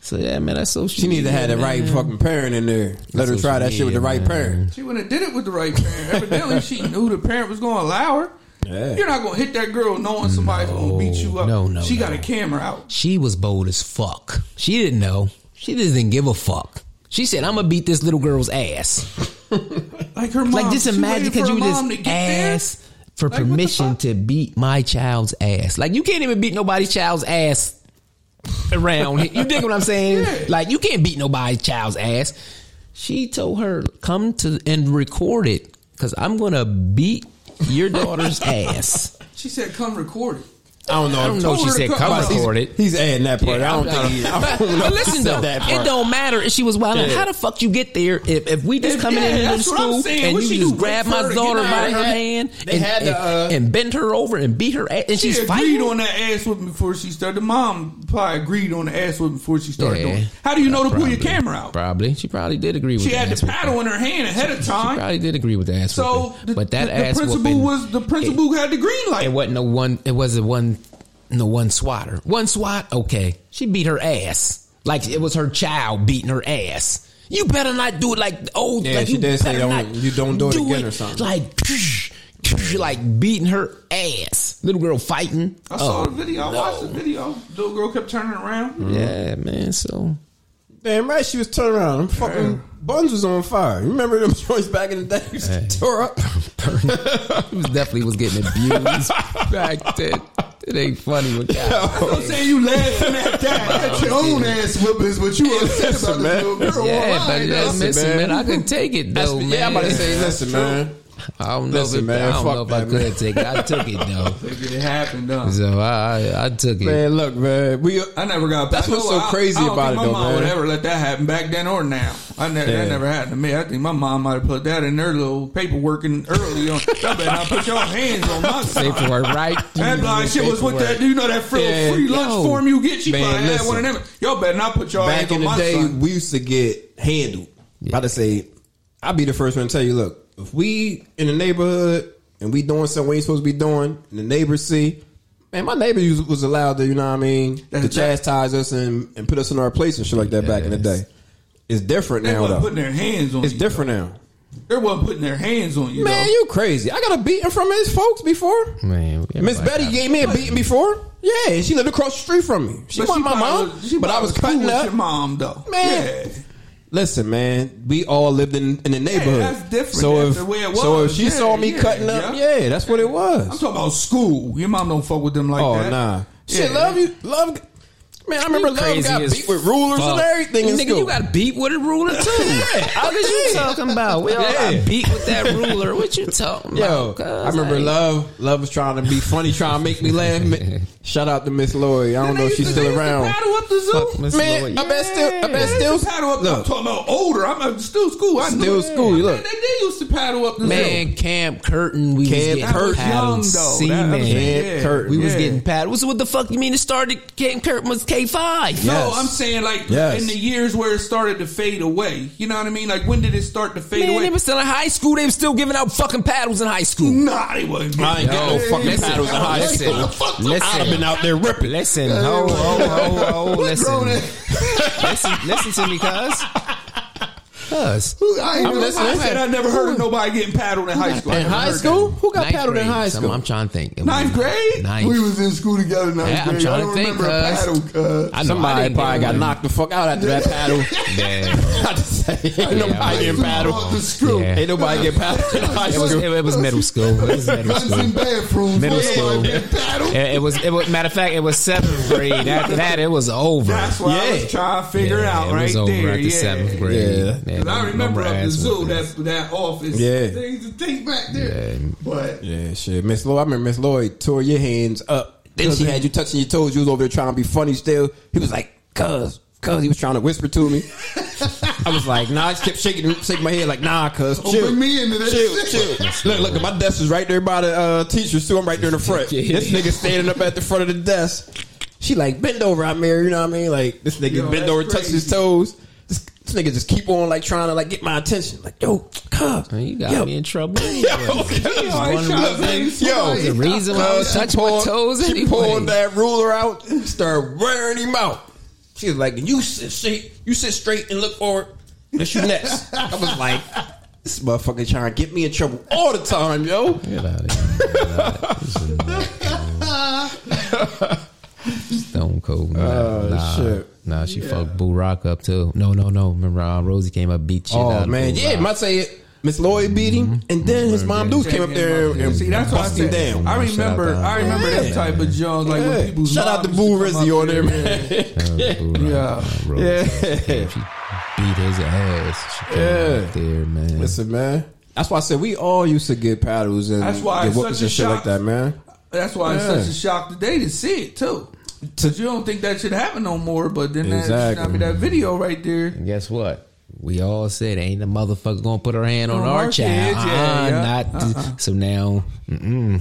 Speaker 2: so yeah, man, that's social
Speaker 4: She need to have the right fucking parent in there. Let her try that shit with the right parent.
Speaker 3: She wouldn't have did it with the right parent. Evidently, she knew the parent was going to allow her.
Speaker 4: Yeah.
Speaker 3: You're not going to hit that girl knowing somebody's going to beat you up.
Speaker 2: No, no,
Speaker 3: She got
Speaker 2: no.
Speaker 3: a camera out.
Speaker 2: She was bold as fuck. She didn't know. She didn't give a fuck. She said, "I'm gonna beat this little girl's ass."
Speaker 3: Like her mom.
Speaker 2: like just
Speaker 3: she
Speaker 2: imagine
Speaker 3: waited
Speaker 2: because
Speaker 3: for
Speaker 2: you
Speaker 3: her mom to
Speaker 2: just
Speaker 3: get there.
Speaker 2: ask for
Speaker 3: what the
Speaker 2: permission
Speaker 3: fuck?
Speaker 2: to beat my child's ass. Like you can't even beat nobody's child's ass around. here. you dig what I'm saying?
Speaker 3: Yeah.
Speaker 2: Like you can't beat nobody's child's ass. She told her come to and record it because I'm gonna beat your daughter's ass.
Speaker 3: She said, "Come record it."
Speaker 4: I don't know.
Speaker 2: I don't know. if She
Speaker 3: Told her
Speaker 2: said
Speaker 3: to
Speaker 2: come
Speaker 3: come.
Speaker 2: record it.
Speaker 4: He's adding that part.
Speaker 2: Yeah,
Speaker 4: I don't
Speaker 2: I'm-
Speaker 4: think he. I
Speaker 2: But,
Speaker 4: don't know
Speaker 2: but
Speaker 4: if he
Speaker 2: listen
Speaker 4: said
Speaker 2: though,
Speaker 4: that part.
Speaker 2: it don't matter if she was wild.
Speaker 4: Yeah.
Speaker 2: How the fuck you get there if, if we just
Speaker 3: If-
Speaker 2: come
Speaker 3: yeah,
Speaker 2: in here to
Speaker 3: that's what I'm
Speaker 2: school
Speaker 3: saying.
Speaker 2: and
Speaker 3: What
Speaker 2: you
Speaker 3: she
Speaker 2: just
Speaker 3: do,
Speaker 2: grab
Speaker 3: wait
Speaker 2: my
Speaker 3: for her to
Speaker 2: daughter
Speaker 3: get
Speaker 2: by
Speaker 3: out?
Speaker 2: her
Speaker 4: They had-
Speaker 2: hand
Speaker 4: they
Speaker 2: and,
Speaker 4: had
Speaker 2: and,
Speaker 4: the, uh,
Speaker 2: and bend her over and beat her ass and
Speaker 3: She
Speaker 2: she's
Speaker 3: agreed
Speaker 2: fighting.
Speaker 3: on that ass whipping before she started. The mom probably agreed on the ass whipping before she started
Speaker 2: Yeah.
Speaker 3: doing it. How do you know to pull your
Speaker 2: Probably.
Speaker 3: camera out?
Speaker 2: Probably she probably did agree with.
Speaker 3: She
Speaker 2: the
Speaker 3: had
Speaker 2: ass
Speaker 3: the
Speaker 2: whooping.
Speaker 3: paddle in her hand ahead of
Speaker 2: She
Speaker 3: time.
Speaker 2: probably did agree with the ass.
Speaker 3: So
Speaker 2: whooping.
Speaker 3: the,
Speaker 2: but that
Speaker 3: the, the
Speaker 2: ass
Speaker 3: principal
Speaker 2: whooping,
Speaker 3: was the principal had the green
Speaker 2: It,
Speaker 3: light.
Speaker 2: it wasn't no one. It wasn't one. No one swatter. One swat. Okay, she beat her ass like it was her child beating her ass. You better not do it like oh
Speaker 4: Yeah,
Speaker 2: like
Speaker 4: she
Speaker 2: you
Speaker 4: did say
Speaker 2: better
Speaker 4: don't-
Speaker 2: not
Speaker 4: you don't do it again or something.
Speaker 2: Like like beating her ass. Little girl fighting.
Speaker 3: I saw
Speaker 2: Oh,
Speaker 3: the video. I
Speaker 2: no.
Speaker 3: watched the video. The little girl kept turning around.
Speaker 2: Yeah, man. So
Speaker 4: Damn right, she was turning around. Them fucking buns was on fire. You remember them joints back in the day? You
Speaker 2: Hey.
Speaker 4: tore up.
Speaker 2: he was definitely was getting abused back then. It ain't funny with that.
Speaker 3: I'm saying you laughing at that. That's your own ass whoopings, but you upset
Speaker 4: Listen,
Speaker 3: about this little
Speaker 4: man.
Speaker 3: girl.
Speaker 2: Yeah,
Speaker 3: online,
Speaker 2: but
Speaker 3: though.
Speaker 2: that's
Speaker 4: listen,
Speaker 2: missing, man.
Speaker 4: man.
Speaker 2: I could take it though, man.
Speaker 4: Yeah, I'm about to say, listen, man.
Speaker 2: I don't know
Speaker 4: Listen,
Speaker 2: if
Speaker 4: man,
Speaker 2: I don't
Speaker 4: fuck
Speaker 2: know if I
Speaker 4: that,
Speaker 2: could
Speaker 4: man.
Speaker 2: take it. I took it though,
Speaker 3: It happened, huh?
Speaker 2: so I I, I took it.
Speaker 4: Man, look, man. We uh,
Speaker 3: I never got.
Speaker 4: That's what's so
Speaker 3: I-
Speaker 4: crazy
Speaker 3: I don't
Speaker 4: about
Speaker 3: think
Speaker 4: it,
Speaker 3: My
Speaker 4: though,
Speaker 3: mom
Speaker 4: man.
Speaker 3: would ever let that happen back then or now. I never
Speaker 4: Yeah.
Speaker 3: that never happened to me. I think my mom might have put that in their little paperwork and early on. Y'all better not put your hands on my
Speaker 2: Pay
Speaker 3: son.
Speaker 2: for it, right?
Speaker 3: That blind shit was what that. You know that free,
Speaker 4: Yeah.
Speaker 3: free lunch
Speaker 2: Yo.
Speaker 3: form you get. She
Speaker 4: Man,
Speaker 3: probably
Speaker 4: listen.
Speaker 3: had one of them. Y'all better not put your
Speaker 4: back
Speaker 3: hands
Speaker 4: in
Speaker 3: on
Speaker 4: the
Speaker 3: my
Speaker 4: day,
Speaker 3: son.
Speaker 4: we used to get handled. About to say, I'll be the first one to tell you. Look, if we in the neighborhood and we doing something we ain't supposed to be doing, and the neighbors see, man, my neighbor was, was allowed to, you know what I mean, to
Speaker 3: That's-
Speaker 4: chastise us and, and put us in our place and shit like that. Back in the day, it's different
Speaker 3: They
Speaker 4: now.
Speaker 3: wasn't
Speaker 4: Though
Speaker 3: putting their hands on
Speaker 4: it's
Speaker 3: you.
Speaker 4: different now.
Speaker 3: They wasn't putting their hands on you.
Speaker 4: Man,
Speaker 3: though.
Speaker 4: you crazy? I got a beating from his folks before.
Speaker 2: Man,
Speaker 4: Miss
Speaker 2: everybody
Speaker 4: Betty
Speaker 2: got-
Speaker 4: gave me a beating before. Yeah, she lived across the street from me. She
Speaker 3: But
Speaker 4: wasn't my
Speaker 3: probably
Speaker 4: mom,
Speaker 3: was- she
Speaker 4: but I
Speaker 3: probably
Speaker 4: was cutting
Speaker 3: cool with
Speaker 4: up.
Speaker 3: your mom though.
Speaker 4: Man,
Speaker 3: Yeah.
Speaker 4: Listen, man, we all lived in, in the neighborhood.
Speaker 3: that's different.
Speaker 4: So
Speaker 3: That's
Speaker 4: if
Speaker 3: the way it
Speaker 4: so, if
Speaker 3: was.
Speaker 4: she
Speaker 3: Yeah,
Speaker 4: saw me
Speaker 3: yeah,
Speaker 4: cutting up,
Speaker 3: yeah.
Speaker 4: yeah. that's what it was.
Speaker 3: I'm talking about school. Your mom don't fuck with them like
Speaker 4: oh
Speaker 3: that.
Speaker 4: nah, shit,
Speaker 3: Yeah.
Speaker 4: love you, love. Man, I remember love
Speaker 2: crazy
Speaker 4: got
Speaker 2: as
Speaker 4: beat with rulers and everything. in
Speaker 2: Nigga,
Speaker 4: school.
Speaker 2: you got beat with a ruler too. How did you talking about? We all
Speaker 4: Yeah.
Speaker 2: got beat with that ruler. What you talking
Speaker 4: Yo,
Speaker 2: about? cuz?
Speaker 4: I remember
Speaker 2: Like,
Speaker 4: Love. Love was trying to be funny, trying to make me laugh. Ma- Shout out to Miss Lori. I don't
Speaker 3: Then they
Speaker 4: know if
Speaker 3: used
Speaker 4: she's
Speaker 3: to- they
Speaker 4: still
Speaker 3: used to
Speaker 4: around.
Speaker 3: Paddle up the
Speaker 2: Fuck
Speaker 3: zoo.
Speaker 2: Miss
Speaker 4: Man,
Speaker 2: Lloyd.
Speaker 4: I bet still, I
Speaker 3: They
Speaker 4: bet
Speaker 3: used
Speaker 4: still,
Speaker 3: to paddle up. I'm
Speaker 4: look,
Speaker 3: talking about older. I'm uh, still school. I
Speaker 4: Still
Speaker 3: knew
Speaker 4: school,
Speaker 3: Man,
Speaker 4: look.
Speaker 3: they did used to paddle up the zoo.
Speaker 2: Man, Cam Curtin, we
Speaker 4: Cam
Speaker 2: was getting
Speaker 4: Curtin.
Speaker 2: paddled.
Speaker 3: Young, though.
Speaker 2: See,
Speaker 3: That- that
Speaker 2: man.
Speaker 3: was-
Speaker 4: Cam
Speaker 3: yeah.
Speaker 4: Curtin.
Speaker 2: We was
Speaker 3: Yeah.
Speaker 2: getting paddled. So what the fuck you mean it started? Cam Curtin was K five. Yeah.
Speaker 4: Yeah.
Speaker 3: No,
Speaker 4: Yes.
Speaker 3: I'm saying like
Speaker 4: Yes.
Speaker 3: in the years where it started to fade away. You know what I mean? Like when did it start to fade
Speaker 2: Man,
Speaker 3: away?
Speaker 2: they was still in high school. They was still giving out fucking paddles in high school.
Speaker 3: nah, they wasn't.
Speaker 4: I ain't got no fucking
Speaker 2: listen,
Speaker 4: paddles in high
Speaker 2: listen,
Speaker 4: school.
Speaker 2: listen.
Speaker 4: I'd have been out there ripping.
Speaker 2: Listen, ho, ho, ho, ho, listen.
Speaker 3: grown
Speaker 2: listen, listen to me, cuz. Cuz.
Speaker 3: I, ain't
Speaker 4: I'm
Speaker 3: never-
Speaker 4: listening.
Speaker 3: I said I never heard of nobody getting paddled in high school. I
Speaker 4: In
Speaker 3: never
Speaker 4: high
Speaker 3: heard
Speaker 4: school,
Speaker 3: that.
Speaker 4: who got
Speaker 2: Ninth
Speaker 4: paddled in
Speaker 2: grade.
Speaker 4: high
Speaker 2: Some-
Speaker 4: school?
Speaker 2: I'm trying to think.
Speaker 3: Ninth grade?
Speaker 2: Ninth.
Speaker 3: We was in school together in ninth
Speaker 2: Yeah, I'm
Speaker 3: grade.
Speaker 2: trying
Speaker 3: I
Speaker 2: to
Speaker 3: don't
Speaker 2: think,
Speaker 3: remember a
Speaker 2: cuz.
Speaker 3: paddle, cuz.
Speaker 2: I know I
Speaker 4: Somebody
Speaker 2: didn't
Speaker 4: probably
Speaker 2: get
Speaker 4: got
Speaker 2: one.
Speaker 4: knocked the fuck out after that paddle.
Speaker 2: Yeah.
Speaker 4: I just say, ain't nobody
Speaker 2: right.
Speaker 4: getting paddled.
Speaker 3: Off the screw.
Speaker 2: Yeah.
Speaker 4: Ain't nobody getting paddled in high
Speaker 2: It was,
Speaker 4: school.
Speaker 2: it, it was middle school. It was middle
Speaker 3: Guns in
Speaker 2: school.
Speaker 3: bathrooms.
Speaker 2: Middle
Speaker 3: Yeah,
Speaker 2: school.
Speaker 3: like, big paddle.
Speaker 2: It, it was. It was. Matter of fact, it was seventh grade. After that, it was over.
Speaker 3: That's what I
Speaker 4: Yeah.
Speaker 3: was trying to figure
Speaker 2: Yeah,
Speaker 3: out
Speaker 2: it
Speaker 3: right
Speaker 2: was over
Speaker 3: there.
Speaker 2: at the
Speaker 3: yeah.
Speaker 2: seventh grade.
Speaker 4: Yeah.
Speaker 2: Man,
Speaker 3: And I
Speaker 2: no-
Speaker 3: remember
Speaker 2: no more
Speaker 3: at the
Speaker 2: ass
Speaker 3: zoo
Speaker 2: whoopings.
Speaker 3: that that office.
Speaker 4: Yeah.
Speaker 3: they used to take back there.
Speaker 2: Yeah.
Speaker 3: But
Speaker 4: Yeah, shit. Miss Lloyd, I remember Miss Lloyd tore your hands up. Then she had you touching your toes. You was over there trying to be funny still. He was like, cuz, cuz. He was trying to whisper to me. I was like, nah, I just kept shaking, shaking my head like, nah, cuz,
Speaker 3: don't
Speaker 4: chill.
Speaker 3: bring me into this.
Speaker 4: Chill, chill. Look, look, my desk is right there by the uh, teachers too. I'm right there in the front.
Speaker 2: Yeah.
Speaker 4: This nigga standing up at the front of the desk. She like bend over, I mirror. You know what I mean? Like this nigga
Speaker 3: Yo,
Speaker 4: bend
Speaker 3: that's
Speaker 4: over, touch his
Speaker 3: crazy.
Speaker 4: toes. This, this nigga just keep on like trying to like get my attention. Like yo, cuz,
Speaker 2: Man, you got
Speaker 4: yo,
Speaker 2: me in trouble.
Speaker 4: Yo,
Speaker 2: anyway.
Speaker 4: cuz,
Speaker 3: I
Speaker 4: one
Speaker 3: shot
Speaker 4: look,
Speaker 3: him.
Speaker 4: nigga, yo,
Speaker 3: There's a
Speaker 2: reason why I
Speaker 4: cuz,
Speaker 2: don't touch
Speaker 4: she
Speaker 2: my
Speaker 4: pulled-
Speaker 2: toes
Speaker 4: She
Speaker 2: anyway.
Speaker 4: pulled that ruler out and started wearing him out. She was like, "You sit, straight, you sit straight and look forward. That's you next." I was like, "This motherfucker trying to get me in trouble all the time, yo."
Speaker 2: Get out of here. Get out of here. Stone Cold. Nah,
Speaker 4: Oh,
Speaker 2: nah,
Speaker 4: shit.
Speaker 2: Nah, she fucked Boo Rock up too. No, no, no. Remember, uh, Rosie came up, beat shit out
Speaker 4: Oh
Speaker 2: of
Speaker 4: man,
Speaker 2: Boo
Speaker 4: yeah,
Speaker 2: Rock.
Speaker 4: might say it. Miss Lloyd beat him,
Speaker 3: Mm-hmm.
Speaker 4: and then his mom dudes came up there and,
Speaker 3: see that's what I
Speaker 4: bust him
Speaker 3: said.
Speaker 4: down.
Speaker 3: I remember,
Speaker 2: Shout out
Speaker 3: I remember
Speaker 4: to-
Speaker 3: that type of junk. Like when
Speaker 4: Yeah.
Speaker 3: people
Speaker 4: Shout out to Boo Rizzy on there, man.
Speaker 2: Yeah, Boo Rock,
Speaker 3: Yeah.
Speaker 2: uh, Rosie
Speaker 4: Yeah.
Speaker 2: came, She beat his ass. She came
Speaker 4: Yeah.
Speaker 2: out there, man.
Speaker 4: Listen, man. That's why I said we all used to get paddles and
Speaker 3: That's why
Speaker 4: get
Speaker 3: it's
Speaker 4: whoopings
Speaker 3: such a
Speaker 4: and shit like
Speaker 3: shock.
Speaker 4: that, man.
Speaker 3: That's why
Speaker 4: Yeah.
Speaker 3: it's such a shock today to see it too. Cause you don't think that should happen no more, but then that,
Speaker 4: Exactly.
Speaker 3: I mean, that video right there.
Speaker 2: And guess what? We all said ain't a motherfucker gonna put her hand on,
Speaker 3: On
Speaker 2: our,
Speaker 3: our
Speaker 2: child.
Speaker 3: kids, yeah,
Speaker 2: Uh-uh,
Speaker 3: yeah.
Speaker 2: Not so now. Mm-mm,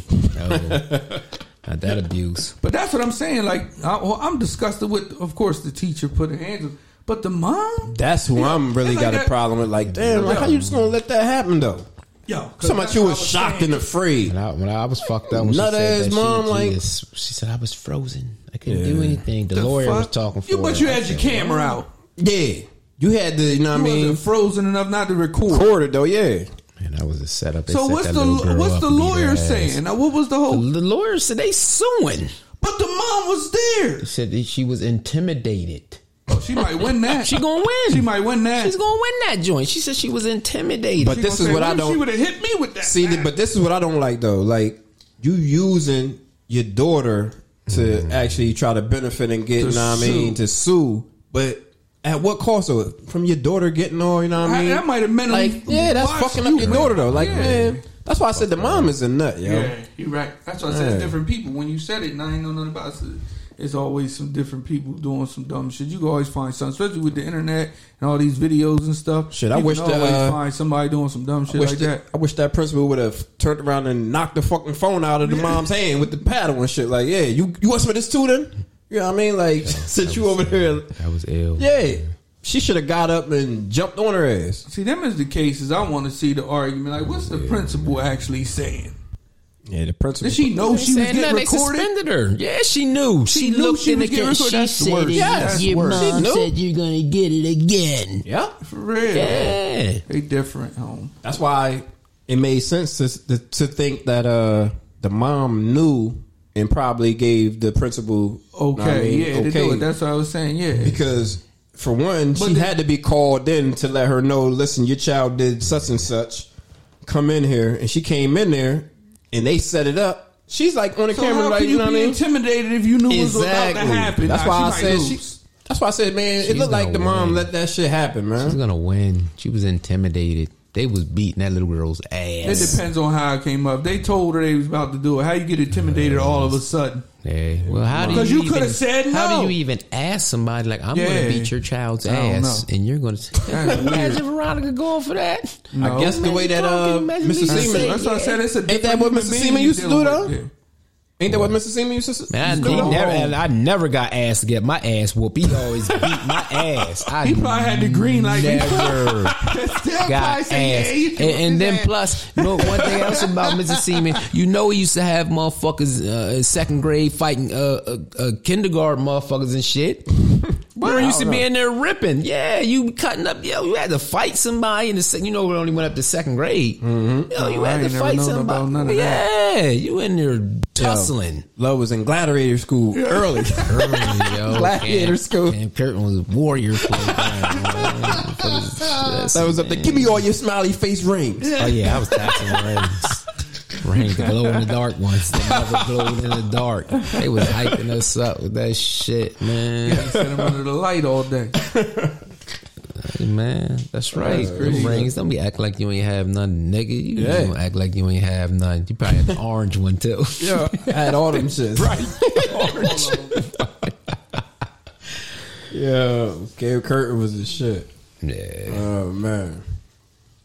Speaker 2: no. not that abuse.
Speaker 3: But that's what I'm saying. Like I, well, I'm disgusted with, of course, the teacher putting hands, on- but the mom.
Speaker 4: That's who I'm really
Speaker 3: It's like
Speaker 4: got a
Speaker 3: that-
Speaker 4: problem with. Like, damn, like how you just gonna let that happen though?
Speaker 3: Yo,
Speaker 4: So much you was shocked and afraid.
Speaker 2: When I, when I was fucked up, when she
Speaker 4: Nut
Speaker 2: said
Speaker 4: ass
Speaker 2: that
Speaker 4: mom,
Speaker 2: shit,
Speaker 4: like-
Speaker 2: she, is- she said I was frozen. I couldn't do anything. The,
Speaker 3: The
Speaker 2: lawyer
Speaker 3: fuck?
Speaker 2: was talking for
Speaker 3: you, but
Speaker 2: her.
Speaker 3: you
Speaker 2: I
Speaker 3: had your
Speaker 2: said,
Speaker 3: camera out.
Speaker 4: Yeah, you had to. You know what I
Speaker 3: You
Speaker 4: mean?
Speaker 3: wasn't frozen enough not to record.
Speaker 4: Recorded though, yeah.
Speaker 2: Man, that was a setup. They
Speaker 3: so
Speaker 2: set
Speaker 3: what's
Speaker 2: that
Speaker 3: the
Speaker 2: little girl
Speaker 3: what's
Speaker 2: up
Speaker 3: the
Speaker 2: and beat her
Speaker 3: lawyer
Speaker 2: ass.
Speaker 3: saying? Now what was the whole?
Speaker 2: The lawyer said they suing.
Speaker 3: But the mom was there.
Speaker 2: Said that she was intimidated.
Speaker 3: Oh, she might win that.
Speaker 2: She gonna win.
Speaker 3: She might win that.
Speaker 2: She's gonna win that joint. She said she was intimidated.
Speaker 4: But
Speaker 3: She
Speaker 4: this
Speaker 3: gonna
Speaker 4: is
Speaker 3: say,
Speaker 4: what I
Speaker 3: "What if
Speaker 4: don't-
Speaker 3: She would have hit me with that.
Speaker 4: See, th- but this is what I don't like though. Like you using your daughter to actually try to benefit and get, you know what I mean,
Speaker 3: sue.
Speaker 4: to sue, but at what cost? So from your daughter getting all, you know what I
Speaker 3: I-
Speaker 4: mean?
Speaker 3: that might have mentally
Speaker 4: like, yeah, that's
Speaker 3: washed
Speaker 4: fucking
Speaker 3: you,
Speaker 4: up your
Speaker 3: man.
Speaker 4: daughter though. Like,
Speaker 3: Yeah.
Speaker 4: man, that's why I said the mom is a nut, yo.
Speaker 3: yeah, you're right. That's why I said
Speaker 4: Yeah.
Speaker 3: it's different people. When you said it, and I ain't know nothing about it. It's always some different people doing some dumb shit. You can always find something, especially with the internet and all these videos and stuff.
Speaker 4: Shit,
Speaker 3: you
Speaker 4: I wish
Speaker 3: can
Speaker 4: that,
Speaker 3: always
Speaker 4: uh,
Speaker 3: find somebody doing some dumb shit
Speaker 4: Wish
Speaker 3: like
Speaker 4: that,
Speaker 3: that.
Speaker 4: I wish that principal would have turned around and knocked the fucking phone out of the mom's hand with the paddle and shit. Like, yeah, you you want some of this too, then? You know what I mean? Like, since you over there,
Speaker 2: That was ill.
Speaker 4: yeah, she should have got up and jumped on her ass.
Speaker 3: See, them is the cases I want to see the argument. Like, what's the principal actually saying?
Speaker 4: Yeah, the principal.
Speaker 3: Did she know she was
Speaker 2: Said,
Speaker 3: getting
Speaker 2: no, they
Speaker 3: recorded?
Speaker 2: suspended her. Yeah, she knew. She,
Speaker 3: knew
Speaker 2: looked
Speaker 3: she
Speaker 2: in the
Speaker 3: was getting
Speaker 2: camera.
Speaker 3: recorded. That's the worst.
Speaker 2: it,
Speaker 3: Yeah, that's
Speaker 2: your
Speaker 3: the
Speaker 2: mom
Speaker 3: worst.
Speaker 4: She knew.
Speaker 2: said you're gonna get it again.
Speaker 4: Yeah,
Speaker 3: For real?
Speaker 2: Yeah.
Speaker 3: They different, home.
Speaker 4: that's why it made sense to to, to think that uh, the mom knew and probably gave the principal.
Speaker 3: Okay,
Speaker 4: I mean,
Speaker 3: yeah, they do it. That's what I was saying. Yeah,
Speaker 4: because for one, she had to be called in to let her know. Listen, your child did such and such. Come in here, and she came in there, and they set it up. She's like on the
Speaker 3: So
Speaker 4: camera,
Speaker 3: how
Speaker 4: like
Speaker 3: can
Speaker 4: you
Speaker 3: you
Speaker 4: know what I
Speaker 3: be
Speaker 4: mean.
Speaker 3: intimidated if you knew it was about to
Speaker 4: Exactly.
Speaker 3: happen?
Speaker 4: That's
Speaker 3: Nah,
Speaker 4: why I
Speaker 3: she
Speaker 4: said
Speaker 3: might
Speaker 4: she.
Speaker 3: lose.
Speaker 4: That's why I said, man, it
Speaker 2: She's
Speaker 4: looked like
Speaker 2: gonna
Speaker 4: the mom
Speaker 2: win.
Speaker 4: let that shit happen,
Speaker 2: She's
Speaker 4: man.
Speaker 2: gonna win. She was intimidated. They was beating that little girl's
Speaker 3: It
Speaker 2: ass.
Speaker 3: depends on how it came up. They told her they was about to do it. How you get intimidated all of a sudden?
Speaker 2: Yeah. Well, how do
Speaker 3: 'Cause
Speaker 2: you
Speaker 3: you coulda
Speaker 2: even-
Speaker 3: said
Speaker 2: How
Speaker 3: no.
Speaker 2: do you even ask somebody like I'm
Speaker 3: Yeah.
Speaker 2: gonna beat your child's
Speaker 3: I don't
Speaker 2: ass
Speaker 3: know.
Speaker 2: and you're gonna imagine Veronica going for that?
Speaker 3: No.
Speaker 4: I guess the way that uh,
Speaker 2: Imagine me
Speaker 4: Mr.
Speaker 2: saying
Speaker 4: Seaman,
Speaker 3: That's what I said. It's a
Speaker 4: that
Speaker 3: different
Speaker 4: what
Speaker 3: human
Speaker 4: Mr.
Speaker 3: being
Speaker 4: Seaman
Speaker 3: you
Speaker 4: used to
Speaker 3: deal
Speaker 4: do, though?
Speaker 3: with. Yeah.
Speaker 4: ain't that what Mr. Seaman used to?
Speaker 2: Man, I,
Speaker 4: used to
Speaker 2: he
Speaker 4: do?
Speaker 2: never, and I never got ass to get my ass whooped. He always beat my ass. I
Speaker 3: He probably had the green light.
Speaker 2: never
Speaker 3: got
Speaker 2: got ass. and, and then plus, you know, one thing else about Mr. Seaman, you know, he used to have motherfuckers uh, in second grade fighting uh, uh, uh, kindergarten motherfuckers and shit. Bro, used to be in there ripping. Yeah, you cutting up. Yo, you had to fight somebody in the sec- you know we only went up to second grade. Yo, you
Speaker 3: Mm-hmm. Oh, I
Speaker 2: had to
Speaker 3: ain't never
Speaker 2: fight
Speaker 3: known
Speaker 2: somebody.
Speaker 3: about none of
Speaker 2: yeah, you in there tussling.
Speaker 4: Love was in gladiator school early.
Speaker 2: Early, yo.
Speaker 4: Gladiator
Speaker 2: Cam-
Speaker 4: school.
Speaker 2: Cam Curtin was a warrior playground.
Speaker 4: That was up there. Give me all your smiley face rings.
Speaker 2: Oh yeah, I was taxing rings. Rings, the glow in the dark ones. They never glowed in the dark. They was hyping us up with that shit, man.
Speaker 3: Set him under the light all day.
Speaker 2: Hey, man, that's right. Them rings, don't be acting like you ain't have none, nigga. You
Speaker 4: Yeah.
Speaker 2: don't act like you ain't have none. You probably had an orange one too.
Speaker 4: Yeah, I had all them shits. Right. yeah, Gabe Curtin was the shit.
Speaker 2: yeah.
Speaker 4: Oh man,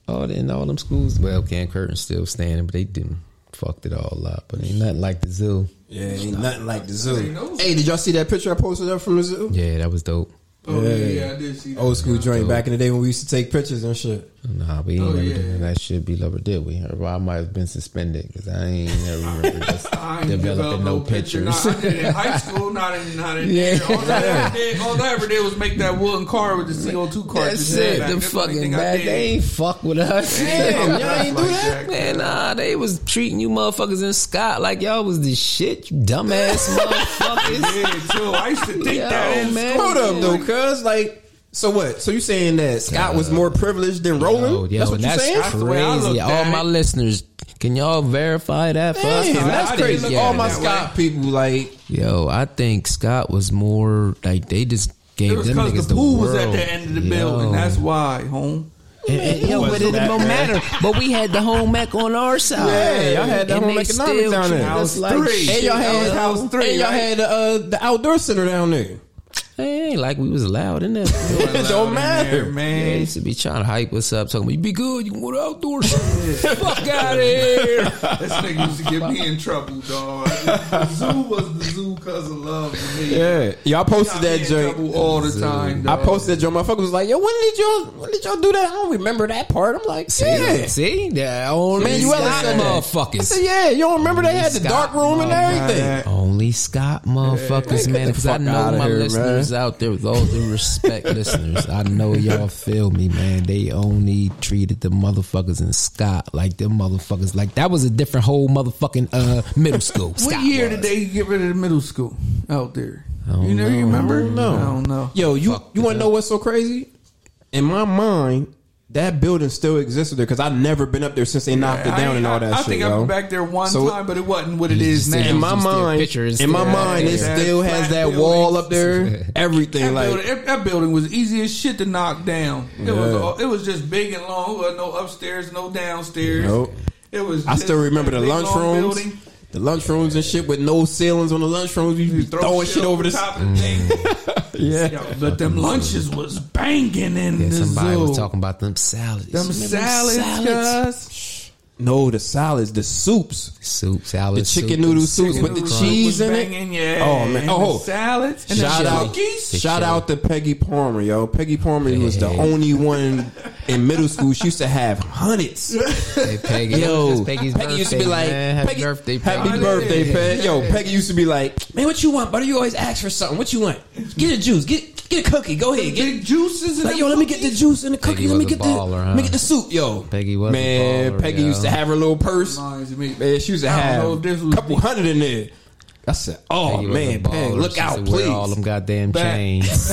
Speaker 2: All Oh, in all them schools, well, Cam Curtin's still standing, but they didn't fucked it all up. But ain't nothing like the zoo.
Speaker 4: yeah, ain't nothing like the zoo. Hey, did y'all see that picture I posted up from the zoo?
Speaker 2: Yeah, that was dope.
Speaker 3: Oh yeah,
Speaker 4: Yeah.
Speaker 3: yeah, I did see that.
Speaker 4: Old school joint
Speaker 2: Dope.
Speaker 4: back in the day when we used to take pictures and shit.
Speaker 2: Nah, we ain't
Speaker 3: Oh,
Speaker 2: never
Speaker 3: yeah.
Speaker 2: did that shit below, did we? Or I might have been suspended because I ain't never remember just
Speaker 3: I ain't
Speaker 2: developing
Speaker 3: developed
Speaker 2: no
Speaker 3: picture.
Speaker 2: pictures.
Speaker 3: Not in high school, not in, not in
Speaker 2: Yeah.
Speaker 3: yeah. All that I ever did, all that I ever did was make that wooden car with the CO2 cartridge.
Speaker 2: That's
Speaker 3: in
Speaker 2: it.
Speaker 3: back.
Speaker 2: The
Speaker 3: That's only
Speaker 2: fucking
Speaker 3: thing I
Speaker 2: bad.
Speaker 3: did.
Speaker 2: They ain't fuck with us.
Speaker 3: Damn,
Speaker 2: y'all ain't do
Speaker 3: like
Speaker 2: that.
Speaker 3: that.
Speaker 2: Man, nah, they was treating you motherfuckers in Scott like y'all was the shit, you dumbass motherfuckers.
Speaker 3: Yeah, too. I used to think
Speaker 2: Yo,
Speaker 3: that in
Speaker 2: man.
Speaker 3: man.
Speaker 4: Hold up
Speaker 2: Yeah.
Speaker 4: though, cuz like, so what? So you saying that Scott was more privileged than Roland?
Speaker 2: Oh, Yo, yo,
Speaker 4: that's what you
Speaker 2: that's
Speaker 4: saying?
Speaker 3: the way I
Speaker 2: crazy.
Speaker 3: looked
Speaker 2: All
Speaker 3: at
Speaker 2: my
Speaker 3: it.
Speaker 2: listeners, can y'all verify that for us?
Speaker 4: Damn,
Speaker 3: I-
Speaker 4: that's
Speaker 3: I didn't
Speaker 4: crazy.
Speaker 3: look
Speaker 4: all
Speaker 3: at it
Speaker 4: my
Speaker 3: that
Speaker 4: Scott people like.
Speaker 2: Yo, I think Scott was more like they just
Speaker 3: It
Speaker 2: gave
Speaker 3: was
Speaker 2: them niggas
Speaker 3: because
Speaker 2: the
Speaker 3: the pool
Speaker 2: world.
Speaker 3: was at the end of the
Speaker 2: Yo.
Speaker 3: building. That's why, home.
Speaker 2: And, and, yo, but it don't matter. But we had the home ec on our side.
Speaker 4: Yeah, y'all had the
Speaker 2: And
Speaker 4: home
Speaker 2: they
Speaker 4: economics
Speaker 2: still
Speaker 4: down there.
Speaker 2: treat us
Speaker 4: House
Speaker 2: like
Speaker 3: three.
Speaker 2: shit.
Speaker 4: And y'all had
Speaker 3: That was house three,
Speaker 4: And y'all
Speaker 3: right?
Speaker 4: had uh, the outdoor center down there.
Speaker 2: Hey, like we was allowed in there.
Speaker 4: It don't matter.
Speaker 2: Yeah, they
Speaker 3: man.
Speaker 2: used to be trying to hype us up, talking about you be good, you can go to outdoor. Fuck out of here.
Speaker 3: This nigga used to get me in trouble, dog. The zoo was the zoo cause of love to me.
Speaker 4: Yeah, y'all
Speaker 3: Got
Speaker 4: posted
Speaker 3: me
Speaker 4: that
Speaker 3: in
Speaker 4: joint.
Speaker 3: trouble all the time.
Speaker 4: I
Speaker 3: Dog.
Speaker 4: posted that joint. Motherfucker was like, "Yo, when did y'all when did y'all do that? I don't remember that part." I'm like, "Yeah."
Speaker 2: See, that only
Speaker 4: Man, you
Speaker 2: Scott
Speaker 4: well said that. I
Speaker 2: motherfuckers.
Speaker 4: said, "Yeah." You don't remember they had the
Speaker 2: Scott,
Speaker 4: dark room and everything.
Speaker 2: Only Scott motherfuckers,
Speaker 4: Yeah.
Speaker 2: man.
Speaker 4: Get the
Speaker 2: Because I
Speaker 4: fuck
Speaker 2: know
Speaker 4: outta
Speaker 2: my
Speaker 4: here,
Speaker 2: listeners out there, with all due respect, listeners, I know y'all feel me, man. They only treated the motherfuckers in Scott like them motherfuckers. Like that was a different whole motherfucking uh, middle school.
Speaker 3: What
Speaker 2: Scott
Speaker 3: year
Speaker 2: was.
Speaker 3: did they get rid of the middle school out there?
Speaker 2: don't
Speaker 3: You know,
Speaker 2: know.
Speaker 3: you remember?
Speaker 4: I don't know.
Speaker 3: I don't know.
Speaker 4: Yo, you you want to know what's so crazy? In my mind, that building still existed there because I've never been up there since they knocked it down
Speaker 3: I,
Speaker 4: and all
Speaker 3: I-
Speaker 4: that
Speaker 3: I
Speaker 4: shit.
Speaker 3: think
Speaker 4: yo.
Speaker 3: I've been back there one
Speaker 4: So-
Speaker 3: time, but it wasn't what it is now.
Speaker 2: said
Speaker 4: in my
Speaker 2: It's still
Speaker 4: mind,
Speaker 2: pictures,
Speaker 4: in my
Speaker 2: still-
Speaker 4: mind, it
Speaker 3: Yeah.
Speaker 4: still has
Speaker 3: Flat
Speaker 4: that
Speaker 3: buildings.
Speaker 4: wall up there. Everything
Speaker 3: That,
Speaker 4: like
Speaker 3: building, that building was easy as shit to knock down. It was all, it was just big and long. It was no upstairs, no downstairs.
Speaker 4: Nope.
Speaker 3: It was.
Speaker 4: I
Speaker 3: just
Speaker 4: still remember
Speaker 3: that
Speaker 4: the
Speaker 3: big,
Speaker 4: lunch
Speaker 3: long
Speaker 4: rooms,
Speaker 3: building.
Speaker 4: the lunch rooms and shit with no ceilings on the lunch rooms. You be
Speaker 3: Throw
Speaker 4: throwing shit over the
Speaker 3: top of the thing.
Speaker 4: yeah.
Speaker 3: Yo, but them lunches was banging in
Speaker 2: Yeah,
Speaker 3: the
Speaker 2: somebody
Speaker 3: zoo.
Speaker 2: was talking about them salads.
Speaker 3: them
Speaker 2: Remember
Speaker 3: salads, cuz.
Speaker 4: No, the salads, the soups,
Speaker 2: soup salad,
Speaker 4: the chicken
Speaker 2: soup,
Speaker 4: noodle
Speaker 2: and
Speaker 4: soups with the
Speaker 3: Noodle
Speaker 4: cheese
Speaker 3: was
Speaker 4: in it.
Speaker 3: banging, Yeah.
Speaker 4: Oh, man.
Speaker 3: and
Speaker 4: Oh.
Speaker 3: the salads and
Speaker 4: Shout
Speaker 3: the
Speaker 4: out,
Speaker 3: cookies.
Speaker 4: shout out to Peggy Palmer, yo. Peggy Palmer was the
Speaker 2: Hey.
Speaker 4: only one in middle school. She used to have hundreds.
Speaker 2: Hey, Peggy,
Speaker 4: Yo,
Speaker 2: yo, it's Peggy's
Speaker 4: Peggy
Speaker 2: birthday,
Speaker 4: used to be like,
Speaker 2: man. happy
Speaker 4: Peggy,
Speaker 2: birthday,
Speaker 4: happy
Speaker 2: Peggy.
Speaker 4: birthday,
Speaker 3: Yeah.
Speaker 4: Peg. Yo, Peggy used to be like, man, what you want, buddy? You always ask for something. What you want? Get a juice. Get get a cookie. Go ahead. Get
Speaker 3: Big juices. and
Speaker 4: like, yo, let me get the juice and the cookie.
Speaker 2: Peggy
Speaker 4: Let me
Speaker 2: was a
Speaker 4: get the
Speaker 2: baller, huh?
Speaker 4: let me get the soup, yo.
Speaker 2: Peggy was a
Speaker 4: man.
Speaker 2: baller,
Speaker 4: Peggy
Speaker 2: yo.
Speaker 4: used to have her little purse.
Speaker 3: Reminds me.
Speaker 4: Man, she used to
Speaker 3: I don't
Speaker 4: have
Speaker 3: know if this was
Speaker 4: a couple hundred in there. I said, "Oh
Speaker 2: He was a
Speaker 4: man,
Speaker 2: baller.
Speaker 4: Peg, look
Speaker 2: She
Speaker 4: out,
Speaker 2: said,
Speaker 4: please!"
Speaker 2: Wear all them goddamn
Speaker 4: Back.
Speaker 2: chains.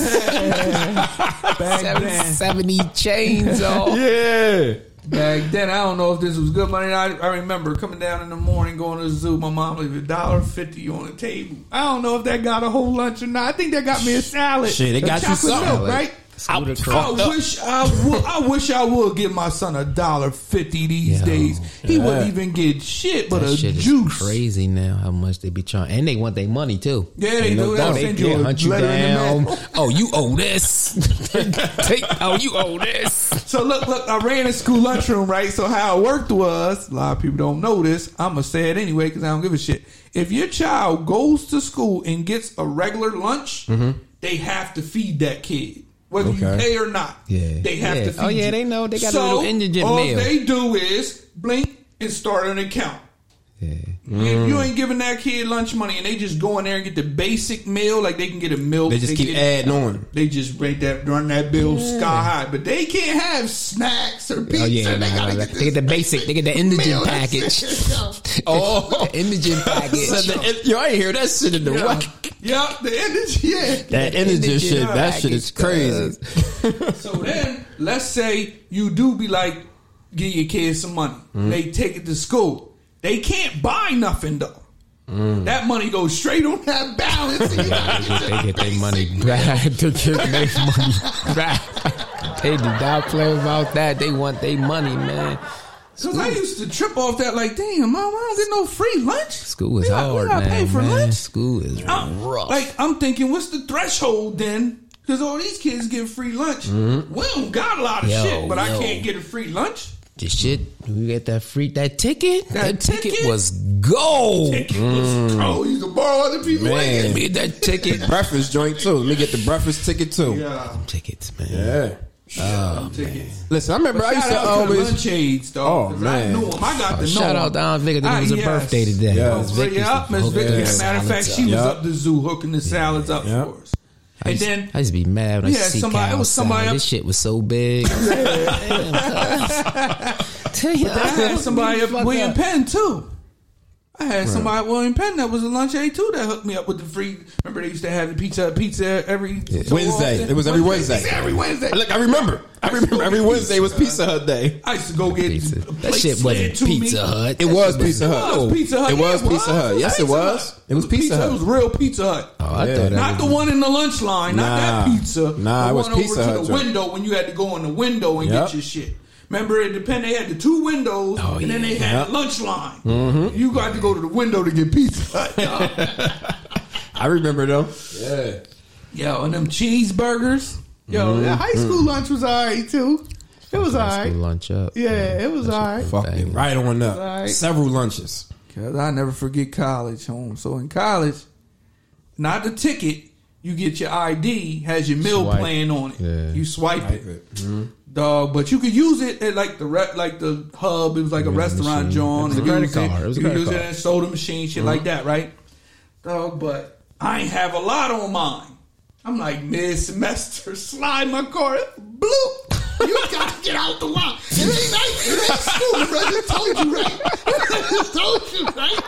Speaker 4: Back then.
Speaker 2: 70 chains on.
Speaker 4: Yeah,
Speaker 3: Back then, I don't know if this was good money. I, I remember coming down in the morning, going to the zoo. My mom leaving a dollar fifty on the table. I don't know if that got a whole lunch or not. I think that got me a salad.
Speaker 4: Shit, it
Speaker 3: A
Speaker 4: got you
Speaker 3: chocolate
Speaker 4: something.
Speaker 3: milk, right? I,
Speaker 2: Scooter
Speaker 3: I
Speaker 2: truck.
Speaker 3: wish I would. I wish I would give my son a dollar fifty these
Speaker 2: Yo.
Speaker 3: days. He wouldn't
Speaker 4: Yeah.
Speaker 3: even get shit but
Speaker 2: That
Speaker 3: a
Speaker 2: shit
Speaker 3: juice.
Speaker 2: is crazy now how much they be trying. And they want their money too.
Speaker 3: Yeah, they do. They'll
Speaker 2: Oh, they
Speaker 3: send you
Speaker 2: yeah,
Speaker 3: a
Speaker 2: hunt you
Speaker 3: letter in the
Speaker 2: down.
Speaker 3: mail.
Speaker 2: Oh, you owe this. Take, oh, you owe this.
Speaker 3: So look, look, I ran in school lunchroom, right? So how it worked was, a lot of people don't know this. I'm gonna say it anyway because I don't give a shit. If your child goes to school and gets a regular lunch, they have to feed that kid. Whether you
Speaker 4: Mm-hmm. Okay.
Speaker 3: pay or not,
Speaker 2: Yeah.
Speaker 3: they have
Speaker 2: Yeah.
Speaker 3: to feed
Speaker 2: Oh, yeah,
Speaker 3: you.
Speaker 2: they know. They got a
Speaker 3: so,
Speaker 2: little indigent
Speaker 3: all
Speaker 2: meal.
Speaker 3: they do is blink and start an account.
Speaker 2: Yeah.
Speaker 4: Mm.
Speaker 3: If you ain't giving that kid lunch money and they just go in there and get the basic meal, like they can get a milk.
Speaker 4: they just keep
Speaker 3: get-
Speaker 4: adding on.
Speaker 3: they just rate that run that bill sky high, but they can't have snacks or pizza.
Speaker 2: Oh yeah,
Speaker 3: they,
Speaker 2: nah, nah,
Speaker 3: gotta
Speaker 2: nah.
Speaker 3: get
Speaker 2: they get the basic. They get the indigent
Speaker 3: Meal.
Speaker 2: package.
Speaker 4: Oh.
Speaker 2: the indigent package.
Speaker 4: yo, I ain't hear that shit in the
Speaker 3: yeah. yeah, the energy. Yeah.
Speaker 4: That energy shit, that shit is crazy.
Speaker 3: So then, let's say you do be like, give your kids some money.
Speaker 2: Mm-hmm.
Speaker 3: They take it to school. They can't buy nothing though.
Speaker 2: Mm.
Speaker 3: That money goes straight on that balance. and you gotta get
Speaker 2: they get their money back. they get their money back. They did not play about that. They want their money, man.
Speaker 3: Cause I used to trip off that like, damn, mom, I don't get no free lunch.
Speaker 2: School is
Speaker 3: We gotta- we
Speaker 2: hard,
Speaker 3: gotta
Speaker 2: man.
Speaker 3: Pay for
Speaker 2: man.
Speaker 3: lunch.
Speaker 2: School is
Speaker 3: I'm,
Speaker 2: rough.
Speaker 3: Like I'm thinking, what's the threshold then? Because all these kids get free lunch. We don't got a lot of
Speaker 2: Mm-hmm. Yo,
Speaker 3: shit, but I
Speaker 2: yo.
Speaker 3: can't get a free lunch.
Speaker 2: the shit, we get that free that ticket.
Speaker 3: That
Speaker 2: That, ticket,
Speaker 3: ticket?
Speaker 2: was gold.
Speaker 3: It
Speaker 2: Mm.
Speaker 3: was cold. Oh, You can borrow other people's
Speaker 4: Man.
Speaker 3: money.
Speaker 2: Give me that ticket.
Speaker 4: breakfast joint too. Let me get the breakfast ticket too. Yeah.
Speaker 2: Uh,
Speaker 3: Yeah.
Speaker 2: Tickets, man.
Speaker 3: Tickets.
Speaker 4: Listen, I remember
Speaker 3: But
Speaker 4: I used
Speaker 3: shout
Speaker 4: to
Speaker 3: out to the
Speaker 4: always.
Speaker 3: lunch aides,
Speaker 4: Oh,
Speaker 3: though. 'cause I
Speaker 4: man.
Speaker 3: knew 'em. I got to know
Speaker 2: Uh, Shout
Speaker 3: 'em.
Speaker 2: out to Aunt Vicky. I think
Speaker 3: Ah,
Speaker 2: it was her
Speaker 3: yes.
Speaker 2: birthday today.
Speaker 4: Yeah.
Speaker 2: It was
Speaker 3: Oh, Vicky
Speaker 2: Vicky's-
Speaker 3: up, Miss
Speaker 2: hooking
Speaker 3: Vicky.
Speaker 2: us
Speaker 3: As a matter of fact,
Speaker 2: salads
Speaker 3: she
Speaker 2: up.
Speaker 3: was
Speaker 4: Yeah.
Speaker 3: up the zoo hooking the salads up
Speaker 4: Yeah.
Speaker 3: for us.
Speaker 2: I
Speaker 3: And
Speaker 2: used,
Speaker 3: then
Speaker 2: I used to be mad when I
Speaker 3: Yeah,
Speaker 2: see
Speaker 3: somebody-
Speaker 2: cow
Speaker 3: it was somebody
Speaker 2: salad.
Speaker 3: up-
Speaker 2: This shit was so big.
Speaker 3: I had somebody at William Penn too. I had somebody at William Penn that was a lunch aide too that hooked me up with the free. Remember they used to have the pizza pizza every so
Speaker 4: Wednesday.
Speaker 3: often.
Speaker 4: It was every Wednesday.
Speaker 3: It's every Wednesday.
Speaker 4: Look, I remember. I remember every Wednesday was Pizza Hut day.
Speaker 3: I used to go get
Speaker 2: Pizza.
Speaker 3: a
Speaker 2: That
Speaker 3: plate
Speaker 2: shit
Speaker 3: slid
Speaker 2: wasn't
Speaker 3: to me.
Speaker 2: Pizza Hut.
Speaker 4: It was Pizza Hut.
Speaker 3: It was Pizza Hut.
Speaker 4: It
Speaker 3: Yeah,
Speaker 4: was Pizza Hut. Yes, it
Speaker 3: Pizza
Speaker 4: was. It was Pizza
Speaker 3: It was
Speaker 4: Hut.
Speaker 3: real Pizza Hut.
Speaker 2: Oh, I
Speaker 4: Yeah.
Speaker 2: thought that
Speaker 3: Not the
Speaker 2: was,
Speaker 3: one in the lunch line. Not that
Speaker 4: Nah.
Speaker 3: pizza.
Speaker 4: Nah,
Speaker 3: the
Speaker 4: it was
Speaker 3: one
Speaker 4: Pizza
Speaker 3: over
Speaker 4: Hut
Speaker 3: to the
Speaker 4: joint.
Speaker 3: window when you had to go in the window and
Speaker 4: Yep.
Speaker 3: get your shit. Remember, it depend. They had the two windows,
Speaker 2: Oh,
Speaker 3: and then
Speaker 2: yeah.
Speaker 3: they had
Speaker 4: Yep.
Speaker 3: a lunch line.
Speaker 4: Mm-hmm.
Speaker 3: You got to go to the window to get Pizza Hut. dog.
Speaker 4: I remember though. Yeah.
Speaker 3: Yo, and them cheeseburgers. Yo,
Speaker 4: Mm-hmm.
Speaker 3: that high school lunch was alright too. It was
Speaker 2: High school
Speaker 3: alright.
Speaker 2: lunch up.
Speaker 3: Yeah, it was
Speaker 2: that shit
Speaker 3: alright.
Speaker 2: was
Speaker 4: Fucking
Speaker 2: banging.
Speaker 4: right on up.
Speaker 3: Right.
Speaker 4: Several lunches.
Speaker 3: Cause I never forget college home. So in college, not the ticket. You get your ID has your meal
Speaker 2: Swipe.
Speaker 3: plan on it.
Speaker 2: Yeah.
Speaker 3: You swipe it. Mm-hmm. dog. But you could use it at like the re- like the hub. It was like a
Speaker 2: was a
Speaker 3: restaurant,
Speaker 2: machine.
Speaker 3: John.
Speaker 2: It was a
Speaker 3: You
Speaker 2: credit
Speaker 3: use it.
Speaker 2: card. It was a
Speaker 3: you
Speaker 2: credit
Speaker 3: use it
Speaker 2: card.
Speaker 3: in a Mm-hmm. soda machine, shit like that, right? Dog, but I ain't have a lot on mine. I'm like mid semester, slide my car, bloop. You gotta get out the line. It ain't nice. It ain't school, bro. I just told you, right? I just told you, right?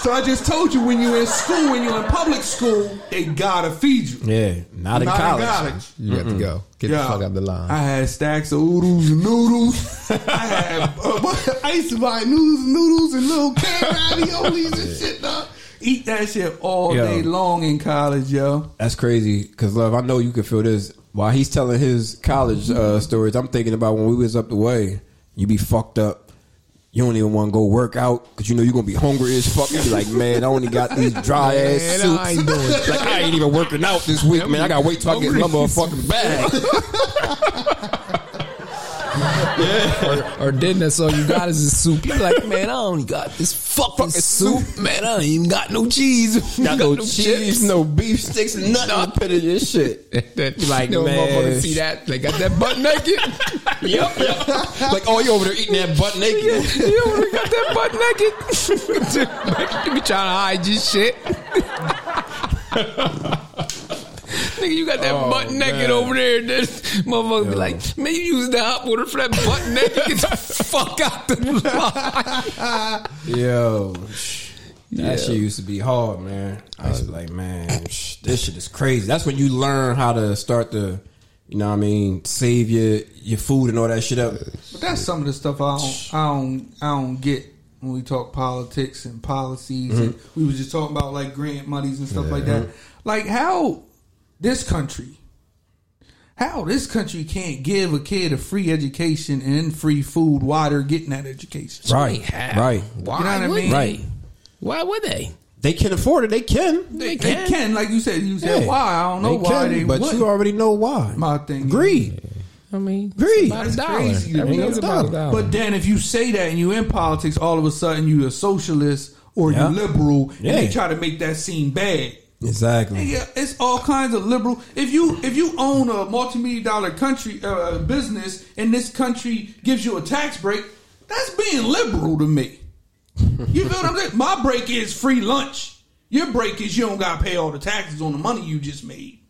Speaker 3: So I just told you when you in school, when you in public school, they gotta feed you.
Speaker 4: Yeah. Not in
Speaker 3: Not
Speaker 4: college.
Speaker 3: in college.
Speaker 2: You have to go. Get the fuck out the line.
Speaker 3: I had stacks of oodles and noodles. I had uh, bu- I used to buy noodles and noodles and little can raviolis and shit. Dog. Eat that shit all
Speaker 4: Yo.
Speaker 3: day long in college, yo.
Speaker 4: That's crazy because love. I know you can feel this. While he's telling his college uh, stories, I'm thinking about when we was up the way. You be fucked up. You don't even want to go work out because you know you're gonna be hungry as fuck. You be like, man, I only got these dry ass
Speaker 2: Man, I
Speaker 4: suits.
Speaker 2: ain't doing-
Speaker 4: like I ain't even working out this week, man. I gotta wait till I get my motherfucking bag.
Speaker 2: or then that's all you got is a soup. You're like, man, I only got this fucking, soup. Man, I ain't even got no cheese.
Speaker 4: Got no cheese, no beef sticks, nothing. I put in your shit.
Speaker 2: That,
Speaker 4: Like,
Speaker 2: no
Speaker 4: man.
Speaker 2: motherfucker see that? They got that butt naked.
Speaker 4: yep, yep. Like, oh, you over there eating that butt naked?
Speaker 2: you only got that butt naked. you be trying to hide your shit. Nigga, you got that
Speaker 3: Oh,
Speaker 2: butt naked over there. That motherfucker be like, man, you use that hot water for that butt naked. Get the fuck out the line.
Speaker 4: Yo, That
Speaker 5: Yeah.
Speaker 4: shit used to be hard, man. I used to be like, man, sh- this shit is crazy. That's when you learn how to start to, you know what I mean, save your, your food and all that shit up.
Speaker 3: But that's some of the stuff I don't, I don't, I don't get when we talk politics and policies. And we was just talking about like grant monies and stuff like that. Like how this country, how this country can't give a kid a free education and free food while they're getting that education.
Speaker 4: Right, right.
Speaker 2: Why
Speaker 3: You know what I
Speaker 2: would
Speaker 3: mean?
Speaker 2: they?
Speaker 4: Right.
Speaker 2: Why would they?
Speaker 4: They can afford it. They can.
Speaker 2: They,
Speaker 3: They
Speaker 2: can.
Speaker 3: can, like you said, you said why? I don't know why they
Speaker 4: But
Speaker 3: wouldn't.
Speaker 4: you already know why.
Speaker 3: My thing is-
Speaker 4: Greed.
Speaker 2: I mean, it's
Speaker 4: Greed.
Speaker 2: about a
Speaker 3: It's
Speaker 2: dollar.
Speaker 3: crazy to me.
Speaker 2: Everything's about a dollar.
Speaker 3: But then if you say that and you in politics, all of a sudden you a socialist or
Speaker 4: Yeah.
Speaker 3: you liberal, and they
Speaker 4: Yeah.
Speaker 3: try to make that seem bad.
Speaker 4: Exactly.
Speaker 3: Yeah, it's all kinds of liberal. If you if you own a multi-million dollar country uh, business and this country gives you a tax break, that's being liberal to me. You feel what I'm saying? My break is free lunch. Your break is you don't got to pay all the taxes on the money you just made.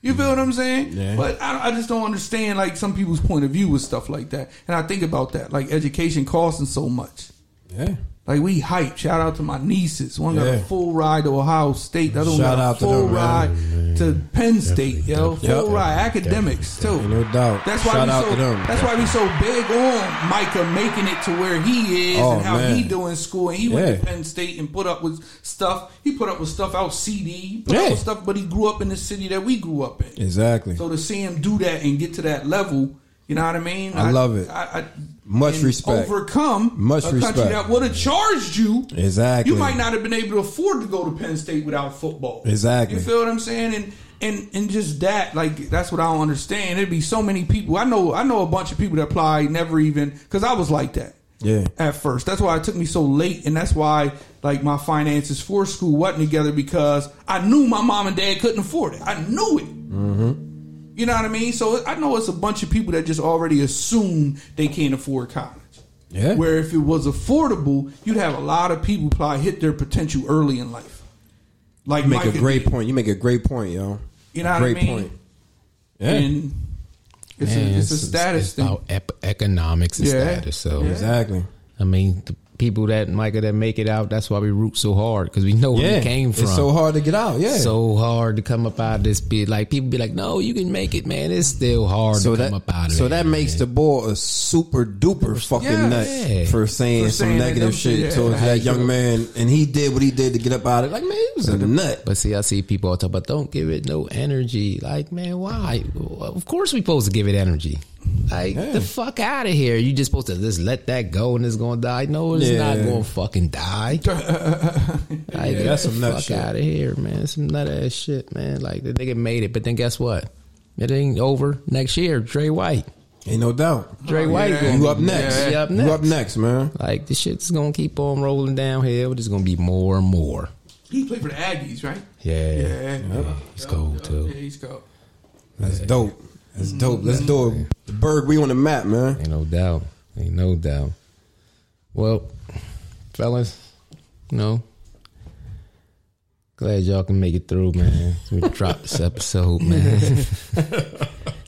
Speaker 3: You feel what I'm saying?
Speaker 4: Yeah.
Speaker 3: But I, I just don't understand like some people's point of view with stuff like that. And I think about that, like education costing so much.
Speaker 4: Yeah.
Speaker 3: Like we hype. Shout out to my nieces. One got a
Speaker 4: Yeah.
Speaker 3: full ride to Ohio State. The other one
Speaker 4: Shout
Speaker 3: got a
Speaker 4: out to
Speaker 3: full
Speaker 4: them,
Speaker 3: ride
Speaker 4: man.
Speaker 3: to Penn State. Yo,
Speaker 4: definitely.
Speaker 3: full
Speaker 4: Yep.
Speaker 3: ride academics too.
Speaker 4: Ain't no doubt.
Speaker 3: That's why
Speaker 4: Shout
Speaker 3: we
Speaker 4: out
Speaker 3: so.
Speaker 4: to them.
Speaker 3: That's why we so big on Micah making it to where he is
Speaker 4: Oh,
Speaker 3: and how
Speaker 4: man.
Speaker 3: he doing school. And he went to
Speaker 4: Yeah.
Speaker 3: Penn State and put up with stuff. He put up with stuff out CD. Put up
Speaker 4: Yeah.
Speaker 3: with stuff, but he grew up in the city that we grew up in.
Speaker 4: Exactly.
Speaker 3: So to see him do that and get to that level, you know what I mean?
Speaker 4: I love it.
Speaker 3: I, I,
Speaker 4: Much
Speaker 3: and
Speaker 4: respect.
Speaker 3: Overcome
Speaker 4: Much
Speaker 3: a country
Speaker 4: respect.
Speaker 3: that would have charged you.
Speaker 4: Exactly.
Speaker 3: You might not have been able to afford to go to Penn State without football.
Speaker 4: Exactly.
Speaker 3: You feel what I'm saying? And and and just that, like that's what I don't understand. It'd be so many people. I know I know a bunch of people that apply never even because I was like that
Speaker 4: Yeah.
Speaker 3: at first. That's why it took me so late, and that's why like my finances for school wasn't together because I knew my mom and dad couldn't afford it. I knew it. You know what I mean? So I know it's a bunch of people that just already assume they can't afford college.
Speaker 4: Yeah.
Speaker 3: Where if it was affordable, you'd have a lot of people probably hit their potential early in life. Like
Speaker 4: You make
Speaker 3: Micah
Speaker 4: a great
Speaker 3: did.
Speaker 4: point. You make a great point, yo.
Speaker 3: You know what I
Speaker 4: great
Speaker 3: mean?
Speaker 4: point. Yeah.
Speaker 3: And it's,
Speaker 2: Man,
Speaker 3: a, it's a status
Speaker 2: it's
Speaker 3: thing.
Speaker 2: about ep- economics and
Speaker 3: Yeah.
Speaker 2: status. So
Speaker 4: exactly.
Speaker 2: I mean, the people that Micah that make it out, that's why we root so hard because we know where
Speaker 4: Yeah.
Speaker 2: we came from.
Speaker 4: It's so hard to get out. Yeah.
Speaker 2: So hard to come up out of this bit. Like people be like, "No, you can make it, man. It's still hard
Speaker 4: so
Speaker 2: to
Speaker 4: that
Speaker 2: come up out of
Speaker 4: so
Speaker 2: it."
Speaker 4: that makes the boy a super duper fucking
Speaker 3: Yeah.
Speaker 4: nut
Speaker 2: Yeah.
Speaker 4: for saying
Speaker 3: For saying
Speaker 4: some
Speaker 3: that dumb
Speaker 4: negative shit
Speaker 3: shit, yeah.
Speaker 4: towards that young man, and he did what he did to get up out of it. Like man, he was a nut.
Speaker 2: But see, I see people all talk about don't give it no energy. Like, man, why? Of course, we supposed to give it energy. Like,
Speaker 4: Yeah.
Speaker 2: the fuck out of here. You just supposed to just let that go and it's gonna die. No, it's
Speaker 4: Yeah.
Speaker 2: not gonna fucking die. like, get
Speaker 4: that's
Speaker 2: the
Speaker 4: some nut
Speaker 2: fuck
Speaker 4: shit.
Speaker 2: out of here, man. Some nut ass shit, man. Like the nigga made it, but then guess what? It ain't over next year. Dre White,
Speaker 4: Ain't no doubt.
Speaker 2: Dre
Speaker 3: Oh,
Speaker 2: White,
Speaker 3: yeah.
Speaker 2: gonna
Speaker 4: You
Speaker 2: be
Speaker 4: up next?
Speaker 2: You up next?
Speaker 4: You up next, man?
Speaker 2: Like this shit's gonna keep on rolling downhill. There's gonna be more and more.
Speaker 3: He played for the Aggies, right?
Speaker 2: Yeah,
Speaker 3: Yeah.
Speaker 2: Yeah, It's cool too.
Speaker 3: Yeah, he's cold.
Speaker 4: That's dope. That's dope. Let's do it. The Berg, we on the map, man.
Speaker 2: Ain't no doubt. Ain't no doubt. Well, fellas, no. Glad y'all can make it through, man. We dropped this episode, man.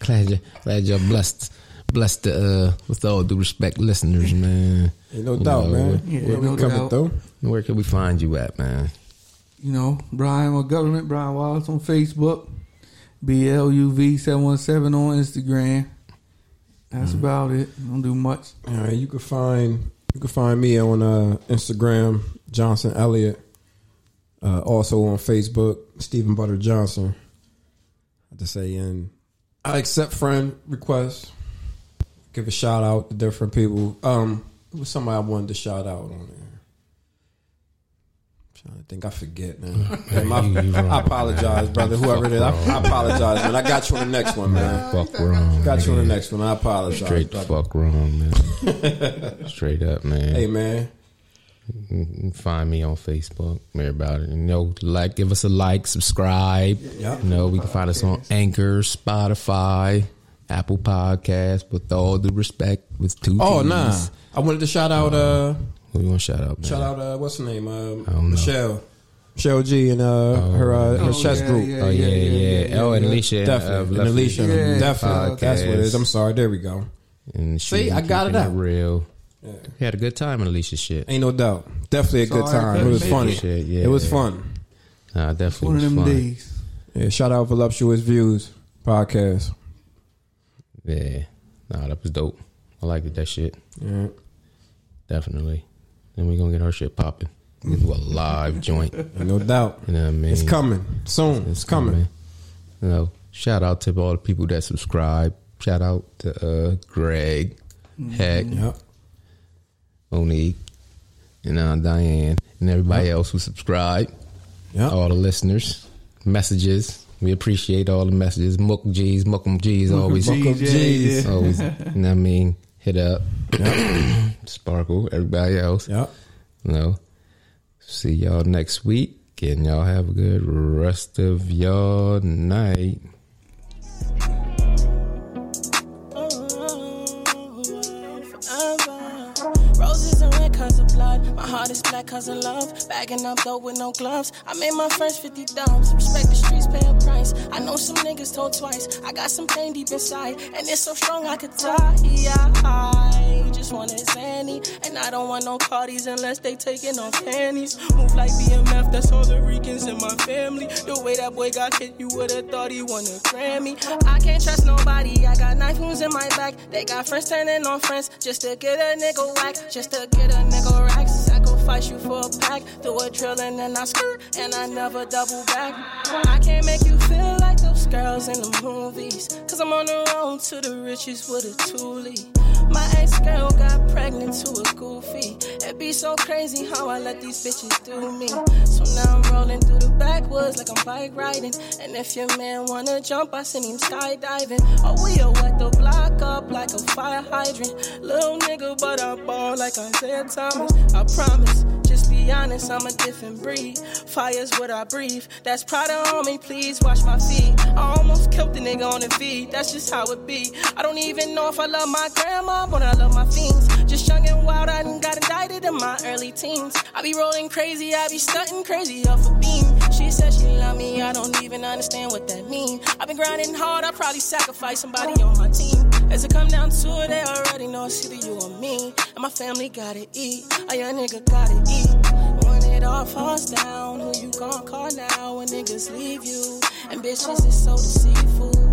Speaker 2: glad, y- glad y'all blessed, blessed the, uh, with all due respect, listeners, man.
Speaker 4: Ain't no
Speaker 2: You
Speaker 4: doubt,
Speaker 2: know,
Speaker 4: man.
Speaker 3: Yeah,
Speaker 4: Where we
Speaker 3: no
Speaker 4: coming
Speaker 3: doubt.
Speaker 4: though?
Speaker 2: Where, where can we find you at, man?
Speaker 3: you know, Brian or Government, Brian Wallace on Facebook, BLUV717 on Instagram. That's about it. Don't do much.
Speaker 4: All right, you can find you can find me on uh, Instagram, Johnson Elliott. Uh, also on Facebook, Stephen Butter Johnson. I just say, and I accept friend requests. Give a shout out to different people. Um, who was somebody I wanted to shout out on there? Trying to think, I forget, man. Hey, my-
Speaker 2: you- you wrong,
Speaker 4: I apologize, brother. Whoever it is, I, I apologize, man. I got you on the next one, man.
Speaker 2: Fuck wrong.
Speaker 4: Got you on the
Speaker 2: man.
Speaker 4: next one. I apologize.
Speaker 2: Straight the
Speaker 4: brother.
Speaker 2: fuck wrong, man. Straight up, man.
Speaker 4: Hey, man.
Speaker 2: You can Find me on Facebook, Mary about it. You know, like, give us a like, subscribe.
Speaker 4: Yep.
Speaker 2: You know, we can find us on Anchor, Spotify, Apple Podcasts. With all due respect, with two.
Speaker 4: Oh
Speaker 2: Ts.
Speaker 4: nah. I wanted to shout out uh
Speaker 2: Who you want to shout out? Man?
Speaker 4: shout out uh what's her name? Uh,
Speaker 2: don't know.
Speaker 4: Michelle. Michelle G and uh her uh, her
Speaker 3: Oh,
Speaker 4: chess
Speaker 3: yeah,
Speaker 4: group.
Speaker 2: Oh yeah, yeah. oh, and Alicia, and, uh,
Speaker 4: Definitely. and
Speaker 2: Lefty.
Speaker 4: Alicia.
Speaker 3: Yeah.
Speaker 4: Definitely. That's what it is.
Speaker 2: Podcast.
Speaker 4: I'm sorry. There we go.
Speaker 2: And she
Speaker 4: See, I
Speaker 2: keeping
Speaker 4: got it out.
Speaker 2: Real. He had a good time in Alicia's shit.
Speaker 4: Ain't no doubt. Definitely a
Speaker 3: It's
Speaker 4: good
Speaker 3: all right,
Speaker 4: time. It was
Speaker 3: baby.
Speaker 4: funny.
Speaker 2: Shit, yeah.
Speaker 4: It was fun.
Speaker 2: Nah, it definitely
Speaker 3: One
Speaker 2: was
Speaker 3: of them
Speaker 2: fun.
Speaker 3: days.
Speaker 4: Yeah, shout out Voluptuous Views podcast.
Speaker 2: Yeah. Nah, that was dope. I liked that shit.
Speaker 4: Yeah.
Speaker 2: Definitely. Then we gonna get our shit popping. We do a live joint. You
Speaker 4: No doubt.
Speaker 2: know what I mean?
Speaker 4: It's coming soon. It's, coming.
Speaker 2: You know, shout out to all the people that subscribe. Shout out to uh, Greg, Heck,
Speaker 4: Yep.
Speaker 2: Monique, and uh, Diane, and everybody else who subscribe.
Speaker 4: Yep.
Speaker 2: All the listeners, messages. We appreciate all the messages. Mook G's, Mookum G's, always,
Speaker 3: G's,
Speaker 2: Mookum
Speaker 3: yeah,
Speaker 2: G's,
Speaker 3: yeah.
Speaker 2: always. You know what I mean? Hit up Sparkle, everybody else.
Speaker 4: Yep.
Speaker 2: No. See y'all next week. And y'all have a good rest of y'all night.
Speaker 1: forever. Mm-hmm. Roses and red cause of blood. My heart is black cause of love. Bagging up though with no gloves. I made my first 50 dubs. Respect the streets, pay a price. I know some niggas told twice. I got some pain deep inside. And it's so strong I could die. I just want his Zanny. And I don't want no parties unless they taking off panties. Move like BMF, that's all the Ricans in my family. The way that boy got hit, you would've thought he won a Grammy. I can't trust nobody. I got knife wounds in my back. They got friends turning on friends just to get a nigga whack, just to get a nigga rack. Sacrifice you for a pack. Do a drill and then I skirt, and I never double back. I can't make you feel like those girls in the movies. Cause I'm on the road to the riches with a toolie. My ex girl got pregnant to a goofy. It be so crazy how I let these bitches do me. So now I'm rolling through the backwoods like I'm bike riding. And if your man wanna jump, I send him skydiving. Oh, we'll wet the block up like a fire hydrant. Little nigga, but I ball like Isaiah Thomas. I promise. Just be honest, I'm a different breed. Fire's what I breathe. That's Prada on me, please watch my feet. I almost killed the nigga on the feed. That's just how it be. I don't even know if I love my grandma, but I love my fiends. Just young and wild, I done got indicted in my early teens. I be rolling crazy, I be stunting crazy off a beam. She said she love me, I don't even understand what that mean. i been grinding hard, I probably sacrificed somebody on my team. As it come down to it, they already know it's either you or me. And my family gotta eat, a young nigga gotta eat. When it all falls down, who you gon' call now when niggas leave you? And bitches is so deceitful.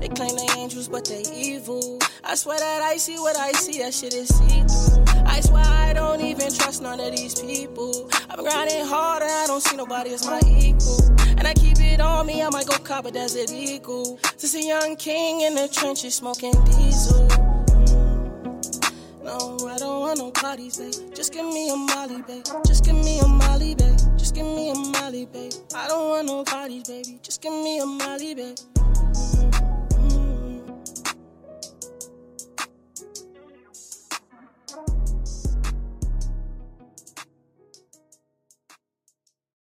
Speaker 1: They claim they angels, but they evil. I swear that I see what I see, that shit is see through. I swear I don't even trust none of these people. I've been grinding hard and I don't see nobody as my equal. And I keep it on me, I might go cop a desert eagle. Since a young king in the trenches smoking diesel. No, I don't want no parties, babe. Just give me a Molly, babe. Just give me a Molly, babe. Just give me a Molly, babe. I don't want no parties, baby. Just give me a Molly, babe. Mm.